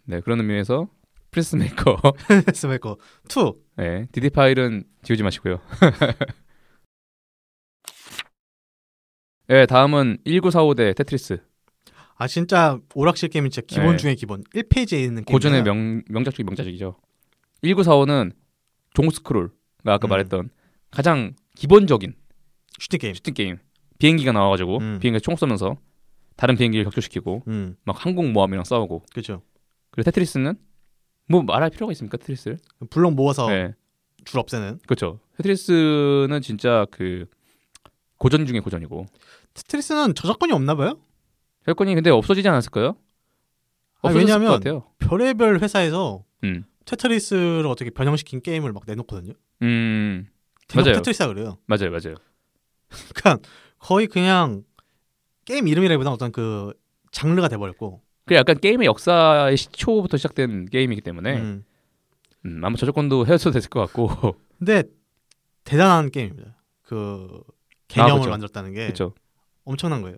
S1: 네, 그런 의미에서 프린스 메이커.
S2: 프린세스 메이커 2.
S1: 네, 디디 파일은 지우지 마시고요. 네, 다음은 1945대 테트리스.
S2: 아 진짜 오락실 게임이 진짜 기본
S1: 네.
S2: 중에 기본. 1페이지에 있는 게임.
S1: 고전의 명, 명작 중 명작이죠. 1945는 종스크롤, 가 아까
S2: 음.
S1: 말했던 가장 기본적인
S2: 슈팅 게임.
S1: 슈팅 게임. 비행기가 나와가지고
S2: 음.
S1: 비행기에 총 쏘면서 다른 비행기를 격추시키고
S2: 음.
S1: 막 항공모함이랑 싸우고
S2: 그렇죠.
S1: 그리고 테트리스는 뭐 말할 필요가 있습니까 테트리스를?
S2: 블록 모아서
S1: 네.
S2: 줄 없애는.
S1: 그렇죠. 테트리스는 진짜 그 고전 중에 고전이고
S2: 테트리스는 저작권이 없나 봐요.
S1: 혈권이 근데 없어지지 않았을까요?
S2: 아,
S1: 없어졌을
S2: 왜냐면-
S1: 것 같아요.
S2: 별의별 회사에서
S1: 음,
S2: 테트리스를 어떻게 변형시킨 게임을 막 내놓거든요.
S1: 음
S2: 대놓고
S1: 맞아요.
S2: 테트리스라 그래요.
S1: 맞아요, 맞아요.
S2: 그러니까 거의 그냥 게임 이름이라기보다 어떤 그 장르가 돼버렸고.
S1: 그 약간 게임의 역사의 시초부터 시작된 게임이기 때문에
S2: 음.
S1: 음, 아마 저작권도 해소도 됐을 것 같고
S2: 근데 대단한 게임입니다. 그 개념을
S1: 그쵸.
S2: 만들었다는 게
S1: 그렇죠.
S2: 엄청난 거예요.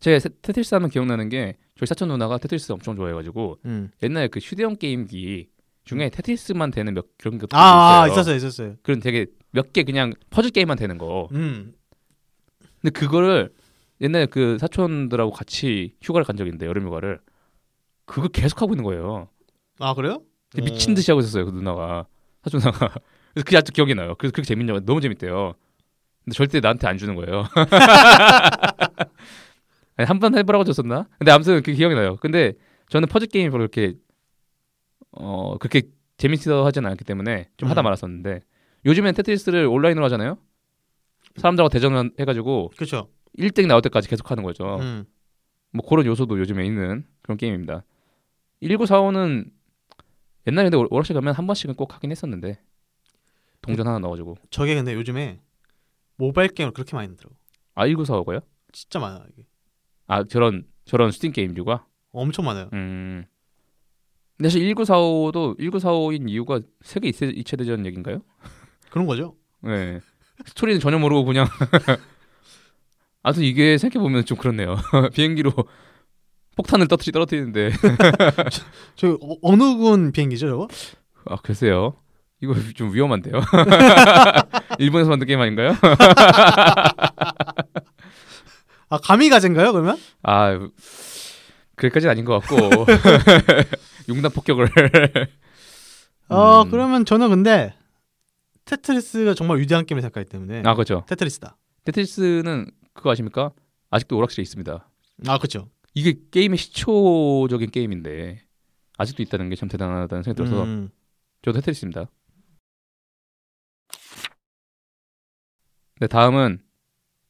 S1: 제 세- 테트리스 하면 기억나는 게 저희 사촌 누나가 테트리스 엄청 좋아해가지고
S2: 음.
S1: 옛날 그 휴대용 게임기 중에 테트리스만 되는 몇 그런 것도
S2: 아, 아,
S1: 있어요.
S2: 있었어요, 있었어요.
S1: 그런 되게 몇 개 그냥 퍼즐 게임만 되는 거.
S2: 음.
S1: 근데 그거를 옛날에 그 사촌들하고 같이 휴가를 간 적인데 여름 휴가를 그거 계속 하고 있는 거예요.
S2: 아 그래요?
S1: 근데 미친
S2: 어.
S1: 듯이 하고 있었어요 그 누나가 사촌 누나가 그래서 그게 아직도 기억이 나요. 그래서 그렇게 재밌냐고 너무 재밌대요. 근데 절대 나한테 안 주는 거예요. 한 번 해보라고 줬었나? 근데 아무튼 그 기억이 나요. 근데 저는 퍼즐 게임이 별로 이렇게 어 그렇게 재밌어 하진 않았기 때문에 좀 하다
S2: 음.
S1: 말았었는데 요즘엔 테트리스를 온라인으로 하잖아요. 사람들하고 대전을 해가지고
S2: 그렇죠.
S1: 1등 나올 때까지 계속 하는 거죠.
S2: 음.
S1: 뭐 그런 요소도 요즘에 있는 그런 게임입니다. 1945는 옛날에 근데 오락실 가면 한 번씩은 꼭 하긴 했었는데 동전 하나 넣어가지고
S2: 저게 근데 요즘에 모바일 게임을 그렇게 많이 만들어.
S1: 아 1945가요?
S2: 진짜 많아 이게.
S1: 아 저런 저런 스팀 게임류가
S2: 엄청 많아요.
S1: 음 근데 사실 1945도 1945인 이유가 세계 2차, 2차 대전 얘기인가요?
S2: 그런 거죠.
S1: 네 스토리는 전혀 모르고 그냥 아무튼 이게 생각해보면 좀 그렇네요 비행기로 폭탄을 떨어뜨리, 떨어뜨리는데
S2: 저 어, 어느 군 비행기죠, 저거?
S1: 아 글쎄요. 이거 좀 위험한데요. 일본에서 만든 게임 아닌가요?
S2: 아 가미가젠가요, 그러면?
S1: 아 그게까지는 아닌 것 같고 용단 폭격을
S2: 어
S1: 음.
S2: 그러면 저는 근데 테트리스가 정말 위대한 게임을 생각하기 때문에
S1: 아 그렇죠.
S2: 테트리스다.
S1: 테트리스는 그거 아십니까? 아직도 오락실에 있습니다.
S2: 아 그렇죠.
S1: 이게 게임의 시초적인 게임인데 아직도 있다는 게 참 대단하다는 생각이 들어서
S2: 음.
S1: 저도 테트리스입니다. 네 다음은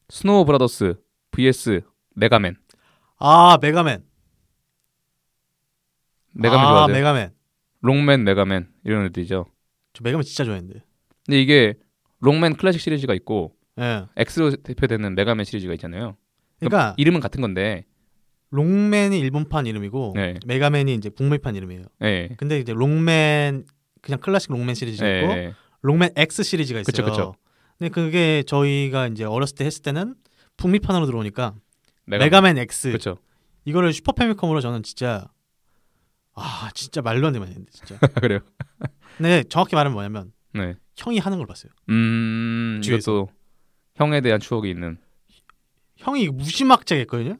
S1: 스노우 브라더스 vs 메가맨.
S2: 아 메가맨.
S1: 메가맨
S2: 아,
S1: 좋아하죠.
S2: 메가맨.
S1: 롱맨, 메가맨 이런 애들이죠.
S2: 저 메가맨 진짜 좋아했는데.
S1: 근데 이게 롱맨 클래식 시리즈가 있고
S2: 예.
S1: X로 대표되는 메가맨 시리즈가 있잖아요.
S2: 그러니까
S1: 이름은 같은 건데,
S2: 롱맨이 일본판 이름이고
S1: 네.
S2: 메가맨이 이제 북미판 이름이에요.
S1: 예, 예,
S2: 근데 이제 롱맨 그냥 클래식 롱맨 시리즈
S1: 예,
S2: 있고
S1: 예.
S2: 롱맨 X 시리즈가 있어요.
S1: 그쵸, 그쵸.
S2: 근데 그게 저희가 이제 어렸을 때 했을 때는 북미판으로 들어오니까
S1: 메가맨.
S2: 메가맨, X
S1: 그렇죠.
S2: 이거를 슈퍼 패미컴으로 저는 진짜 아 진짜 말도 안 되면 했는데 진짜.
S1: 그래요.
S2: 근데 정확히 말하면 뭐냐면
S1: 네.
S2: 형이 하는 걸 봤어요.
S1: 음,
S2: 뒤에서.
S1: 이것도 형에 대한 추억이 있는.
S2: 형이 무지막지하게 했거든요.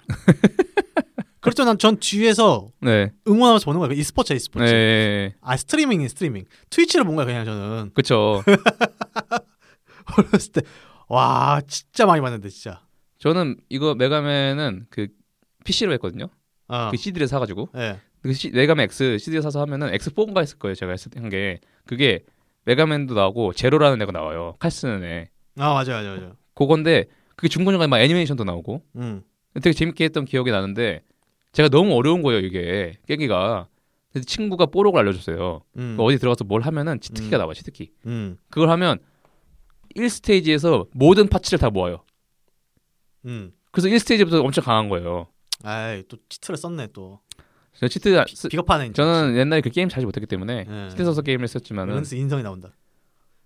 S2: 그렇죠. 난 전 뒤에서
S1: 네,
S2: 응원하면서 보는 거예요. e스포츠
S1: 네,
S2: e스포츠.
S1: 예, 예.
S2: 아 스트리밍이 스트리밍. 트위치를 본 거야 그냥 저는
S1: 그렇죠.
S2: 어렸을 때 와 진짜 많이 봤는데 진짜.
S1: 저는 이거 메가맨은 그 PC로 했거든요.
S2: 어.
S1: 그 CD를 사가지고
S2: 예.
S1: 그 시, 메가맨 X CD 사서 하면은 X4인가 했을 거예요. 제가 했을 한게 그게 메가맨도 나오고 제로라는 애가 나와요. 칼 쓰는 애.
S2: 아 맞아 맞아 맞아.
S1: 그건데 그게 중간중간에 막 애니메이션도 나오고
S2: 음.
S1: 되게 재밌게 했던 기억이 나는데 제가 너무 어려운 거예요 이게 깨기가. 그래서 친구가 뽀록을 알려줬어요. 그
S2: 음.
S1: 어디 들어가서 뭘 하면은 치트키가
S2: 음.
S1: 나와 치트키.
S2: 음.
S1: 그걸 하면 1스테이지에서 모든 파츠를 다 모아요.
S2: 음.
S1: 그래서 1스테이지부터 엄청 강한 거예요.
S2: 아이 또 치트를 썼네 또.
S1: 저 치트 쓰-
S2: 비겁하네. 진짜.
S1: 저는 옛날에 그 게임 자주 못했기 때문에
S2: 예.
S1: 치트 써서 게임을 했었지만은
S2: 은스 인성이 나온다.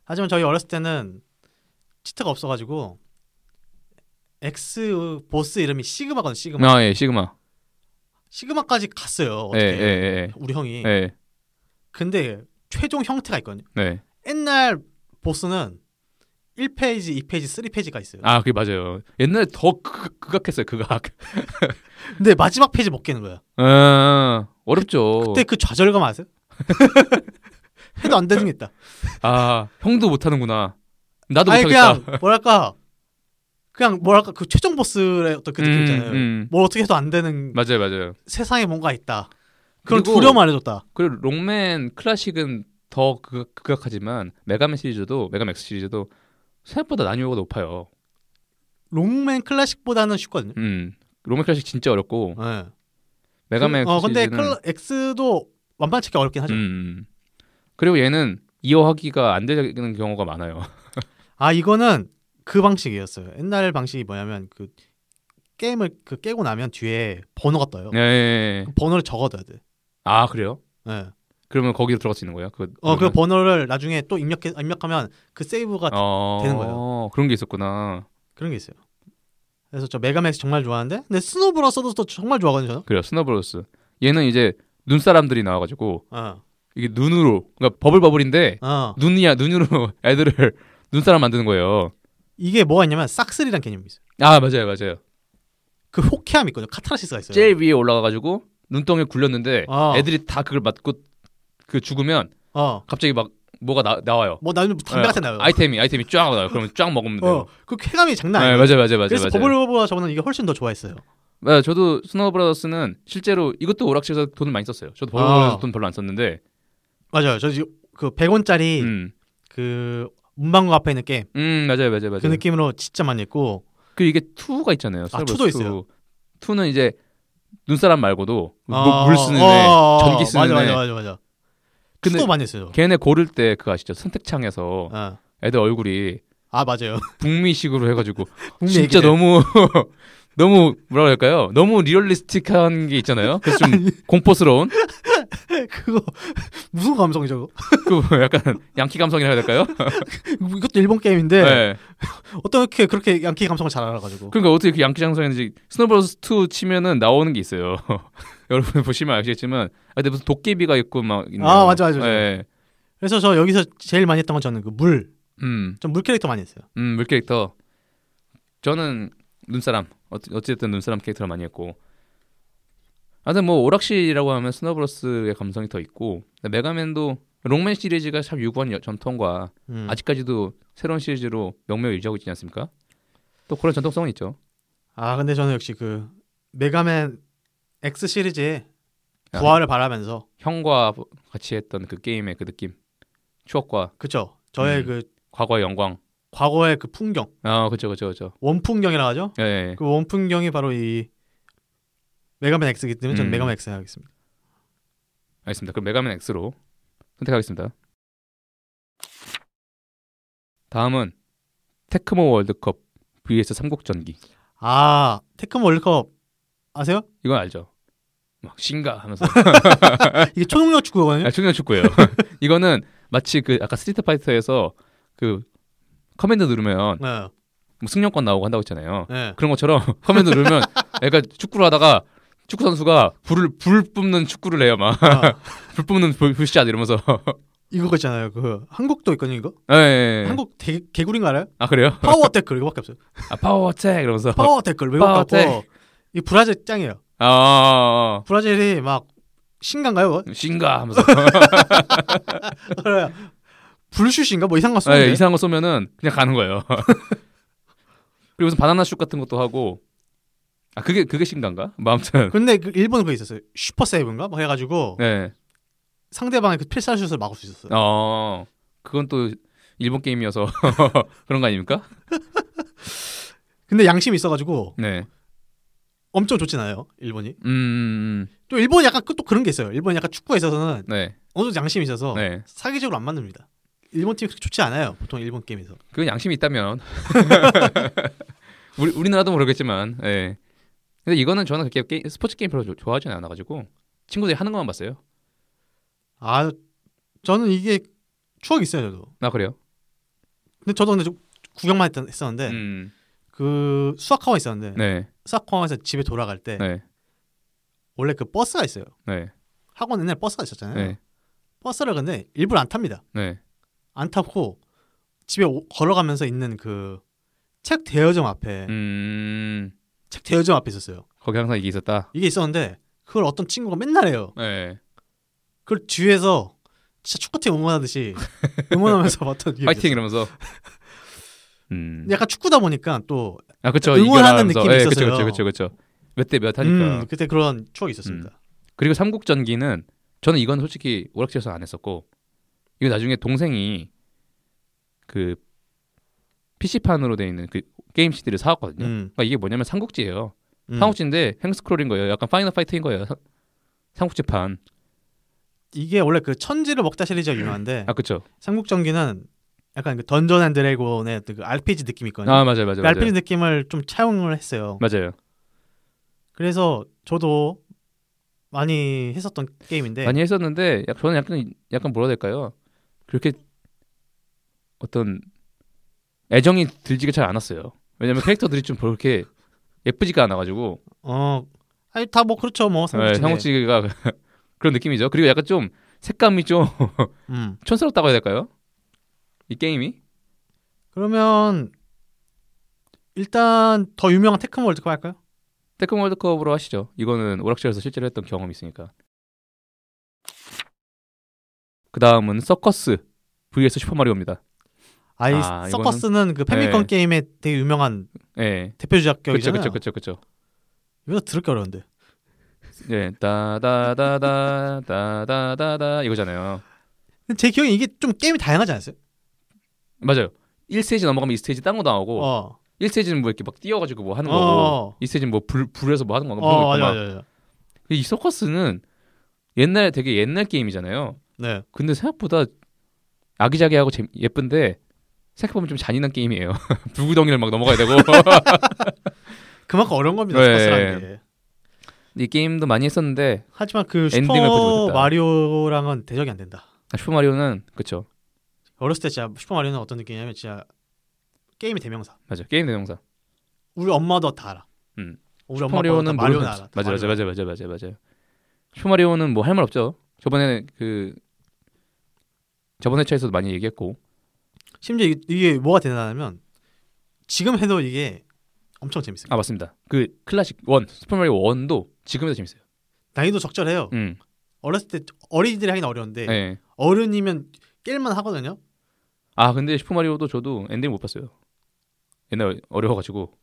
S2: 하지만 저희 어렸을 때는 치트가 없어가지고 엑스 보스 이름이 시그마거든 시그마.
S1: 아, 예, 시그마.
S2: 시그마까지 음. 갔어요. 네.
S1: 예,
S2: 음. 어떻게?
S1: 예,
S2: 우리 형이.
S1: 예. 예,
S2: 근데 최종 형태가 있거든요.
S1: 네.
S2: 옛날 보스는 1페이지, 2페이지, 3페이지가 있어요.
S1: 아, 그게 맞아요. 옛날에 더 그, 극, 극악했어요, 극악.
S2: 근데 마지막 페이지 못 깨는 거야.
S1: 어, 어렵죠.
S2: 그때 그 좌절감 아세요? 해도 안 되는 게 있다.
S1: 아, 형도 못하는구나. 나도
S2: 아니
S1: 못하겠다.
S2: 그냥 뭐랄까 그냥 뭐랄까 그 최종 보스의 어떤 그 느낌 있잖아요.
S1: 음.
S2: 뭘 어떻게 해도 안 되는
S1: 맞아요, 맞아요.
S2: 세상에 뭔가 있다. 그런
S1: 그리고-
S2: 두려움 안 해줬다.
S1: 그리고 롱맨 클래식은 더 극, 극악하지만 메가맨 시리즈도, 메가맥스 시리즈도 생각보다 난이도가 높아요.
S2: 롱맨 클래식보다는 쉽거든요.
S1: 음. 롱맨 클래식 진짜 어렵고
S2: 예.
S1: 음. 메가맥스
S2: 어 근데
S1: 시리즈는
S2: 클 X도 완판치기 어렵긴 하죠.
S1: 음. 그리고 얘는 이어하기가 안 되는 경우가 많아요.
S2: 아 이거는 그 방식이었어요. 옛날 방식이 뭐냐면 그 게임을 그 깨고 나면 뒤에 번호가 떠요.
S1: 예, 예, 예.
S2: 그 번호를 적어둬야 돼.
S1: 아, 그래요?
S2: 예.
S1: 그러면 거기로 들어갈 수 있는 거예요? 그
S2: 어, 그 번호를 나중에 또 입력해 입력하면 그 세이브가
S1: 어,
S2: 되는 거예요.
S1: 그런 게 있었구나.
S2: 그런 게 있어요. 그래서 저 메가맥스 정말 좋아하는데 근데 스노브라서도 또 정말 좋아하거든요. 저는.
S1: 그래요. 스노브로스. 얘는 이제 눈사람들이 나와가지고
S2: 어.
S1: 이게 눈으로 그러니까 버블버블인데
S2: 어.
S1: 눈이야 눈으로 애들을 눈사람 만드는 거예요.
S2: 이게 뭐가 있냐면 싹쓸이란 개념이 있어요.
S1: 아 맞아요 맞아요.
S2: 그 호쾌함이 있거든요. 카타르시스가 있어요.
S1: 제일 위에 올라가가지고 눈덩이에 굴렸는데
S2: 어.
S1: 애들이 다 그걸 맞고 그 죽으면
S2: 어.
S1: 갑자기 막 뭐가 나, 나와요.
S2: 뭐 나중에 담배 같은 거 나요.
S1: 어. 아이템이 아이템이 쫙 나와요. 그러면 쫙 먹으면 돼요.
S2: 어. 그 쾌감이 장난
S1: 네,
S2: 아니에요.
S1: 맞아요 맞아요 맞아요.
S2: 그래서
S1: 맞아요.
S2: 버블버블보다 저는 이게 훨씬 더 좋아했어요.
S1: 네, 저도 스노우브라더스는 실제로 이것도 오락실에서 돈을 많이 썼어요. 저도 버블버블에서
S2: 아.
S1: 돈 별로 안 썼는데.
S2: 맞아요. 저 지금 그 100원짜리
S1: 음.
S2: 그 문방구 앞에 있는 게임
S1: 음, 맞아요 맞아요 맞아요.
S2: 그 느낌으로 진짜 많이 했고
S1: 그 이게 투가 있잖아요.
S2: 아,
S1: 스타벅스
S2: 투도 있어요.
S1: 투는 이제 눈사람 말고도 뭐
S2: 아,
S1: 물 쓰는
S2: 어,
S1: 애,
S2: 어, 어,
S1: 전기 쓰는
S2: 맞아,
S1: 애.
S2: 맞아 맞아 맞아
S1: 근데-
S2: 투도 많이 했어요.
S1: 걔네 고를 때 그거 아시죠? 선택창에서
S2: 어.
S1: 애들 얼굴이
S2: 아 맞아요.
S1: 북미식으로 해가지고
S2: 국내
S1: 진짜
S2: 얘기네.
S1: 너무 너무 뭐라 그럴까요? 너무 리얼리스틱한 게 있잖아요. 그래서 좀 공포스러운
S2: 그거 무슨 감성이죠?
S1: 그 약간 양키 감성이라 해야 될까요?
S2: 그거? 이것도 일본 게임인데
S1: 네.
S2: 어떻게 그렇게 양키 감성을 잘 알아가지고
S1: 그러니까 어떻게 그 양키 감성인지 스노버스 2 치면은 나오는 게 있어요. 여러분 보시면 아시겠지만, 아, 근데 무슨 도깨비가 있고 막 있네요.
S2: 아, 맞아, 맞아, 맞아.
S1: 예.
S2: 그래서 저 여기서 제일 많이 했던 건 저는 그 물 전 물
S1: 음.
S2: 캐릭터 많이 했어요.
S1: 음, 물 캐릭터. 저는 눈사람. 어찌- 어찌됐든 눈사람 캐릭터를 많이 했고. 하여튼 뭐 오락실이라고 하면 스노브러스의 감성이 더 있고 근데 메가맨도 롱맨 시리즈가 참 유구한 여- 전통과
S2: 음.
S1: 아직까지도 새로운 시리즈로 명맥을 유지하고 있지 않습니까? 또 그런 전통성은 있죠.
S2: 아 근데 저는 역시 그 메가맨 X 시리즈의
S1: 야.
S2: 부활을 바라면서
S1: 형과 같이 했던 그 게임의 그 느낌, 추억과
S2: 그쵸 저의
S1: 음.
S2: 그
S1: 과거의 영광.
S2: 과거의 그 풍경
S1: 아, 그렇죠, 그렇죠, 그렇죠.
S2: 원풍경이라 하죠.
S1: 예, 예.
S2: 그 원풍경이 바로 이 메가맨 X이기 때문에 저는
S1: 음.
S2: 메가맨 X 하겠습니다.
S1: 알겠습니다. 그럼 메가맨 X로 선택하겠습니다. 다음은 테크모 월드컵 vs 삼국전기.
S2: 아 테크모 월드컵 아세요?
S1: 이건 알죠? 막 신가 하면서
S2: 이게 초능력 축구거든요.
S1: 아, 초년 축구예요. 이거는 마치 그 아까 스트리트 파이터에서 그 커맨드 누르면
S2: 네.
S1: 뭐 승용권 나오고 한다고 했잖아요.
S2: 네.
S1: 그런 것처럼 커맨드 누르면 애가 축구를 하다가 축구 선수가 불을 불 뿜는 축구를 해요 막.
S2: 아,
S1: 불 뿜는 불, 불샷 이러면서.
S2: 이거 있잖아요. 그 한국도 있거든요. 이거
S1: 예, 예, 예.
S2: 한국 대, 개구리인 거 알아요?
S1: 아 그래요?
S2: 파워 댓글 이거밖에 없어요.
S1: 아, 파워 어택 이러면서.
S2: 파워 댓글 외국
S1: 파워
S2: 갖고 이 브라질 짱이에요.
S1: 아, 아,
S2: 브라질이 막 신간가요?
S1: 아. 신가 하면서.
S2: 불슛인가 뭐 이상한 거
S1: 예,
S2: 쓰는데
S1: 이상한 거 쏘면은 그냥 가는 거예요. 그리고 무슨 바나나 슛 같은 것도 하고. 아 그게 그게 신가인가? 뭐 아무튼.
S2: 근데 그 일본 그거 있었어요. 슈퍼 세이브인가 막 해가지고
S1: 네.
S2: 상대방의 그 필살슛을 막을 수 있었어요.
S1: 어, 그건 또 일본 게임이어서 그런 거 아닙니까?
S2: 근데 양심이 있어가지고
S1: 네.
S2: 엄청 좋진 않아요. 일본이
S1: 음, 음, 음.
S2: 또 일본 약간 그- 또 그런 게 있어요. 일본 약간 축구에 있어서는
S1: 네.
S2: 어느 정도 양심이 있어서
S1: 네.
S2: 사기적으로 안 만듭니다. 일본 팀이 그렇게 좋지 않아요. 보통 일본 게임에서
S1: 그건 양심이 있다면. 우리 우리나라도 모르겠지만. 예. 근데 이거는 저는 그렇게 게, 스포츠 게임 별로 좋- 좋아하지는 않아 가지고 친구들이 하는 것만 봤어요.
S2: 아 저는 이게 추억이 있어요. 저도
S1: 나 그래요.
S2: 근데 저도 근데 좀 구경만 했던, 했었는데
S1: 음.
S2: 그 수학학원 있었는데
S1: 네.
S2: 수학학원에서 집에 돌아갈 때
S1: 네.
S2: 원래 그 버스가 있어요.
S1: 네.
S2: 학원 옛날 버스가 있었잖아요.
S1: 네.
S2: 버스를 근데 일부러 안 탑니다.
S1: 네.
S2: 안 타고 집에 오- 걸어가면서 있는 그 책 대여점
S1: 네.
S2: 앞에
S1: 음.
S2: 책 대여점 앞에 있었어요.
S1: 거기 항상 이게 있었다.
S2: 이게 있었는데 그걸 어떤 친구가 맨날 해요.
S1: 네.
S2: 그걸 뒤에서 진짜 축구팀 응원하듯이 응원하면서 봤던 기억이
S1: 파이팅
S2: 있어요.
S1: 이러면서. 음.
S2: 근데 약간 축구다 보니까 또
S1: 아, 그쵸.
S2: 응원하는
S1: 이겨라 하면서.
S2: 느낌이
S1: 예,
S2: 있었어요.
S1: 그쵸, 그쵸, 그쵸, 그쵸. 몇 대 몇 하니까.
S2: 음, 그때 그런 추억이 있었습니다.
S1: 그리고 삼국전기는 저는 이건 솔직히 오락실에서 안 했었고 이거 나중에 동생이 그 PC판으로 돼 있는 그 게임 CD를 사왔거든요.
S2: 음,
S1: 그러니까 이게 뭐냐면 삼국지예요.
S2: 음.
S1: 삼국지인데 행스크롤인 거예요. 약간 파이널 파이트인 거예요. 삼- 삼국지판.
S2: 이게 원래 그 천지를 먹다 시리즈가 유명한데
S1: 아 그쵸.
S2: 삼국전기는 약간 그 던전 앤 드래곤의 그 RPG 느낌이 있거든요.
S1: 아 맞아요, 맞아요, 맞아요.
S2: 그
S1: 네.
S2: RPG 느낌을 좀 차용을 했어요.
S1: 맞아요.
S2: 그래서 저도 많이 했었던 게임인데
S1: 많이 했었는데 약- 저는 약간 약간 뭐라 해야 될까요? 그렇게 어떤 애정이 들지가 잘 않았어요. 왜냐면 캐릭터들이 좀 그렇게 예쁘지가 않아가지고
S2: 어 아니 다 뭐 그렇죠 뭐
S1: 네,
S2: 삼국지
S1: 삼국지가 그런 느낌이죠. 그리고 약간 좀 색감이 좀
S2: 음
S1: 촌스럽다고 해야 될까요? 이 게임이?
S2: 그러면 일단 더 유명한 테크모 월드컵 할까요?
S1: 테크 월드컵으로 하시죠. 이거는 오락실에서 실제로 했던 경험이 있으니까. 그 다음은 서커스 vs 슈퍼마리오입니다.
S2: 아이
S1: 아,
S2: 서커스는 그 패미컴
S1: 네.
S2: 게임의 되게 유명한
S1: 예.
S2: 대표
S1: 그쵸,
S2: 주작격이잖아요.
S1: 그쵸, 그쵸, 그쵸.
S2: 이거 들을게 어려운데.
S1: 예. 따다다다, 따다다다, 이거잖아요.
S2: 근데 제 기억에 이게 좀 게임이 다양하지 않았어요?
S1: 맞아요. 1스테이지 넘어가면 2스테이지 딴 거 나오고,
S2: 어,
S1: 1스테이지는 뭐 이렇게 막 뛰어가지고 뭐 하는
S2: 어.
S1: 거고, 2스테이지는 뭐 불, 불에서 뭐 하는 거, 뭐 그런 거
S2: 어
S1: 있고,
S2: 맞아
S1: 막
S2: 맞아 맞아.
S1: 이 서커스는 옛날 되게 옛날 게임이잖아요.
S2: 네.
S1: 근데 생각보다 아기자기하고 재- 예쁜데 생각해보면 좀 잔인한 게임이에요. 불구덩이를 막 넘어가야 되고
S2: 그만큼 어려운 겁니다.
S1: 네.
S2: 서커스라는 게.
S1: 이 게임도 많이 했었는데
S2: 하지만 그
S1: 엔딩을 보지
S2: 슈퍼
S1: 못했다.
S2: 마리오랑은 대적이 안 된다.
S1: 아, 슈퍼 마리오는 그쵸
S2: 어렸을 때 진짜 슈퍼 마리오는 어떤 느낌이냐면 진짜 게임의 대명사.
S1: 맞아 게임 대명사.
S2: 우리 엄마도 다 알아.
S1: 음.
S2: 우리
S1: 슈퍼
S2: 엄마 보다 다
S1: 마리오는
S2: 마리오
S1: 모르는-
S2: 알아.
S1: 맞아 맞아
S2: 마리오.
S1: 맞아 맞아 맞아 맞아. 슈퍼 마리오는 뭐 할 말 없죠. 저번에 그 저번 회차에서도 많이 얘기했고
S2: 심지어 이- 이게 뭐가 대단하냐면 지금 해도 이게 엄청 재밌어요.
S1: 아 맞습니다. 그 클래식 원 슈퍼 마리오 원도 지금도 재밌어요.
S2: 난이도 적절해요.
S1: 음,
S2: 어렸을 때 어린이들이 하긴 어려운데
S1: 예.
S2: 어른이면 깰만 하거든요.
S1: 아 근데 슈퍼 마리오도 저도 엔딩 못 봤어요. 옛날 어려워가지고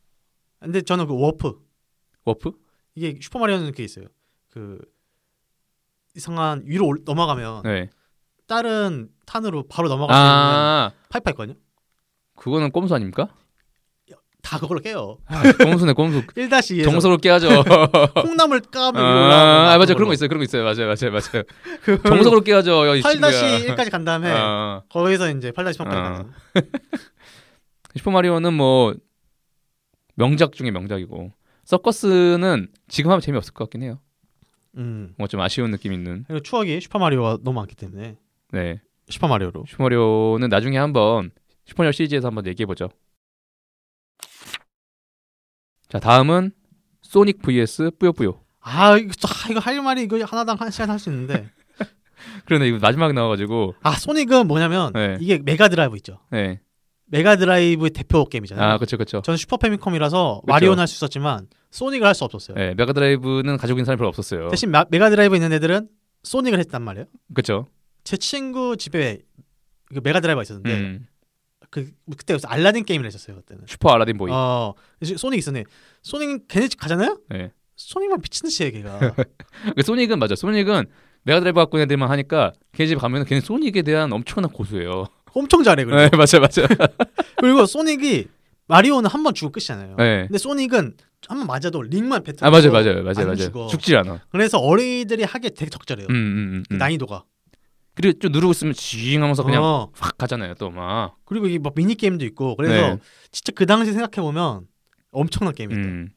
S2: 근데 저는 그 워프
S1: 워프?
S2: 이게 슈퍼 마리오는 그게 있어요. 그 이상한 위로 올- 넘어가면
S1: 네.
S2: 다른 탄으로 바로 넘어갈 수 있는
S1: 아
S2: 파이프 있거든요.
S1: 그거는 꼼수 아닙니까?
S2: 다 그걸로 깨요.
S1: 아, 꼼수네 꼼수.
S2: 1-2에서
S1: 정서로 깨야죠.
S2: 콩나물 까면
S1: 아, 아 맞아 그런 거 있어요. 그런 거 있어요. 맞아요, 맞아요, 맞아요.
S2: 그
S1: 정석으로 깨야죠, 야, 이 친구야.
S2: 8-1까지 간 다음에
S1: 어.
S2: 거기서 이제 8-8까지
S1: 어.
S2: 가는
S1: 슈퍼 마리오는 뭐 명작 중에 명작이고 서커스는 지금 하면 재미없을 것 같긴 해요.
S2: 음.
S1: 뭐 좀 아쉬운 느낌 있는.
S2: 그리고 추억이 슈퍼마리오가 너무 많기 때문에
S1: 네,
S2: 슈퍼마리오로
S1: 슈퍼 마리오는 나중에 한번 슈퍼 마리오 시리즈에서 한번 얘기해 보죠. 자, 다음은 소닉 vs 뿌요뿌요.
S2: 아 이거, 또- 아, 이거 할 말이 이거 하나당 한 시간 할 수 있는데
S1: 그런데 이거 마지막에 나와가지고,
S2: 아 소닉은 뭐냐면
S1: 네.
S2: 이게 메가드라이브 있죠
S1: 네,
S2: 메가드라이브의 대표 게임이잖아요
S1: 아 그렇죠, 그렇죠.
S2: 저는 슈퍼패미컴이라서 마리오는 할 수 있었지만 소닉을 할 수 없었어요
S1: 네, 메가드라이브는 가지고 있는 사람이 별로 없었어요.
S2: 대신 마- 메가드라이브 있는 애들은 소닉을 했단 말이에요
S1: 그렇죠.
S2: 제 친구 집에 그 메가드라이브가 있었는데
S1: 음,
S2: 그, 그때 무슨 알라딘 게임을 했었어요 그때는
S1: 슈퍼 알라딘 보이.
S2: 어 그래서 소닉 있었네 소닉 걔네 집 가잖아요
S1: 네.
S2: 소닉만 미친 듯이 해 걔가
S1: 그러니까 소닉은 맞아. 소닉은 메가드라이브 갖고 있는 애들만 하니까 걔네 집 가면 걔는 소닉에 대한 엄청난 고수예요.
S2: 엄청 잘해 그리고
S1: 네, 맞아, 맞아.
S2: 그리고 소닉이 마리오는 한 번 죽고 끝이잖아요
S1: 네.
S2: 근데 소닉은 한 번 맞아도 링만 뱉어
S1: 아 맞아, 맞아, 맞아,
S2: 안
S1: 맞아.
S2: 죽어. 그
S1: 죽질 않아.
S2: 그래서 어린이들이 하기에 되게 적절해요
S1: 음, 음, 음, 음.
S2: 난이도가
S1: 그리고 좀 누르고 있으면 쥐잉하면서 그냥
S2: 어,
S1: 확 가잖아요, 또 막.
S2: 그리고 이게 막 미니 게임도 있고 그래서
S1: 네.
S2: 진짜 그 당시 생각해 보면 엄청난 게임이에요.
S1: 음.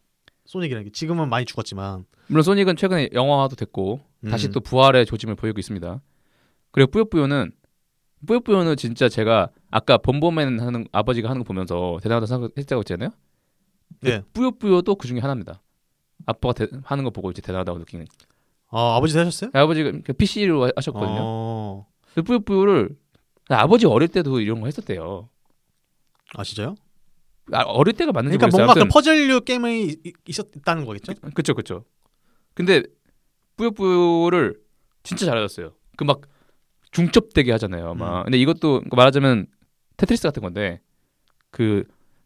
S2: 소닉이라는 게 지금은 많이 죽었지만
S1: 물론 소닉은 최근에 영화화도 됐고
S2: 음.
S1: 다시 또 부활의 조짐을 보이고 있습니다. 그리고 뿌요뿌요는 뿌요뿌요는 진짜 제가 아까 범범맨 하는 아버지가 하는 거 보면서 대단하다 생각했다고 했잖아요.
S2: 네.
S1: 뿌요뿌요도 그 중에 하나입니다. 아빠가 대- 하는 거 보고 이제 대단하다고 느끼는.
S2: 어, 아버지도 하셨어요?
S1: 아버지가 그 PC로 하셨거든요.
S2: 어,
S1: 근데 뿌요뿌요를 아버지 어릴 때도 이런 거 했었대요.
S2: 아 진짜요?
S1: 아, 어릴 때가 맞는지
S2: 그러니까
S1: 모르겠어요.
S2: 뭔가 그
S1: 아무튼
S2: 퍼즐류 게임이 이- 있었다는 거겠죠?
S1: 그쵸 그쵸 근데 뿌요뿌요를 진짜 잘하셨어요 그 막 중첩되게 하잖아요 막
S2: 음.
S1: 근데 이것도 그러니까 말하자면 테트리스 같은 건데 그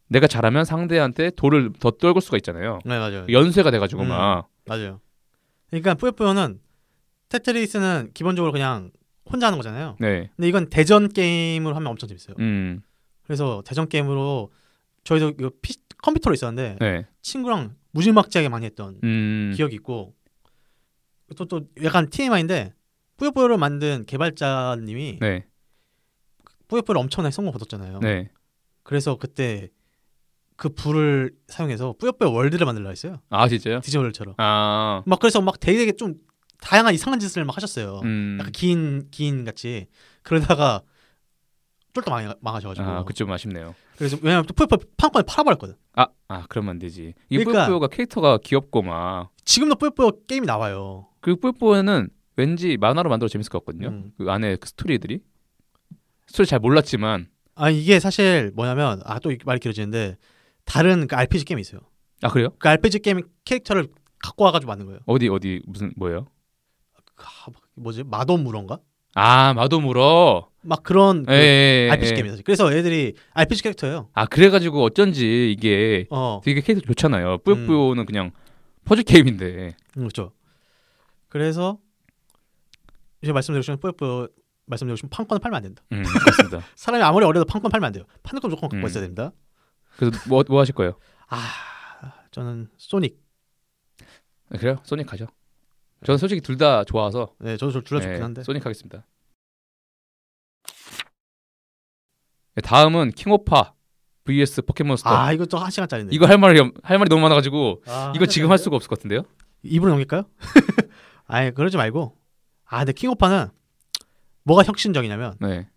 S1: 내가 잘하면 상대한테 돌을 더 떨굴 수가 있잖아요
S2: 네 맞아요.
S1: 연쇄가 돼가지고
S2: 음.
S1: 막
S2: 맞아요. 그러니까 뿌요뿌요는 테트리스는 기본적으로 그냥 혼자 하는 거잖아요.
S1: 네.
S2: 근데 이건 대전 게임으로 하면 엄청 재밌어요.
S1: 음.
S2: 그래서 대전 게임으로 저희도 이거 피- 컴퓨터로 있었는데
S1: 네.
S2: 친구랑 무지막지하게 많이 했던
S1: 음.
S2: 기억이 있고 또 또 약간 TMI인데 뿌요뿌요를 만든 개발자님이
S1: 네.
S2: 뿌요뿌요를 엄청나게 성공 거뒀잖아요.
S1: 네.
S2: 그래서 그때 그 불을 사용해서 뿌요뿌요 월드를 만들려 했어요.
S1: 아
S2: 네.
S1: 진짜요?
S2: 디지월드처럼.
S1: 아.
S2: 막 그래서 막 되게 되게 좀 다양한 이상한 짓을 막 하셨어요.
S1: 음.
S2: 약간 긴, 긴 같이. 그러다가 쫄딱 망- 망하셔가지고.
S1: 아, 그 좀 아쉽네요.
S2: 그래서 왜냐면 또 뿌요뿌요 판권에 팔아버렸거든.
S1: 아, 아, 그러면 안 되지. 이
S2: 그러니까-
S1: 뿌요뿌요가 캐릭터가 귀엽고 막
S2: 지금도 뿌요뿌요 게임이 나와요.
S1: 그 뿔뿔이는 왠지 만화로 만들어 재밌을 것 같거든요.
S2: 음.
S1: 그 안에 그 스토리들이 스토리 잘 몰랐지만
S2: 아 이게 사실 뭐냐면 아 또 말이 길어지는데 다른 그 RPG 게임이 있어요.
S1: 아 그래요?
S2: 그 RPG 게임 캐릭터를 갖고 와가지고 만든 거예요.
S1: 어디 어디 무슨 뭐예요?
S2: 그, 아, 막 뭐지 마도무런가?
S1: 아 마도무러.
S2: 막 그런 그
S1: 예, 예, 예,
S2: RPG
S1: 예.
S2: 게임이에요. 그래서 애들이 RPG 캐릭터예요.
S1: 아 그래가지고 어쩐지 이게
S2: 어,
S1: 되게 캐릭터 좋잖아요. 뿌요뿌요는 그냥 퍼즐 게임인데.
S2: 음, 그렇죠. 그래서 이제 말씀드리고 싶은 뿌요뿌요 말씀드리고 싶은 판권은 팔면 안 된다.
S1: 음, 그렇습니다.
S2: 사람이 아무리 어려도 판권 팔면 안 돼요. 판권 조건 갖고
S1: 음.
S2: 있어야 됩니다.
S1: 그래서 뭐, 뭐 하실 거예요?
S2: 아 저는 소닉.
S1: 아, 그래요? 소닉 가죠. 저는 솔직히 둘 다 좋아서
S2: 네, 저도 둘- 둘러 좋긴
S1: 네,
S2: 한데.
S1: 소닉 하겠습니다. 네, 다음은 킹오파 vs 포켓몬스터.
S2: 아 이거 또 한 시간짜리네.
S1: 이거 할 말이 없- 할 말이 너무 많아가지고
S2: 아,
S1: 이거
S2: 한
S1: 지금 할
S2: 시간짜리인데요?
S1: 수가 없을 것 같은데요?
S2: 입으로 넘길까요? 아니 그러지 말고 아 근데 킹오파는 뭐가 혁신적이냐면
S1: 네,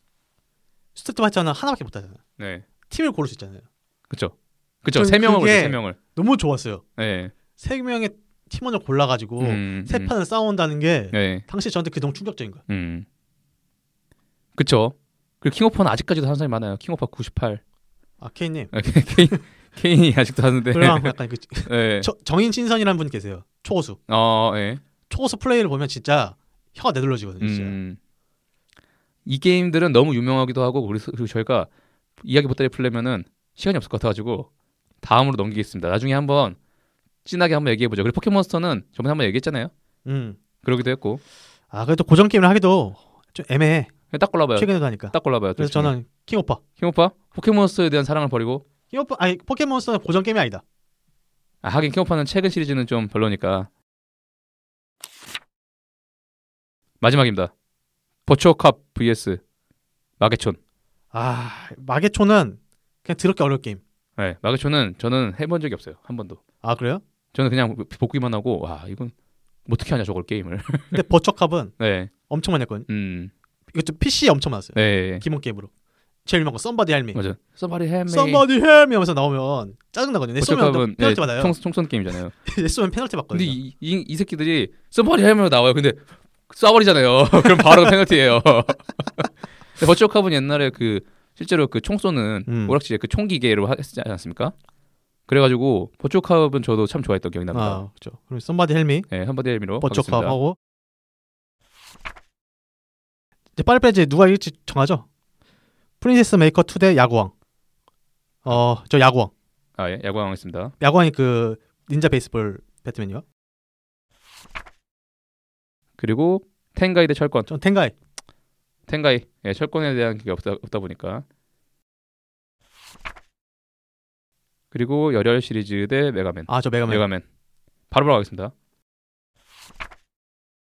S2: 스트리트 파이터는 하나밖에 못하잖아요
S1: 네,
S2: 팀을 고를 수 있잖아요
S1: 그렇죠, 그렇죠.
S2: 전
S1: 세 명을
S2: 그게-
S1: 그세 명을.
S2: 너무 좋았어요
S1: 네.
S2: 세 명의 팀원을 골라가지고
S1: 음,
S2: 뭐 세
S1: 음.
S2: 판을 싸운다는 게
S1: 네,
S2: 당시 저한테 그동안 충격적인 거예요
S1: 음, 그렇죠. 그리고 킹오파는 아직까지도 하는 사람이 많아요. 킹오파 98.
S2: 아 케이님
S1: 아, 케- 케인 케인이 아직도 하는데.
S2: 그랑 약간 그
S1: 네.
S2: 저- 정인 신선이라는 분 계세요 초고수
S1: 어, 예.
S2: 초고수 플레이를 보면 진짜 혀가 내둘러지거든요 진짜
S1: 음. 이 게임들은 너무 유명하기도 하고 우리 그리고 저희가 이야기 보따리 풀려면은 시간이 없을 것 같아가지고 다음으로 넘기겠습니다. 나중에 한번 진하게 한번 얘기해 보죠. 그리고 포켓몬스터는 저번에 한번 얘기했잖아요.
S2: 음.
S1: 그러기도 했고
S2: 아 그래도 고정 게임을 하기도 좀 애매해
S1: 그냥 네. 딱 그렇죠. 골라봐요.
S2: 최근에도 하니까
S1: 딱 골라봐요.
S2: 그래서 저는 킹오파
S1: 킹오파 포켓몬스터에 대한 사랑을 버리고
S2: 킹오프 아니 포켓몬스터는 고전 게임이 아니다.
S1: 아, 하긴 킹오파는 최근 시리즈는 좀 별로니까. 마지막입니다. 버추어캅 vs 마계촌.
S2: 아 마계초는 그냥 드럽게 어려운 게임.
S1: 네, 마계촌은 저는 해본 적이 없어요. 한 번도.
S2: 아 그래요?
S1: 저는 그냥 복귀만 하고 와 이건 뭐 어떻게 하냐 저걸 게임을.
S2: 근데 버처캅은
S1: 네,
S2: 엄청 많이 했거든.
S1: 음,
S2: 이것도 PC에 엄청 많았어요.
S1: 네,
S2: 기본 게임으로. 제일 유명한 거 썸바디 헬미.
S1: 맞아. Somebody help me.
S2: 썸바디 헬미 하면서 나오면 짜증나거든요. 내 쏘면
S1: 버추어캅은
S2: 또
S1: 네,
S2: 페널티 받아요.
S1: 총, 총선 게임이잖아요.
S2: 내 쏘면 페널티
S1: 근데
S2: 받거든요.
S1: 이, 이, 이 새끼들이 Somebody help me 나와요. 근데 쏴버리잖아요. 그럼 바로 페널티예요. 근데 버추어캅은 옛날에 그 실제로 그 총 쏘는
S2: 음.
S1: 오락실에 그 총기계로 하- 했지 않습니까? 그래가지고 버추어캅은 저도 참 좋아했던 기억이 납니다.
S2: 아 그렇죠. 그럼 썸바디 헬미
S1: 네, 한바디 헬미로 가겠습니다.
S2: 버처캅하고 이제 빨리 빼지 누가 이길지 정하죠. 프린세스 메이커 2대 야구왕. 어저 야구왕.
S1: 아, 예, 야구왕 했습니다.
S2: 야구왕이 그 닌자 베이스볼 배트맨이요.
S1: 그리고 텐가이 대 철권.
S2: 전 텐가이.
S1: 텐가이. 예, 철권에 대한 그게 없다, 없다 보니까. 그리고 열혈 시리즈 대 메가맨.
S2: 아저 메가맨.
S1: 메가맨. 바로 바로 가겠습니다.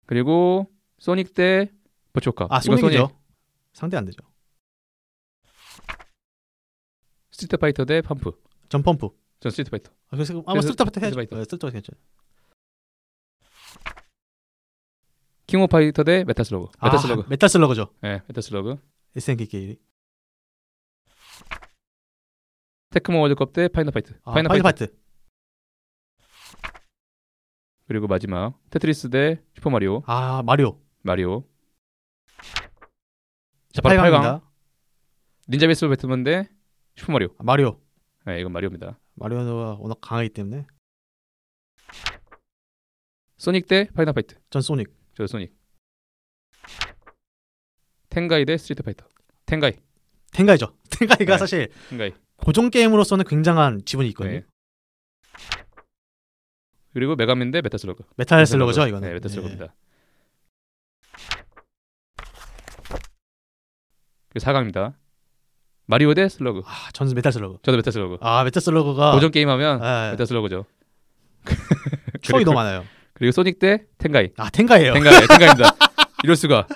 S1: 그리고 소닉 대 버추어캅.
S2: 아
S1: 이건
S2: 소닉이죠.
S1: 소닉.
S2: 상대 안 되죠.
S1: 스트리트 파이터 대 펌프.
S2: 전펌프.
S1: 전 스트리트 파이터.
S2: 아, 그래서 아마
S1: 그래서
S2: 쓸데없다 해야죠.
S1: 스트레이트.
S2: 네, 쓸데없다 해야죠.
S1: 킹 오브 파이터 대 메타슬러그. 메타슬러그.
S2: 아, 메탈슬러그죠.
S1: 예, 메타슬러그.
S2: SNK 게임.
S1: 테크모 월드컵 대 파이널 파이트.
S2: 아,
S1: 파이널
S2: 파이널
S1: 파이트.
S2: 파이트.
S1: 그리고 마지막 테트리스 대 슈퍼 마리오.
S2: 아 마리오.
S1: 마리오.
S2: 자,
S1: 바로
S2: 팔강입니다.
S1: 닌자 베이스 배트맨 대 슈퍼 마리오.
S2: 아, 마리오.
S1: 예, 이건 마리오입니다.
S2: 마리오가 워낙 강하기 때문에
S1: 소닉 대 파이널 파이트.
S2: 전 소닉.
S1: 저 소닉. 텐가이 대 스트리트 파이터. 텐가이.
S2: 텐가이죠. 텐가이가
S1: 네.
S2: 사실
S1: 텐가이.
S2: 고정 게임으로서는 굉장한 지분이 있거든요.
S1: 네. 그리고 메가맨 대 메타슬러그.
S2: 메탈슬러그죠 이거는. 예.
S1: 네, 메타슬러그입니다. 4강입니다. 그 마리오 대 슬러그.
S2: 아, 전 메탈슬러그.
S1: 저도 메타슬러그.
S2: 아, 메탈슬러그가
S1: 고전 게임 하면
S2: 예,
S1: 메타슬러그죠.
S2: 추억이
S1: 그리고-
S2: 너무 많아요.
S1: 그리고 소닉 대 텐가이.
S2: 아, 텐가이예요.
S1: 텐가이, 텐가입니다. 이럴 수가.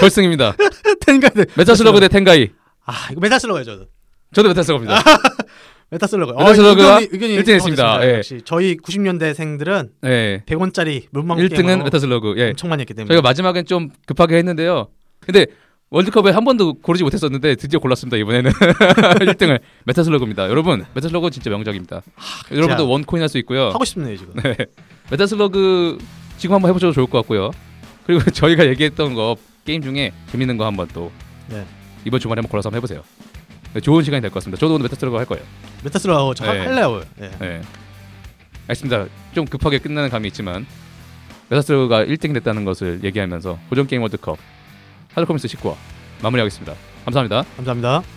S1: 결승입니다.
S2: 텐가이.
S1: 메타슬러그 대 텐가이.
S2: 아, 이거 메탈슬러그예요, 저는.
S1: 저도 메타슬러그입니다.
S2: 아. 메탈슬러그. 어,
S1: 메탈슬러그가
S2: 의견이, 의견이
S1: 일등 했습니다.
S2: 정확했습니다.
S1: 예.
S2: 역시 저희 90년대생들은
S1: 예.
S2: 100원짜리 문망
S1: 1등은
S2: 게임으로
S1: 메타슬러그. 예.
S2: 엄청 많이 했기 때문에
S1: 저희가 마지막엔 좀 급하게 했는데요. 근데 월드컵에 한 번도 고르지 못했었는데 드디어 골랐습니다 이번에는 1등을 메타슬러그입니다. 여러분 메타슬러그 진짜 명작입니다. 여러분도 원코인 할 수 있고요.
S2: 하고 싶네요 지금.
S1: 네. 메타슬러그 지금 한번 해보셔도 좋을 것 같고요. 그리고 저희가 얘기했던 거 게임 중에 재밌는 거 한번 또
S2: 네.
S1: 이번 주말에 한번 골라서 한번 해보세요. 네, 좋은 시간이 될 것 같습니다. 저도 오늘 메타슬러그 할 거예요.
S2: 메타슬러그 저
S1: 네.
S2: 할래요. 예.
S1: 네. 알겠습니다. 좀 급하게 끝나는 감이 있지만 메타스가 1등이 됐다는 것을 얘기하면서 고전 게임 월드컵 하드코미스 19화 마무리하겠습니다. 감사합니다.
S2: 감사합니다.